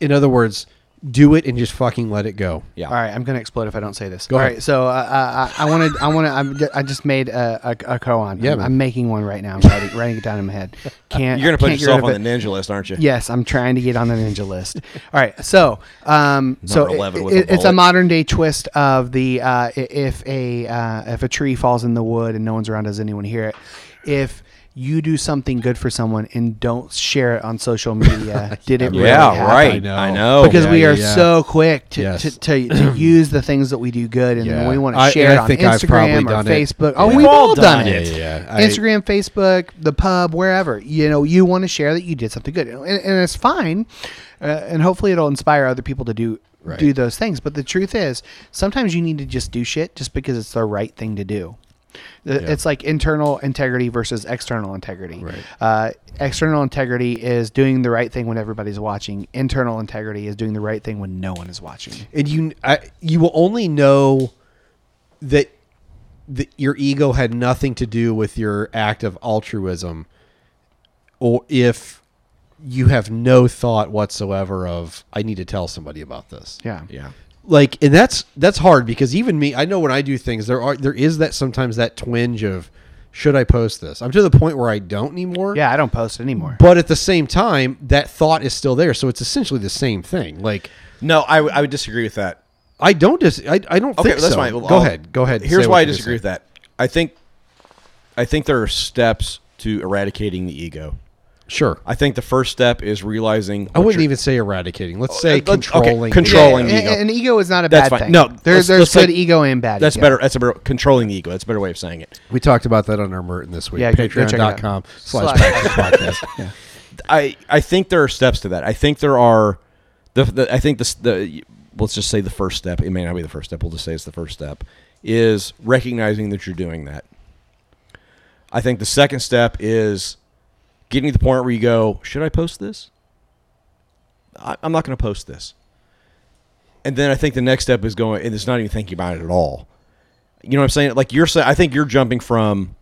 B: In other words, do it and just fucking let it go.
C: Yeah.
A: All right, I'm gonna explode if I don't say this.
B: Go
A: All right,
B: ahead.
A: so uh, I, I wanted, I wanted, I'm, ju- I just made a, a, a koan.
B: Yeah,
A: I'm,
B: man.
A: I'm making one right now. I'm writing, writing it down in my
C: <laughs>
A: head. Can't
C: You're gonna put
A: can't get
C: yourself
A: rid of
C: on
A: it.
C: the ninja list, aren't you?
A: <laughs> Yes, I'm trying to get on the ninja list. <laughs> All right, so um, so
C: Number
A: it-
C: 11
A: it-
C: with a
A: it's a
C: bullet.
A: modern day twist of the uh, i- if a uh, if a tree falls in the wood and no one's around, does anyone hear it? If you do something good for someone and don't share it on social
C: <laughs>
A: media, did it? really
C: Yeah,
A: happen?
C: right. I know. I
B: Oh,
C: know.
A: because
C: Yeah,
A: we
C: yeah,
A: are
C: yeah.
A: so quick to,
C: Yes.
A: to, to, to
B: <clears throat>
A: use the things that we do good and then
B: Yeah.
A: we want
B: I-
A: to share
B: and
A: it
B: I
A: on
B: think I've probably
A: Instagram or
B: done it.
A: Facebook. Oh,
B: Yeah.
A: we've all done, it.
B: Yeah, yeah. I-
A: Instagram, Facebook, the pub, wherever. You know, you want to share that you did something good, and, and it's fine. Uh, and hopefully, it'll inspire other people to do
B: Right.
A: do those things. But the truth is, sometimes you need to just do shit just because it's the right thing to do. The-
B: Yeah.
A: It's like internal integrity versus external integrity. Uh, external integrity is doing the right thing when everybody's watching. Internal integrity is doing the right thing when no one is watching.
B: and you I, you will only know that that your ego had nothing to do with your act of altruism or if you have no thought whatsoever of i need to tell somebody about this
A: Yeah.
C: Yeah.
B: like and that's that's hard because even me i know when i do things there are there is that sometimes that twinge of should i post this i'm to the point where i don't anymore
A: Yeah, I don't post anymore.
B: but at the same time that thought is still there so it's essentially the same thing like
C: No, I, w- I would disagree with that.
B: I don't dis. I, I don't
C: Okay,
B: think
C: that's
B: so.
C: fine. Well,
B: go
C: I'll-
B: ahead. Go ahead.
C: Here's
B: Say
C: why
B: what
C: I
B: you're gonna
C: disagree with
B: say.
C: that. I think, I think there are steps to eradicating the ego.
B: Sure.
C: I think the first step is realizing.
B: I
C: what
B: wouldn't
C: your-
B: even say eradicating. Let's
C: Oh,
B: say
C: uh, okay,
B: controlling.
C: controlling
A: Yeah,
C: ego.
A: and- and ego is not a bad
C: that's fine.
A: thing.
C: No,
A: There-
C: let's-
A: there's
C: let's say-
A: good ego and bad
C: That's
A: ego.
C: better. That's a better controlling the ego. That's a better way of saying it.
B: We talked about that on our Merton this week.
A: Yeah, go- go check it out.
B: Patreon.com
A: Slash.
B: slash
A: <laughs>
B: Patches podcast.
C: I I think there are steps to that. I think there are the, the I think this the let's just say the first step. It may not be the first step. We'll just say it's the first step is recognizing that you're doing that. I think the second step is getting to the point where you go, should I post this? I, I'm not going to post this. And then I think the next step is going, and it's not even thinking about it at all. You know what I'm saying? Like you're saying, I think you're jumping from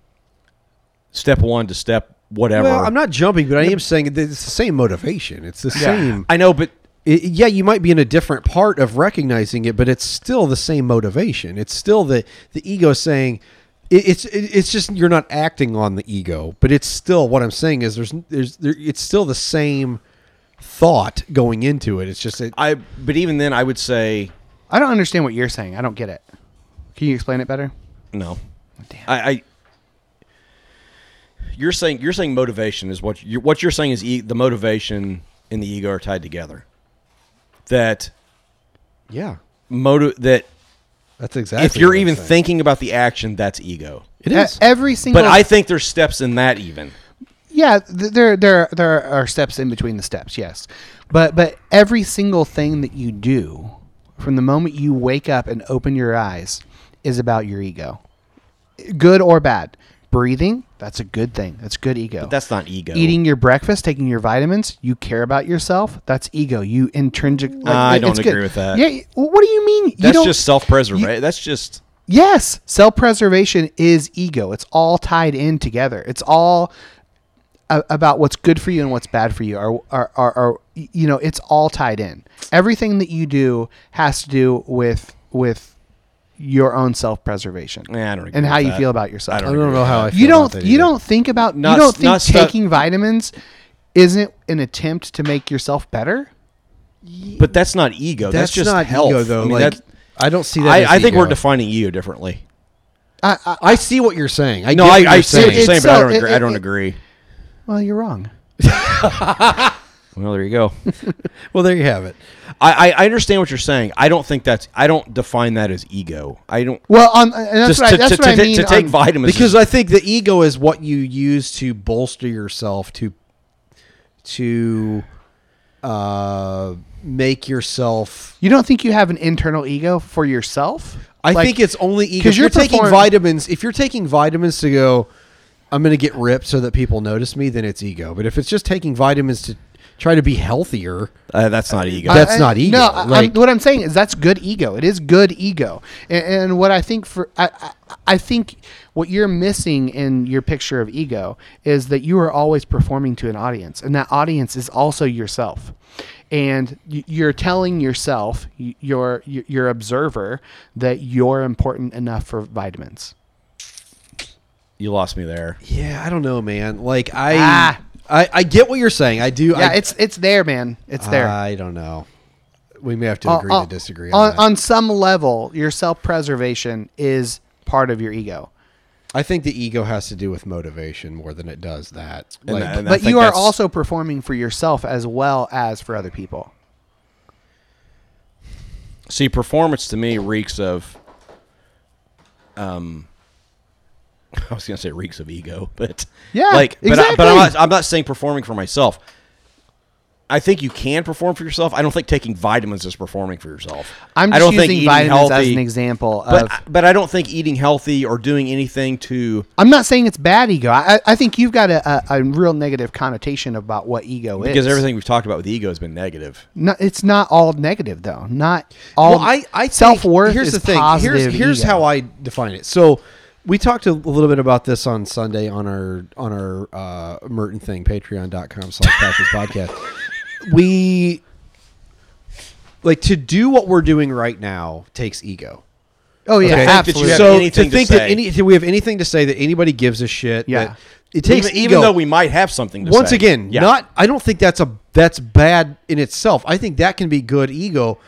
C: step one to step whatever.
B: Well, I'm not jumping, but I am saying that it's the same motivation. It's the same.
C: I know, but
B: It- yeah, you might be in a different part of recognizing it, but it's still the same motivation. It's still the the ego saying. it- It's it- it's just you're not acting on the ego, but it's still what I'm saying is there's there's there, it's still the same thought going into it. It's just it,
C: I but even then I would say
A: I don't understand what you're saying. I don't get it. Can you explain it better?
C: no. I, I you're saying you're saying motivation is what you what you're saying is e- the motivation and the ego are tied together. That
B: yeah.
C: motive that
B: That's exactly.
C: if you're
B: what I'm
C: even
B: saying.
C: thinking about the action, that's ego.
B: it is.
A: E- every single.
C: But I think there's steps in that even.
A: Yeah, th- there there there are steps in between the steps. Yes, but but every single thing that you do, from the moment you wake up and open your eyes, is about your ego, good or bad. Breathing, that's a good thing. That's good ego.
C: But that's not ego.
A: Eating your breakfast, taking your vitamins, you care about yourself. That's ego. You intrinsic. like,
C: I
A: it-
C: don't
A: it's
C: agree
A: good.
C: with that.
A: Yeah. y- What do you mean? You
C: That's
A: don't-
C: just self preservation. That's just
A: Yes, self preservation is ego. It's all tied in together. It's all a- about what's good for you and what's bad for you. Or, or, or, or, y- you know, it's all tied in. Everything that you do has to do with with your own self preservation
C: Yeah, I don't agree
A: and how
C: with
A: you
C: that.
A: feel about yourself.
C: I don't
B: I don't know how I. Feel
A: you
B: about
A: don't.
B: that
A: You
B: either.
A: don't think about.
C: Not
A: you don't
C: s-
A: think
C: not stuff-
A: taking vitamins isn't an attempt to make yourself better.
C: But that's not ego. That's,
B: That's
C: just
B: not
C: health.
B: ego, though.
C: I, mean,
B: Like,
C: that-
B: I don't see that
C: I,
B: as
C: I think we're
B: ego.
C: defining ego differently.
A: I, I,
B: I see what you're saying. I
C: no,
B: get
C: I,
B: what
C: I
B: you're
C: see what you're
B: saying.
C: saying,
A: It's
C: but I
A: so-
C: don't. Agree.
A: it-
C: I don't
A: it-
C: agree.
A: Well, you're wrong.
C: Well, there you go. <laughs>
B: well, there you have it.
C: I, I, I understand what you're saying. I don't think that's. I don't define that as ego. I don't.
A: Well, on, and that's
C: Just
A: what I,
C: to-
A: that's
C: to-
A: what I
C: to-
A: mean.
C: to take
A: on-
C: vitamins is-
B: because I think the ego is what you use to bolster yourself to to uh, make yourself.
A: You don't think you have an internal ego for yourself?
B: I
A: Like,
B: think it's only ego.
A: 'cause
B: If you're, taking
A: perform-
B: vitamins, if you're taking vitamins to go, I'm going to get ripped so that people notice me, then it's ego. But if it's just taking vitamins to try to be healthier,
C: Uh, that's not ego.
B: that's
A: I-
B: not ego.
A: No, I- I'm-
B: like,
A: what I'm saying is that's good ego. It is good ego. And, and what I think for I, I I think what you're missing in your picture of ego is that you are always performing to an audience, and that audience is also yourself. And y- you're telling yourself, y- your y- your observer, that you're important enough for vitamins.
C: you lost me there.
B: yeah, I don't know, man. Like I,
A: Ah.
B: I, I get what you're saying. I do.
A: Yeah,
B: I,
A: it's it's there, man. It's there.
B: I don't know. We may have to
A: On-
B: agree
A: on-
B: to disagree. On,
A: Uh, on,
B: that.
A: on some level, your self preservation is part of your ego.
B: I think the ego has to do with motivation more than it does that.
C: And
B: Like,
C: that- and I
A: but
C: think
A: you are
C: that's-
A: also performing for yourself as well as for other people.
C: See, performance to me reeks of. Um, <laughs> I was gonna say reeks of ego, but
A: Yeah,
C: like, but, I, but I'm, not,
A: exactly.
C: I'm not saying performing for myself. I think you can perform for yourself. I don't think taking vitamins is performing for yourself.
A: I'm
C: I
A: just
C: don't think
A: using
C: eating
A: vitamins as
C: healthy-
A: an example
C: But
A: of.
C: I- but I don't think eating healthy or doing anything to
A: I'm not saying it's bad ego. I, I- I think you've got a, a, a real negative connotation about what ego is.
C: because everything we've talked about with ego has been negative.
A: No, it's not all negative though. Not all.
B: Well, I, I
A: self worth.
B: think- Here's
A: is
B: the thing.
A: Positive
B: here's here's
A: ego.
B: how I define it. So we talked a little bit about this on Sunday on our on our uh, Merton thing, patreon.com slash Patches podcast. We like to do what we're doing right now takes ego.
A: Oh yeah,
B: Okay.
C: that you
A: absolutely.
C: have
B: so
C: anything
B: to
C: to
B: think that
C: say.
B: any do we have anything to say that anybody gives a shit.
A: Yeah.
B: that- it takes
C: even,
B: ego.
C: even though we might have something. to
B: once
C: say.
B: again
C: Yeah.
B: not i don't think that's a that's bad in itself i think that can be good ego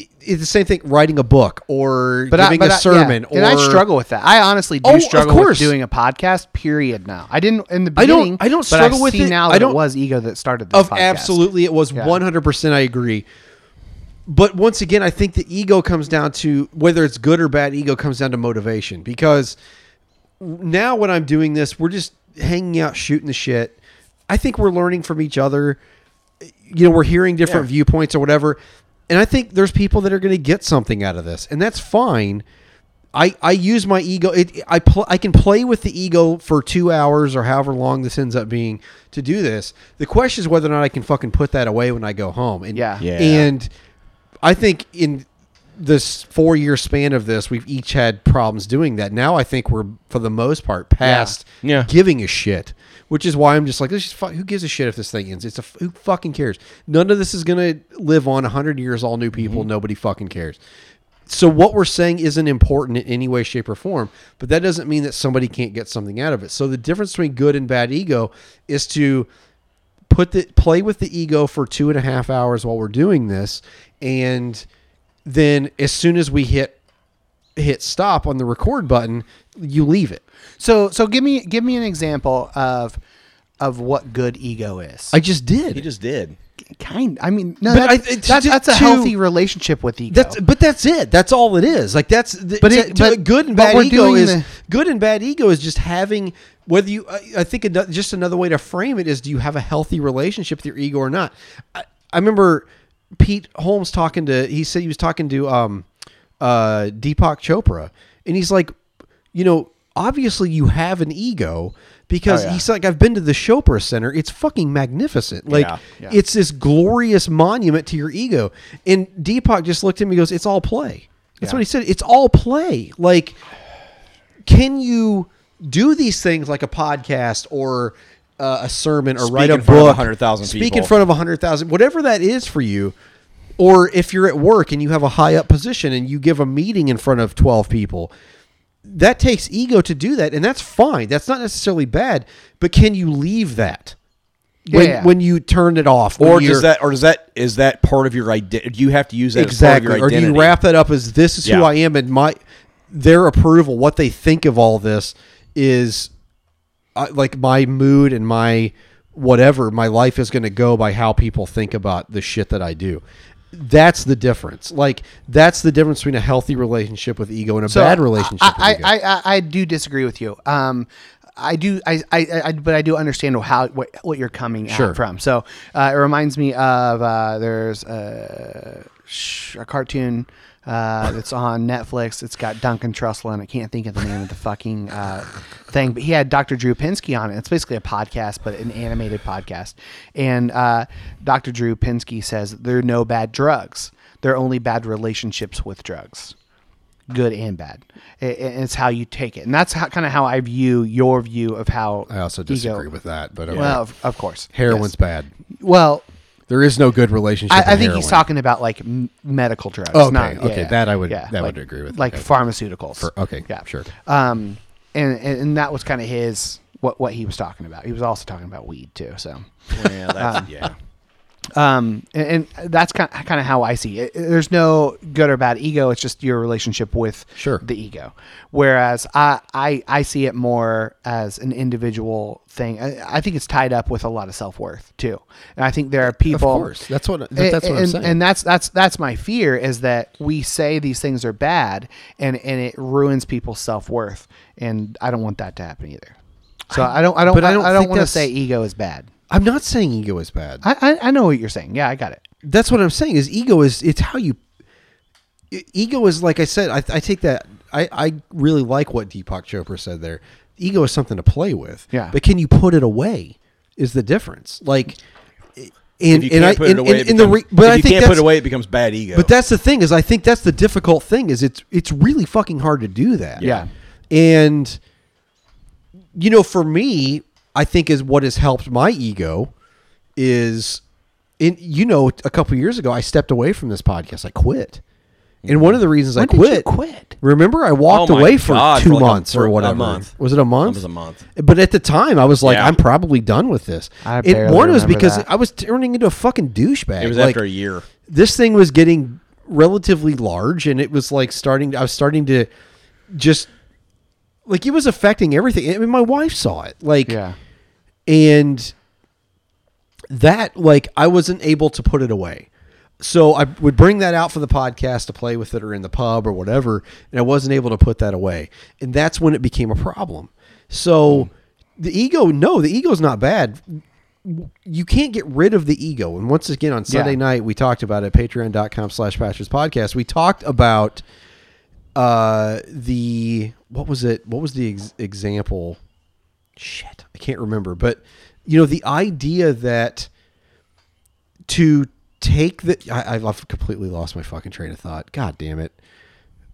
B: I- it's the same thing writing a book or
A: but
B: giving
A: I,
B: a
A: but I-
B: sermon
A: yeah. and I
B: or-
A: struggle with that. I honestly do
B: Oh, of
A: struggle
B: course.
A: with doing a podcast. Period. Now, I didn't in the
B: I don't-
A: beginning.
B: I don't
A: but
B: struggle
A: I
B: with
A: see
B: it.
A: Now
B: I
A: that
B: don't-
A: it was ego that started this
B: of
A: podcast.
B: absolutely it was
A: Yeah.
B: 100% i agree but once again i think the ego comes down to whether it's good or bad ego comes down to motivation because now when i'm doing this we're just hanging out shooting the shit i think we're learning from each other you know we're hearing different
C: Yeah.
B: viewpoints or whatever and i think there's people that are going to get something out of this and that's fine i i use my ego it, i pl- i can play with the ego for two hours or however long this ends up being to do this the question is whether or not i can fucking put that away when i go home and
A: Yeah.
C: Yeah.
B: and i think in this four year span of this we've each had problems doing that now i think we're for the most part past
C: Yeah.
B: giving a shit, which is why I'm just like, this is fu- who gives a shit if this thing ends? It's a f- who fucking cares? None of this is gonna live on hundred years, all new people.
C: Mm-hmm.
B: Nobody fucking cares. So what we're saying isn't important in any way, shape, or form. But that doesn't mean that somebody can't get something out of it. So the difference between good and bad ego is to put the play with the ego for two and a half hours while we're doing this, and then as soon as we hit hit stop on the record button, you leave it.
A: So so give me give me an example of of what good ego is.
B: I just did.
C: he just did.
A: kind. I mean, no,
B: But
A: that's,
B: I- it's
A: that's,
B: ju-
A: that's a
B: to-
A: healthy relationship with ego.
B: That's but that's it. That's all it is. Like that's the,
A: But
B: but,
A: it- but-
B: good and
A: but
B: bad
A: we're
B: ego
A: doing
B: is
A: the-
B: good and bad ego is just having whether you. I, I think ano- just another way to frame it is: do you have a healthy relationship with your ego or not? I, I remember Pete Holmes talking to. He said he was talking to um, uh, Deepak Chopra, and he's like, you know, obviously you have an ego because
C: Oh,
B: he's like, I've been to the Chopra Center. It's fucking magnificent. Like
C: Yeah, yeah.
B: it's this glorious monument to your ego. And Deepak just looked at me and goes, It's all play. That's what he said. It's all play. Like, can you do these things like a podcast or uh, a sermon or
C: Speak
B: write
C: in
B: a
C: front of
B: book?
C: 100,000
B: Speak in
C: people.
B: front of 100,000, whatever that is for you. Or if you're at work and you have a high up position and you give a meeting in front of 12 people, that takes ego to do that. And that's fine. That's not necessarily bad. But can you leave that? when,
C: Yeah.
B: when you turn it off, when
C: Or
B: you're-
C: does that, or does that, is that part of your identity? Do you have to use that
B: exactly,
C: as part
B: or
C: of
B: do
C: your identity?
B: you wrap that up as this is who
C: Yeah.
B: I am and my their approval, what they think of all this is uh, like my mood and my whatever my life is going to go by how people think about the shit that I do. That's the difference. Like that's the difference between a healthy relationship with ego and a
A: So,
B: bad relationship. with
A: I,
B: ego.
A: I, I, I, I do disagree with you. Um, I do, I, I, I- I, but I do understand how what, what you're coming
B: Sure.
A: at from. So uh, it reminds me of uh, there's a, sh- a cartoon uh, that's on Netflix. It's got Duncan Trussell, and I can't think of the name of the fucking uh, thing. But he had Dr. Drew Pinsky on it. It's basically a podcast, but an animated podcast. And uh, Dr. Drew Pinsky says there are no bad drugs. There are only bad relationships with drugs good and bad. I- I- it's how you take it, and that's how, kind of how I view your view of how.
B: I also
A: ego-
B: disagree with that, but okay.
A: well, of, of course,
B: heroin's
A: yes.
B: bad.
A: Well,
B: There is no good relationship.
A: I, I
B: with
A: think
B: heroin. Oh,
A: he's talking about like m- medical drugs.
B: Okay,
A: not-
B: okay,
A: yeah,
B: that I would- that I
A: like-
B: would agree with,
A: like
B: okay.
A: pharmaceuticals.
B: For- okay,
A: yeah,
B: sure.
A: Um, and and, and that was kind of his what what he was talking about. He was also talking about weed too. So
C: Yeah, that's,
A: Um,
C: yeah.
A: um, and, and that's kind of, kind of how I see it. There's no good or bad ego. It's just your relationship with sure. the ego. Whereas I, I I see it more as an individual thing. I, I think it's tied up with a lot of self worth too. And I think there are people.
B: course. That's what-
A: A-
B: that's what I'm
A: and-
B: saying.
A: And that's that's that's my fear is that we say these things are bad and and it ruins people's self worth. And I don't want that to happen either. So I, don't I don't
B: but I
A: I
B: don't
A: don't,
B: think
A: want to
B: that's-
A: say ego is bad.
B: I'm not saying ego is bad.
A: I, I I know what you're saying. Yeah, I got it.
B: That's what I'm saying. Is ego is it's how you. e- Ego is like I said. I, I take that. I I really like what Deepak Chopra said there. Ego is something to play with.
A: Yeah.
B: But can you put it away? Is the difference like? i-
C: If you can't put it away, it
B: and the
C: becomes-
B: re- but
C: if
B: I
C: you
B: think
C: can't put
B: that's-
C: it away, it becomes bad ego.
B: But that's the thing is, I think that's the difficult thing is it's it's really fucking hard to do that.
A: Yeah.
B: and you know, for me, I think is what has helped my ego is in you know a couple years ago I stepped away from this podcast. I quit, and one of the reasons I
A: When did
B: quit
A: you quit?
B: Remember, I walked
C: Oh my
B: away for
C: God,
B: two
C: for like a-
B: months
C: for
B: or
C: a
B: whatever.
C: month.
B: Was it a
C: It
B: month?
C: was a month.
B: But at the time, I was like,
C: Yeah.
B: I'm probably done with this.
A: I
B: and
A: barely
B: one was
A: remember
B: because
A: that.
B: I was turning into a fucking douchebag.
C: It was
B: Like,
C: after a year.
B: this thing was getting relatively large and it was like starting I was starting to just like it was affecting everything. I mean my wife saw it. Like
A: Yeah.
B: and that like I wasn't able to put it away. So I would bring that out for the podcast to play with it or in the pub or whatever, and I wasn't able to put that away. And that's when it became a problem. So the ego, no, the ego's not bad. You can't get rid of the ego. And once again on Sunday
A: Yeah.
B: night, we talked about it patreon.com slash pastors podcast. We talked about uh the what was it? What was the ex- example? Shit. I can't remember, but you know, the idea that to take the I, I've completely lost my fucking train of thought. God damn it.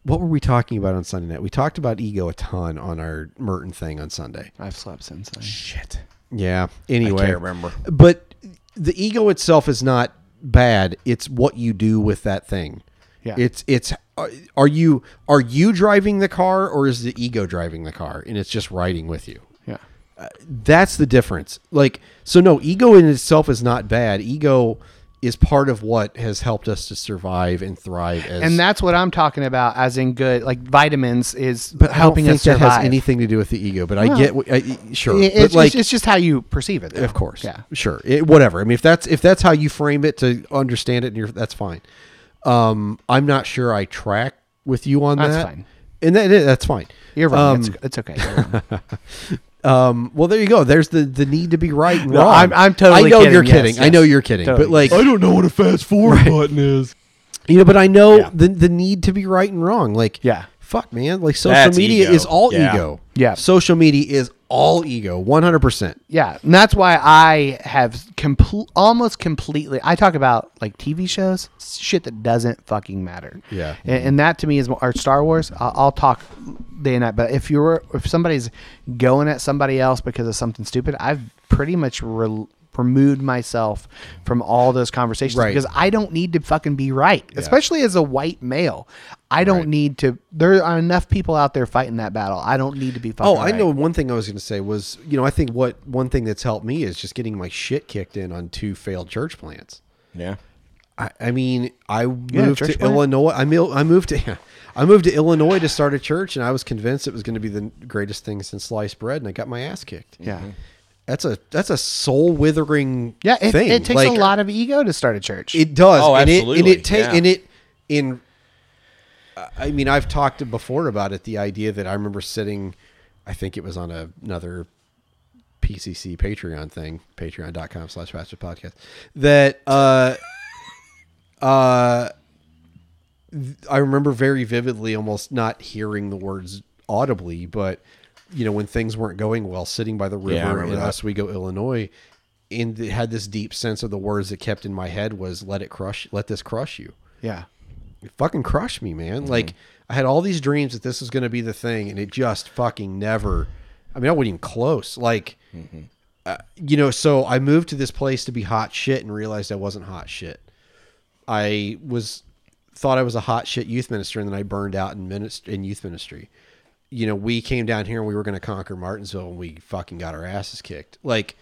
B: What were we talking about on Sunday night? We talked about ego a ton on our Merton thing on Sunday.
A: I've slept since then.
C: Shit.
B: Yeah. Anyway,
C: can't remember.
B: But the ego itself is not bad. It's what you do with that thing.
A: Yeah.
B: It's it's are- are you are you driving the car or is the ego driving the car and it's just riding with you?
A: Yeah.
B: That's the difference. Like so no, ego in itself is not bad. Ego is part of what has helped us to survive and thrive as
A: And that's what I'm talking about, as in good, like vitamins is
B: but
A: helping
B: I don't
A: us
B: think that
A: survive.
B: has anything to do with the ego, but I
A: No.
B: get what I, sure.
A: It-
B: but
A: it's,
B: like,
A: it's, it's just how you perceive it. though.
B: Of course.
A: Yeah.
B: Sure. It, whatever. I mean, if that's if that's how you frame it to understand it, and you're that's fine. Um, I'm not sure I track with you on
A: That's
B: that.
A: fine.
B: And that, that's fine.
A: You're wrong.
B: Um,
A: it's, it's okay. You're wrong.
B: um, well, there you go. There's the the need to be right and
A: No,
B: wrong.
A: I'm- I'm totally
B: I know
A: kidding.
B: you're
A: Yes,
B: kidding. I
A: yes.
B: know you're kidding.
A: Totally.
B: But like,
A: I
B: don't know what a fast forward button is. You know, but I know the the need to be right and wrong. Like, yeah, fuck, man. Like, social
C: That's
B: media
C: ego.
B: is all
C: Yeah.
B: ego.
A: Yeah.
B: social media is all ego. One hundred percent.
A: yeah. And that's why I have complete, almost completely. I talk about like TV shows, shit that doesn't fucking matter.
B: Yeah.
A: And, and that to me is more, or Star Wars. I'll, I'll talk day and night. But if you're, if somebody's going at somebody else because of something stupid, I've pretty much re- removed myself from all those conversations
B: Right.
A: because I don't need to fucking be right, especially as a white male. I don't need to. There are enough people out there fighting that battle. I don't need to be fucking.
B: Oh, I
A: right.
B: know one thing I was going to say was, you know, I think what one thing that's helped me is just getting my shit kicked in on two failed church plants.
C: Yeah.
B: I, I mean, I moved
A: church
B: to
A: plant.
B: Illinois. I, mil- I moved to <laughs> I moved to Illinois to start a church, and I was convinced it was going to be the greatest thing since sliced bread, and I got my ass kicked.
A: Yeah.
B: That's a that's a soul withering.
A: Yeah, it,
B: thing.
A: it takes
B: Like,
A: a lot of ego to start a church.
B: It does.
A: Oh,
B: and it, and
A: absolutely,
B: it ta-
A: yeah.
B: and it in. I mean, I've talked before about it. The idea that I remember sitting, I think it was on a, another PCC Patreon thing, patreon.com slash faster podcast, that uh, uh, th- I remember very vividly almost not hearing the words audibly, but you know, when things weren't going well, sitting by the
C: Yeah, I
B: river
C: remember
B: in
C: that.
B: Oswego, Illinois, and th- had this deep sense of the words that kept in my head was let it crush, let this crush you
A: Yeah.
B: it fucking crushed me, man. Like I had all these dreams that this was going to be the thing, and it just fucking never. I mean, I wasn't even close. Like, uh, you know, so I moved to this place to be hot shit, and realized I wasn't hot shit. I was thought I was a hot shit youth minister, and then I burned out in minist- in youth ministry. You know, we came down here and we were going to conquer Martinsville, and we fucking got our asses kicked. Like,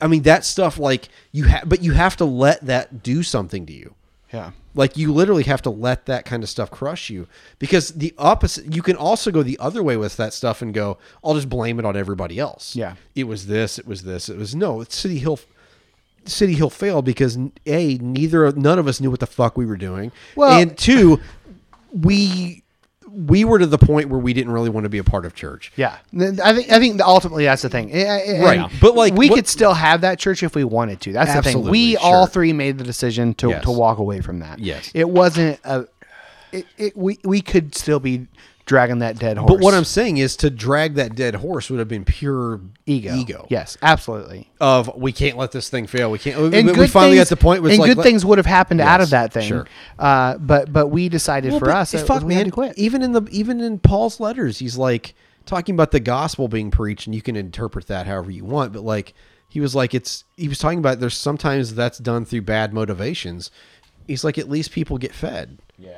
B: I mean, that stuff. Like, you have, but you have to let that do something to you.
A: Yeah.
B: Like you literally have to let that kind of stuff crush you because the opposite you can also go the other way with that stuff and go, I'll just blame it on everybody else.
A: Yeah.
B: It was this, it was this, it was no, it's City Hill City Hill failed because A, neither none of us knew what the fuck we were doing.
A: Well-
B: and two, we we were to the point where we didn't really want to be a part of church.
A: Yeah, Th- I think I think that ultimately that's the thing, I- I- and
B: Right. But, like,
A: we
B: what-
A: could still have that church if we wanted to. That's the thing.
B: Absolutely,
A: We all
B: sure.
A: three made the decision to,
B: Yes.
A: to walk away from that.
B: Yes.
A: it wasn't a. It, it we we could still be dragging that dead horse.
B: But what I'm saying is to drag that dead horse would have been pure
A: ego
B: ego.
A: Yes, absolutely.
B: Of we can't let this thing fail. We can't. We,
A: And
B: we
A: good
B: finally
A: things-
B: got the point. where it's
A: and
B: like,
A: good
B: let-
A: things would have happened out of
B: Yes,
A: that thing.
B: sure.
A: Uh, but but we decided for
B: but
A: us, that
B: fuck
A: we had
B: man.
A: to quit.
B: Even in the even in Paul's letters, he's like talking about the gospel being preached, and you can interpret that however you want. But like he was like it's he was talking about there's sometimes that's done through bad motivations. He's like at least people get fed.
C: Yeah.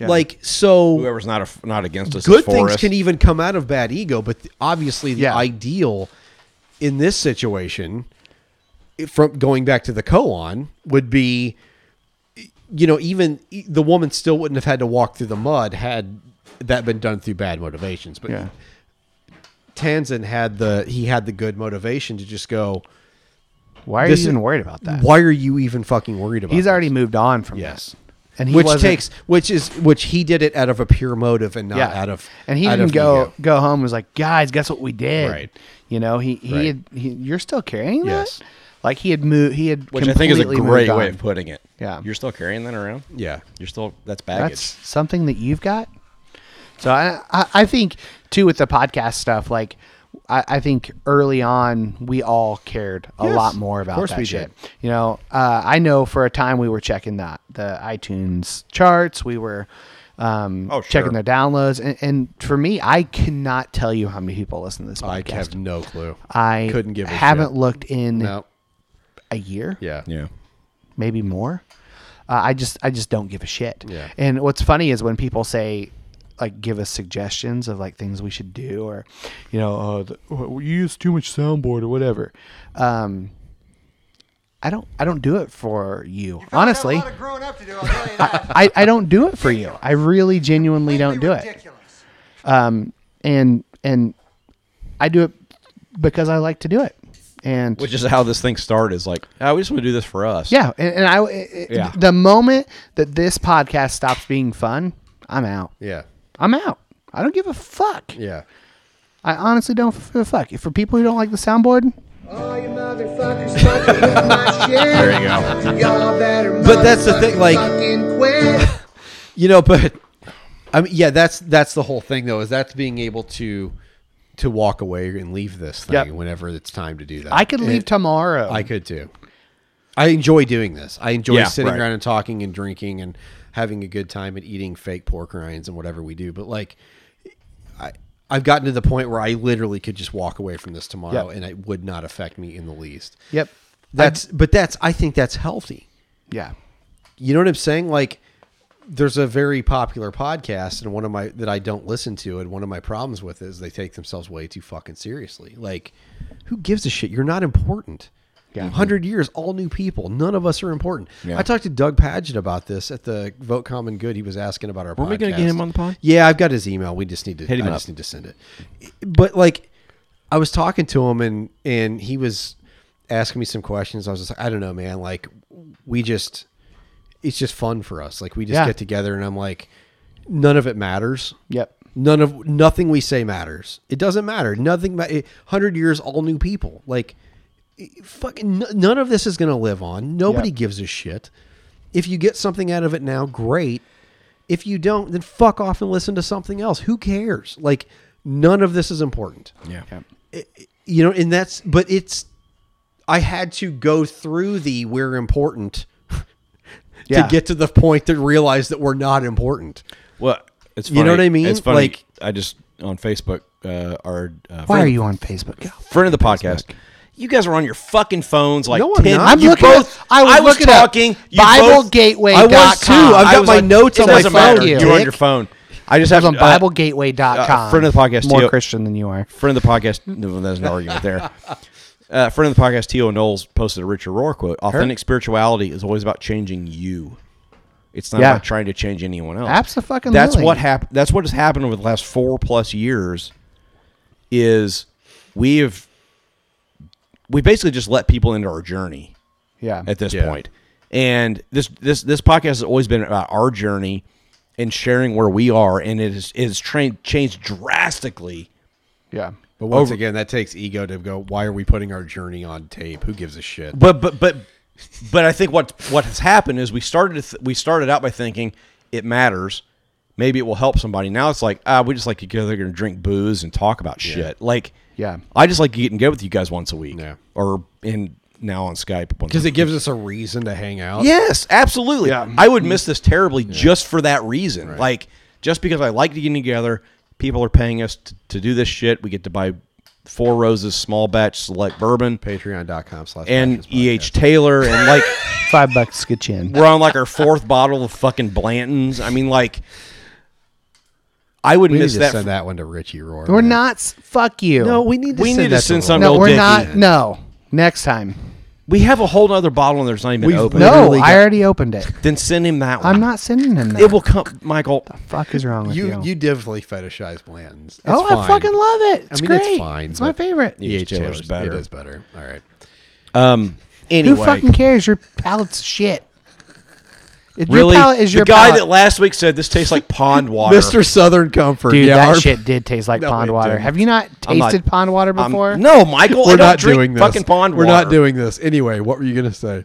B: Like so,
C: Whoever's not a, not against us.
B: good
C: is for
B: things
C: us.
B: can even come out of bad ego, but th- obviously the
A: Yeah.
B: ideal in this situation, i- from going back to the koan, would be, y- you know, even e- the woman still wouldn't have had to walk through the mud had that been done through bad motivations. But
A: Yeah.
B: Tanzan had the he had the good motivation to just go.
A: Why are you
B: "This is-
A: even worried about that?
B: Why are you even fucking worried about?
A: He's
B: this?"
A: already moved on from
B: Yes.
A: this, and he
B: which
A: wasn't-
B: takes which is which he did it out of a pure motive and not out of
A: and he
B: out
A: didn't
B: of
A: go
B: ego.
A: go home and was like guys guess what we did
B: Right.
A: you know he he,
B: Right.
A: had, he you're still carrying that
B: Yes.
A: like he had moved he had
C: which I think is a
A: completely
C: great
A: moved
C: way
A: on.
C: of putting it.
A: Yeah.
C: You're still carrying that around.
B: Yeah.
C: You're still that's
A: that's
C: baggage.
A: something that you've got so I, I i think too with the podcast stuff like I, I think early on we all cared a
B: Yes,
A: lot more about
B: course
A: that
B: we
A: shit.
B: did.
A: You know, uh, I know for a time we were checking that the iTunes charts. We were um,
C: Oh,
A: checking
C: sure.
A: their downloads, and, and for me, I cannot tell you how many people listen to this
B: I
A: podcast.
B: have no clue.
A: I
B: couldn't give. A
A: haven't
B: shit.
A: looked in
B: No.
A: a year,
B: Yeah.
C: yeah.
A: maybe more. Uh, I just I just don't give a shit.
B: Yeah.
A: And what's funny is when people say like give us suggestions of like things we should do or you know uh, the, oh, you use too much soundboard or whatever. Um, I don't I don't do it for you, honestly. I, I don't do it for you. I really genuinely don't do it. Um, and and I do it because I like to do it. And
C: Which is how this thing started. Is like, oh, we just want to do this for us.
A: yeah, and, and I it-
C: Yeah.
A: the moment that this podcast stops being fun, I'm out.
B: Yeah.
A: I'm out. I don't give a fuck.
B: Yeah.
A: I honestly don't f- give a fuck. For people who don't like the soundboard,
J: Oh,
A: <laughs>
C: There you go.
B: But that's the thing, like- You know, but I mean, yeah, that's that's the whole thing though. Is that's being able to to walk away and leave this thing
A: Yep.
B: whenever it's time to do that.
A: I could leave
B: It-
A: tomorrow.
B: I could too. I enjoy doing this. I enjoy
C: Yeah,
B: sitting
C: right.
B: around and talking and drinking and having a good time and eating fake pork rinds and whatever we do. But like, I I've gotten to the point where I literally could just walk away from this tomorrow
A: Yep.
B: and it would not affect me in the least.
A: Yep.
B: That's but that's I think that's healthy.
A: Yeah.
B: You know what I'm saying? Like there's a very popular podcast and one of my that I don't listen to and one of my problems with is they take themselves way too fucking seriously. Like who gives a shit? You're not important.
A: Yeah.
B: 100 years all new people. None of us are important.
C: Yeah.
B: I talked to Doug Paget about this at the Vote Common Good. He was asking about our
C: Weren't we gonna get
B: podcast.
C: him on the pod?
B: Yeah, I've got his email. We just need to
C: Hit him
B: I
C: up.
B: just need to send it. But like I was talking to him and and he was asking me some questions. I was just like, I don't know, man. Like we just it's just fun for us. Like we just
A: Yeah.
B: get together and I'm like, none of it matters.
A: Yep.
B: None of nothing we say matters. It doesn't matter. Nothing. Ma- eh, Hundred years, all new people. Like, it- fucking n- none of this is gonna live on. Nobody
A: Yep.
B: gives a shit. If you get something out of it now, great. If you don't, then fuck off and listen to something else. Who cares? Like, none of this is important
C: Yeah.
B: you know and that's but it's i had to go through the we're important <laughs>
A: Yeah.
B: to get to the point to realize that we're not important
C: Well, it's
B: You
C: funny.
B: know what I mean?
C: It's funny.
B: Like-
C: I just on Facebook, uh, our uh,
A: Why
C: friend-
A: are you on Facebook?
B: Uh,
C: friend of the podcast? You guys are on your fucking phones like
B: No, I'm
C: 10
B: not.
A: I'm
C: you
A: looking.
C: both-
A: at, I was,
C: was
A: looking
C: talking.
A: At
C: you both-
A: BibleGateway.com.
B: I was too. I've
C: I
B: got
C: was
B: my notes
C: it
B: on my
C: doesn't
B: phone,
C: matter.
B: you
C: You're on
B: dick.
C: your phone. I just
A: I
C: have
A: was on
C: uh,
A: BibleGateway.com.
C: uh, friend of the podcast,
A: more
C: Theo-
A: Christian than you are.
C: friend of the podcast. <laughs> No, there's an
A: <laughs>
C: argument there. Uh, friend of the podcast, T.O. Knowles, posted a Richard Rohr quote. Authentic spirituality is always about changing you. It's not
A: Yeah.
C: about trying to change anyone else.
A: Abso-fucking-lutely.
C: That's what happened. That's what has happened over the last four plus years. Is we have we basically just let people into our journey
A: Yeah.
C: at this point. And this this this podcast has always been about our journey and sharing where we are, and it is it has trained changed drastically.
A: Yeah.
B: but once
C: Over-
B: again that takes ego to go why are we putting our journey on tape who gives a shit
C: But but but but I think what what has happened is we started to th- we started out by thinking it matters, maybe it will help somebody. Now it's like ah, we just like to go there and drink booze and talk about shit. Like
A: Yeah.
C: I just like getting good with you guys once a week,
B: Yeah.
C: or in now on Skype once
B: because
C: a
B: it gives us a reason to hang out
C: Yes, absolutely. I would miss this terribly just for that reason. Like, just because I like getting together, people are paying us to, to do this shit. We get to buy Four Roses small batch select bourbon
B: patreon.com slash
C: and
B: Passions
C: E.H.
B: Podcast.
C: Taylor. And, like,
B: <laughs>
A: Five bucks to get you in.
C: we're on, like, our fourth bottle of fucking Blanton's. I mean, like, I would
B: we need
C: miss
B: to
C: that.
B: send that one to richie rohr
A: We're
B: man.
A: not. s- Fuck you.
B: no we need to
C: We
B: send
C: need
B: that
C: to send
B: Rohr.
C: something
A: No,
C: old
A: we're
C: Dickie.
A: not. No. Next time.
C: We have a whole other bottle and there's not even
B: We've-
C: open.
A: No,
B: Literally got-
A: I already opened it.
C: Then send him that one.
A: I'm not sending him that.
C: It will come, Michael.
A: Fuck is wrong with you?
B: you you definitely fetishize blanton's It's
A: oh, I
B: fine.
A: fucking love it. It's
B: I mean,
A: great.
B: it's fine.
A: It's my
B: but
A: favorite.
B: E.H.
C: E.H. Taylor's better.
B: It is better. All right.
C: Um, anyway.
A: Who fucking cares? Your palate's shit. It-
C: Really,
A: Your palate is
C: the
A: your
C: guy
A: palate.
C: that last week said this tastes like pond water.
B: Mr. Southern Comfort.
A: Dude,
B: yeah,
A: that
B: our-
A: shit did taste
C: <laughs>
A: like
B: No,
A: pond
B: it
A: water.
B: didn't.
A: Have you not
C: I'm not-
A: tasted pond water
C: I'm-
A: before?
C: no, Michael,
B: We're
C: I don't
B: not
C: drink
B: doing this.
C: fucking pond
B: We're
C: water.
B: not doing this. Anyway, what were you going to say?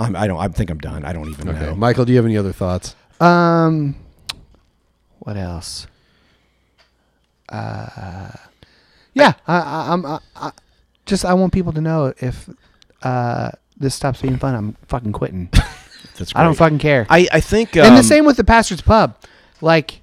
C: I'm, I don't. I think I'm done. I don't even
B: Okay.
C: know.
B: Michael, do you have any other thoughts?
A: Um, what else? Uh, yeah, I, I, I'm. I, I, just I want people to know if uh this stops being fun, I'm fucking quitting.
C: That's
A: I don't
C: great.
A: fucking care.
C: I, I think. Um,
A: and the same with the pastor's pub. Like,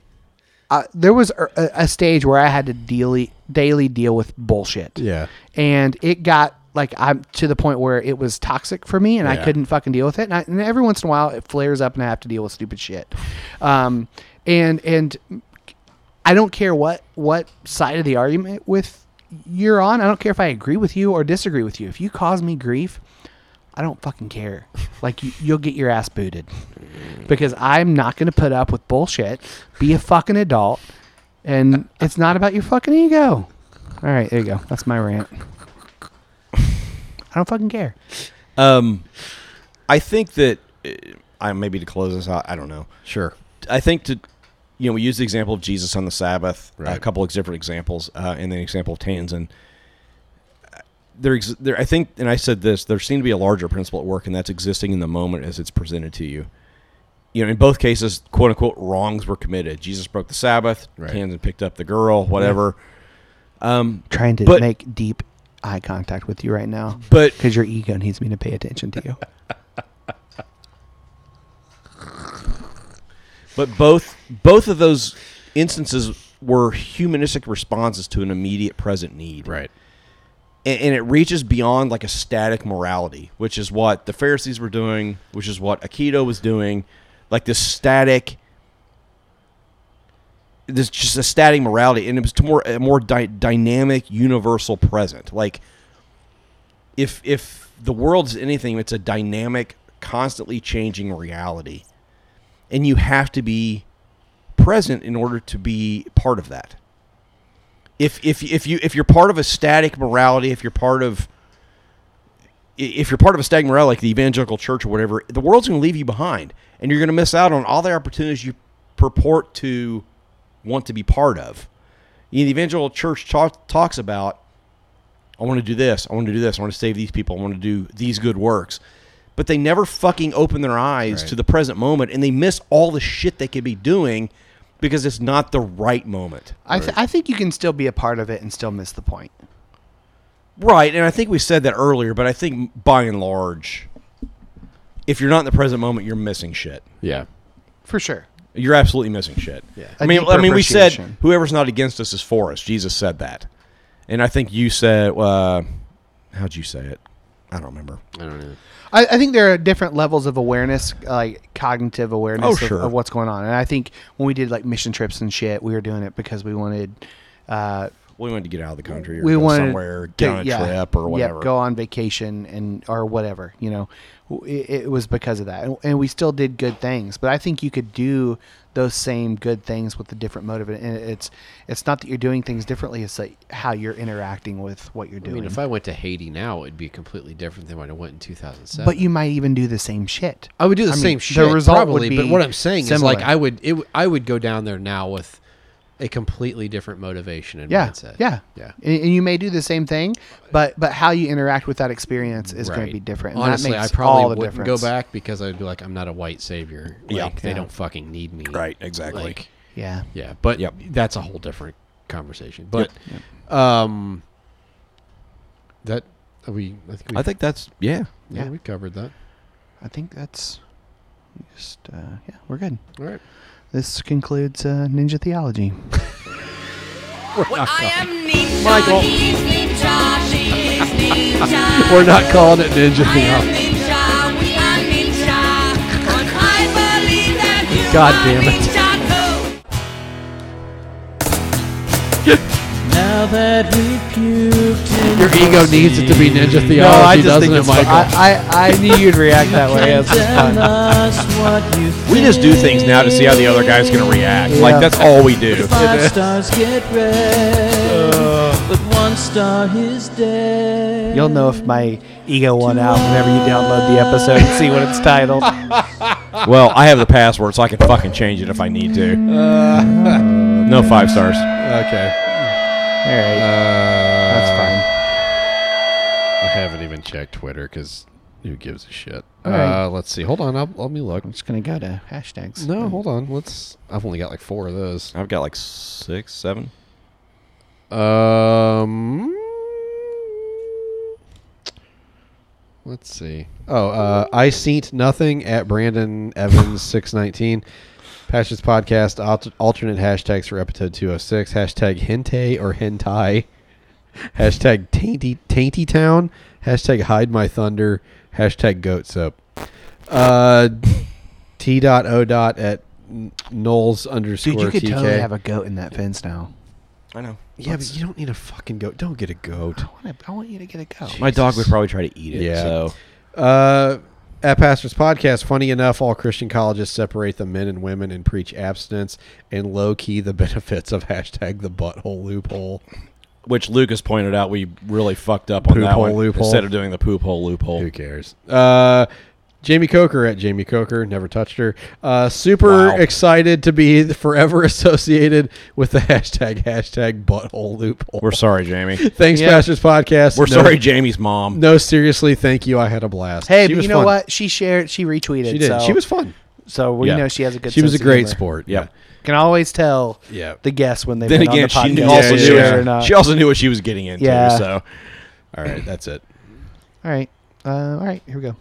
A: uh, there was a, a- a stage where I had to daily daily deal with bullshit.
B: Yeah.
A: and it got like I'm to the point where it was toxic for me, and I couldn't fucking deal with it. And, I, and every once in a while, it flares up, and I have to deal with stupid shit. Um, and and I don't care what what side of the argument with you're on. I don't care if I agree with you or disagree with you. If you cause me grief, I don't fucking care. Like you, you'll get your ass booted because I'm not going to put up with bullshit. Be a fucking adult, and it's not about your fucking ego. All right, there you go. That's my rant. I don't fucking care.
C: Um, I think that. uh, I maybe to close this out. I don't know.
B: Sure.
C: I think to. You know, we used the example of Jesus on the Sabbath, a
B: Right.
C: couple of different examples, uh, and the example of Tanzan. There, ex- there, I think, and I said this. There seemed to be a larger principle at work, and that's existing in the moment as it's presented to you. you know, in both cases, quote unquote, wrongs were committed. Jesus broke the Sabbath.
B: Right.
C: Tanzan picked up the girl, whatever. Um,
A: Trying to
C: But-
A: make deep eye contact with you right now
C: but
A: because your ego needs me to pay attention to you.
C: but both both of those instances were humanistic responses to an immediate present need. Right. And, and it reaches beyond like a static morality, which is what the Pharisees were doing, which is what Aikido was doing, like this static this just a static morality and it was to more a more dy dynamic universal present like if if the world's anything it's a dynamic constantly changing reality and you have to be present in order to be part of that if if if you if you're part of a static morality if you're part of i- if you're part of a static morality like the evangelical church or whatever the world's going to leave you behind and you're going to miss out on all the opportunities you purport to want to be part of You know, the evangelical church talk, talks about I want to do this. I want to do this. I want to save these people. I want to do these good works. But they never fucking open their eyes to the present moment and they miss all the shit they could be doing because it's not the right moment.
A: <laughs> I, th- I think you can still be a part of it and still miss the point.
C: Right. And I think we said that earlier, but I think by and large, if you're not in the present moment, you're missing shit.
B: Yeah.
A: For sure.
C: You're absolutely missing shit.
A: Yeah.
C: I
A: A
C: mean,
A: deeper
C: I mean, we said
A: appreciation.
C: whoever's not against us is for us. Jesus said that, and I think you said, uh, "How'd you say it?" I don't remember. I don't know.
A: I, I think there are different levels of awareness, like cognitive awareness
C: Oh,
A: of-
C: sure.
A: of, what's going on. And I think when we did like mission trips and shit, we were doing it because we wanted. Uh,
C: We wanted to get out of the country or
A: we
C: go
A: wanted
C: somewhere,
A: to-
C: get on a
A: yeah,
C: trip or
A: yep,
C: whatever.
A: go on vacation and or whatever. You know, W- it, it was because of that, and, and we still did good things. But I think you could do those same good things with a different motive, and it's it's not that you're doing things differently; it's like how you're interacting with what you're
L: I
A: doing.
L: mean, if I went to Haiti now, it'd be completely different than when I went in 2007.
A: But you might even do the same shit.
L: I would do the
A: I mean,
L: same shit, probably. but what I'm saying
A: similar.
L: is, like, I would, it, w- I would go down there now with a completely different motivation and
A: yeah,
L: mindset.
A: yeah,
L: yeah.
A: And, and you may do the same thing, but but how you interact with that experience is going
L: Right.
A: to be different. And
L: Honestly,
A: that makes
L: I probably
A: all the
L: wouldn't
A: difference.
L: go back because I'd be like, I'm not a white savior. Like,
A: Yeah.
L: they
A: Yeah.
L: don't fucking need me.
C: Right, exactly.
L: Like,
A: Yeah.
L: yeah, but that's a whole different conversation. But,
C: Yep.
L: um, that are we, I think, we,
C: I think that's yeah.
L: yeah,
A: Yeah.
L: we covered that.
A: I think that's just uh, yeah, we're good.
L: All right.
A: This concludes uh, Ninja Theology.
K: Well, I am Ninja.
B: Oh. Michael.
K: He is Ninja. She is
B: <laughs>
K: Ninja.
B: We're not calling it Ninja
K: I am
B: Theology.
K: Ninja. We are Ninja. But I believe that you
B: God
K: are
B: damn it.
K: Ninja too.
M: Now that we've puked in
L: Your ego needs it to be
C: <laughs>
L: ninja theology, doesn't it, Michael?
A: I, I knew you'd react that way. It's just fun.
C: We just do things now to see how the other guy's going to react. Like
M: Yeah.
C: that's all we do.
M: Five stars get red, but one star is dead.
A: <laughs> You'll know if my ego won out whenever you download the episode and see what it's <laughs> titled.
C: well, I have the password, so I can fucking change it if I need
B: <laughs>
C: to. no five stars.
B: Okay.
A: All right. Uh,
B: Uh,
A: That's fine.
L: I haven't even checked Twitter because who gives a shit?
A: All right.
L: Uh, let's see. Hold on. I'll, let me look. I'm
A: just gonna go to hashtags.
L: No, hold on. Let's. I've only got like four of those.
C: I've got like six, seven.
L: Um. Let's see.
B: Oh, uh, I seen nothing at Brandon
A: <laughs>
B: Evans six nineteen. Patches podcast alt- alternate hashtags for episode two hundred six hashtag hente or hentai, hashtag tainty tainty town, hashtag hide my thunder, hashtag goat soap.
A: <laughs>
B: Uh, t dot o dot at n- Knowles underscore
A: Dude, you could
B: tk.
A: totally have a goat in that fence now.
C: I know.
B: yeah, but you don't need a fucking goat. Don't get a goat.
A: I want, I want you to get a goat.
C: My dog would probably try to eat it.
B: Yeah.
C: So
B: Uh, at Pastors Podcast, funny enough, all Christian colleges separate the men and women and preach abstinence and low key the <laughs> benefits of hashtag the butthole loophole.
C: which Lucas pointed out, we really fucked up on
B: Poop
C: that
B: hole
C: one.
B: loophole.
C: Instead of doing the poop hole loophole, who
B: cares? Uh, Jamie Coker at Jamie Coker, never touched her. Uh, super
C: Wow.
B: excited to be <laughs> forever associated with the hashtag hashtag butthole loophole.
C: We're sorry,
B: <laughs>
C: Jamie.
B: Thanks,
C: Yeah.
B: Pastors Podcast.
C: We're sorry, Jamie's mom.
B: No, seriously, thank you. I had a blast.
A: Hey,
B: She
A: but
B: was
A: you know
B: fun.
A: what? She shared. She retweeted.
B: She did.
A: so-
B: She was fun.
A: So we
B: Yeah.
A: know she has a good.
B: She was
A: sense
B: a
A: of
B: great
A: humor.
B: sport, yeah.
A: Can always tell.
B: Yeah.
A: The guests when they've
C: Then
A: been
C: again,
A: on
C: she
A: the podcast.
C: knew also
A: if
C: knew
A: they're
C: what-
A: or not.
C: she also knew what she was getting into.
A: Yeah.
C: So, all right, that's it.
A: All right. Uh, all right. Here we go.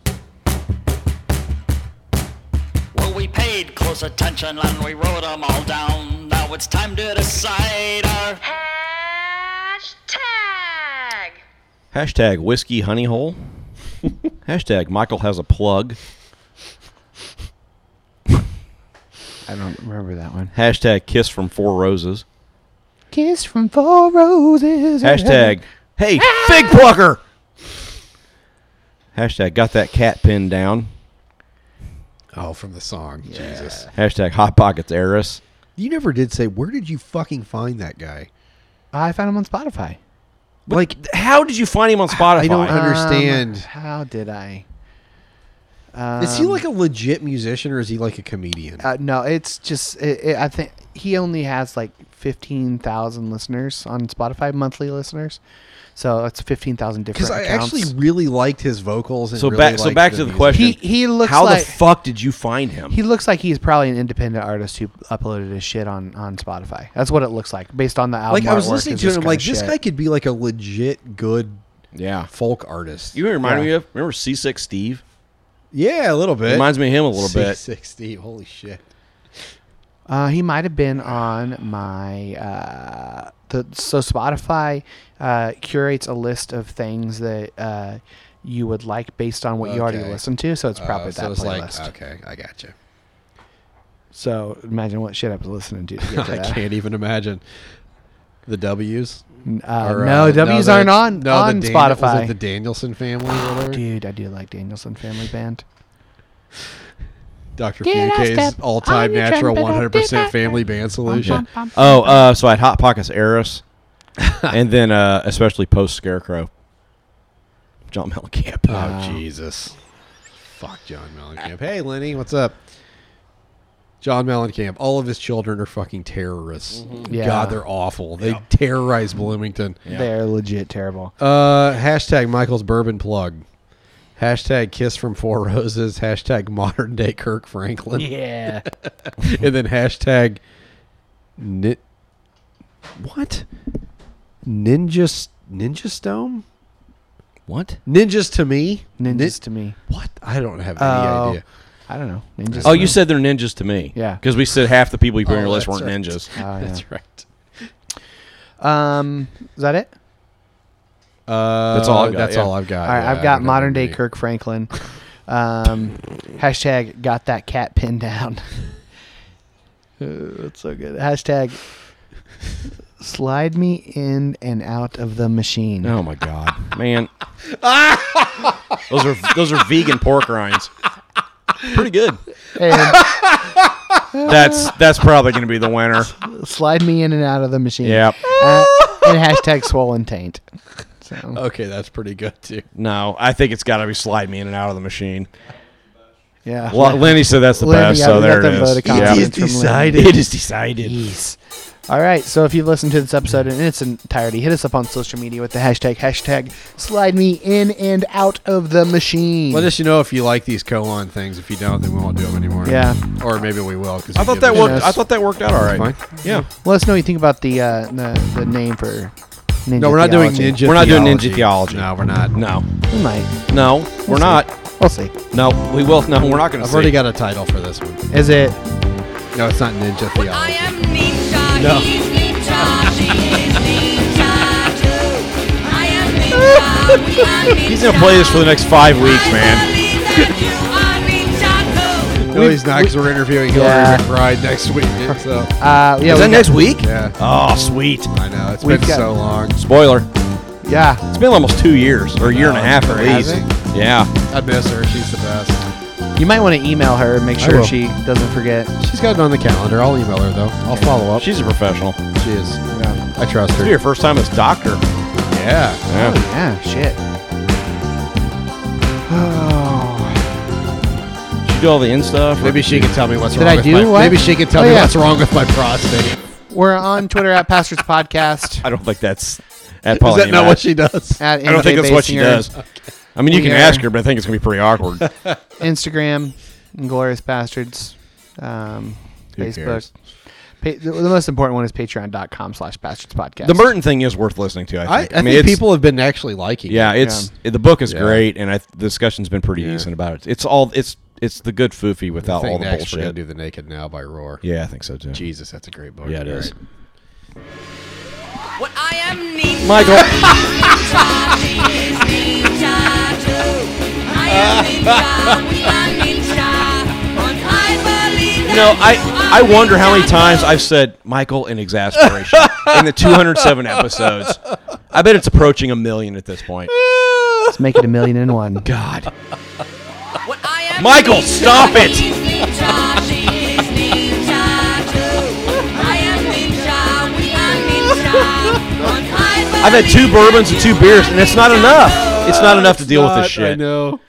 K: Well,
N: we paid close attention and we wrote 'em all down. Now it's time to decide our hashtag.
C: Hashtag whiskey
A: <laughs>
C: honey hole. Hashtag Michael has a plug.
A: I don't remember that one.
C: Hashtag kiss from four
B: <laughs>
C: roses.
I: Kiss from four roses.
C: Hashtag hey
B: Ah!
C: big plucker. Hashtag got that cat pinned down.
B: Oh, from the song. Jesus.
C: Hashtag hot pockets heiress.
B: You never did say, where did you fucking find that guy?
A: I found him on Spotify.
B: like,
C: how did you find him on Spotify?
B: I don't
A: Um,
B: understand.
A: how did I?
B: is he
A: Um,
B: like a legit musician or is he like a comedian?
A: Uh, no, it's just it, it, I think he only has like fifteen thousand listeners on Spotify, monthly listeners. So it's fifteen thousand different.
B: Because I
A: accounts.
B: actually really liked his vocals. And
C: So
B: really
C: back so
B: liked
C: back to the
B: music.
C: question.
A: He- he looks
C: How
A: like-
C: the fuck did you find him?
A: he looks like he's probably an independent artist who uploaded his shit on on Spotify. That's what it looks like based on the album.
B: Like I was
A: artwork
B: listening
A: is
B: to it,
A: just
B: I'm like,
A: kinda
B: this
A: shit.
B: guy could be like a legit good
C: yeah
B: folk artist.
C: You remind
B: Yeah.
C: me of remember C6 Steve?
B: Yeah, a little bit.
C: Reminds me of him a little bit.
B: Sixty. Holy shit.
A: Uh, he might have been on my uh, the so Spotify uh, curates a list of things that uh, you would like based on what you already
B: Okay.
A: listened to. So it's
B: Oh,
A: probably
B: so
A: that
B: it's like, uh,
A: playlist.
B: okay, I gotcha.
A: So imagine what shit I was listening to. to get to
B: <laughs> I
A: that.
B: can't even imagine the W's.
A: uh, no, W's
B: the-
A: aren't on-
B: the
A: on
B: Dan- Was
A: Spotify.
B: it the Danielson family or whatever?
A: Dude, I do like Danielson Family Band.
B: Dr.
A: Get us
B: Fuke's
A: that
B: all-time
A: on your
B: natural
A: trumpet,
B: 100% family band solution.
C: Oh, uh, so I had Hot Pockets <laughs> Eris, and then uh, especially post Scarecrow, John Mellencamp.
B: Oh, Jesus. Fuck John Mellencamp. Hey, Lenny, what's up? John Mellencamp. All of his children are fucking terrorists.
A: Yeah.
B: God, they're awful. They terrorize Bloomington.
A: They're legit terrible.
B: Uh, hashtag Michael's bourbon plug. Hashtag kiss from four <laughs> roses. Hashtag modern day Kirk Franklin.
A: Yeah.
B: <laughs> and then hashtag nit. What? Ninja s- Ninja Stone?
C: What?
B: Ninjas to me?
A: Ninjas
B: Nin-
A: to me.
B: What? I don't have any
A: Oh,
B: idea.
A: I don't know. Ninjas
C: oh,
A: to
C: you
A: me.
C: said they're ninjas to me.
A: Yeah.
C: because we said half the people you put on your
B: Oh,
C: list
B: that's
C: weren't
B: right.
C: ninjas.
A: Oh, yeah.
B: That's right.
A: Um, is that it?
B: Uh,
C: That's all I've got,
B: That's
C: yeah.
B: all I've got.
A: All right,
B: Uh, Yeah, I
A: I've got
B: don't
A: modern
B: have
A: day
B: any.
A: Kirk
B: <laughs>
A: Franklin. Um, hashtag got that cat pinned down. <laughs> Uh, That's so good. Hashtag slide me in and out of the machine.
C: Oh my
B: <laughs>
C: god, man! those are those are vegan pork rinds. Pretty good.
B: <laughs>
A: And
C: That's that's probably going to be the
B: <laughs>
C: winner.
A: slide me in and out of the machine.
C: Yep.
A: Uh, and hashtag swollen taint. So
B: Okay, that's pretty good too.
C: No, I think it's got to be slide me in and out of the machine.
A: yeah.
C: Well, Lenny said that's the
A: Lenny,
C: best,
A: I
C: so
A: let
C: there it
A: them vote
C: is.
A: a compliment from Lenny.
C: It is decided.
A: All right, so if you've listened to this episode in its entirety, hit us up on social media with the hashtag hashtag slide me in and out of the machine.
B: Let us know if you like these koan things. If you don't, then we won't do them anymore.
A: Yeah.
B: Or maybe we will. Cause
C: I
B: we
C: thought
B: give
C: that
B: a
C: worked.
B: shit.
C: I thought that worked out all
B: That's
C: right.
B: fine.
C: Yeah.
A: Let us know what you think about the uh, the, the name for Ninja
B: No, we're not doing
A: Theology.
B: ninja.
C: We're not doing ninja theology.
B: No, we're not.
C: No.
A: We might.
C: No, we're
A: see.
C: not.
A: We'll see.
C: No, we will. No, we're not going to.
B: I've already got a title for this one.
A: Is it
B: No, it's not ninja
K: I
B: theology.
K: am ninja,
B: No.
K: he's ninja, she is ninja too. I am ninja, we are ninja.
C: <laughs> He's going to play this for the next five weeks, man.
K: Believe that you are
C: <laughs>
K: ninja too.
B: No, he's not because we're interviewing Hillary
A: Yeah.
B: McBride next week. dude, <laughs> So
A: uh yeah,
C: Is
A: we
C: that
A: got-
C: next week?
B: yeah,
C: Oh, sweet.
B: I know it's
A: We've
B: been
A: got-
B: so long.
C: Spoiler.
A: yeah.
C: It's been almost two years or a year and a half at
B: Oh, Has
C: least. Yeah.
B: I miss her. She's the best.
A: You might want to email her and make
B: I
A: sure
B: will.
A: she doesn't forget.
B: She's got it on the calendar. I'll email her though. I'll follow up.
C: She's a professional.
B: She is.
A: Yeah.
B: I trust
C: This will be
B: her.
C: your first time as doctor.
B: Yeah.
C: Yeah.
A: Oh yeah, shit. Oh,
C: She do all the in stuff.
B: Maybe she can tell me what's
A: Did
B: wrong
A: I
B: with
A: do
B: my.
A: what?
B: Maybe she can tell
A: Oh,
B: me
A: yeah.
B: what's wrong with my prostate.
A: we're on Twitter at Pastors Podcast.
C: <laughs> I don't think that's. That
B: Is
C: probably
B: that not what she <laughs> does?
A: At
C: I don't think
A: NJ
C: that's what she
A: Basinger,
C: does. I mean, you
A: We
C: can
A: are-
C: ask her, but I think it's going to be pretty
B: <laughs>
C: awkward.
A: Instagram, Inglorious Bastards, um,
C: Who
A: Facebook.
C: cares?
A: Pa- the, the most important one is patreon.com slash bastards podcast.
C: the Merton thing is worth listening to. I
B: I, I
C: think.
B: think
C: mean, it's-
B: people have been actually liking.
C: Yeah,
B: it.
C: it's the book is
B: Yeah.
C: great, and I, the discussion's been pretty decent about it. It's all it's it's the good foofy without
B: I
C: all
B: think
C: the
B: next
C: bullshit.
B: We're gonna do the Naked Now by Roar.
C: Yeah, I think so too.
B: Jesus, that's a great book.
C: Yeah, it is.
K: What I am Ninja.
C: Michael.
K: He is Ninja too. I am Ninja. We are Ninja. But I believe
C: You know, I I wonder how many times I've said Michael in exasperation in the 207 episodes. I bet it's approaching a million at this point.
A: Let's make it a million and one.
C: God. Michael, stop
K: He
C: it!
K: is Ninja. She is Ninja too. I am Ninja. We are Ninja. But I
C: I've had two bourbons and two beers, and it's not enough. It's not enough to deal with
B: not,
C: this shit.
B: I know.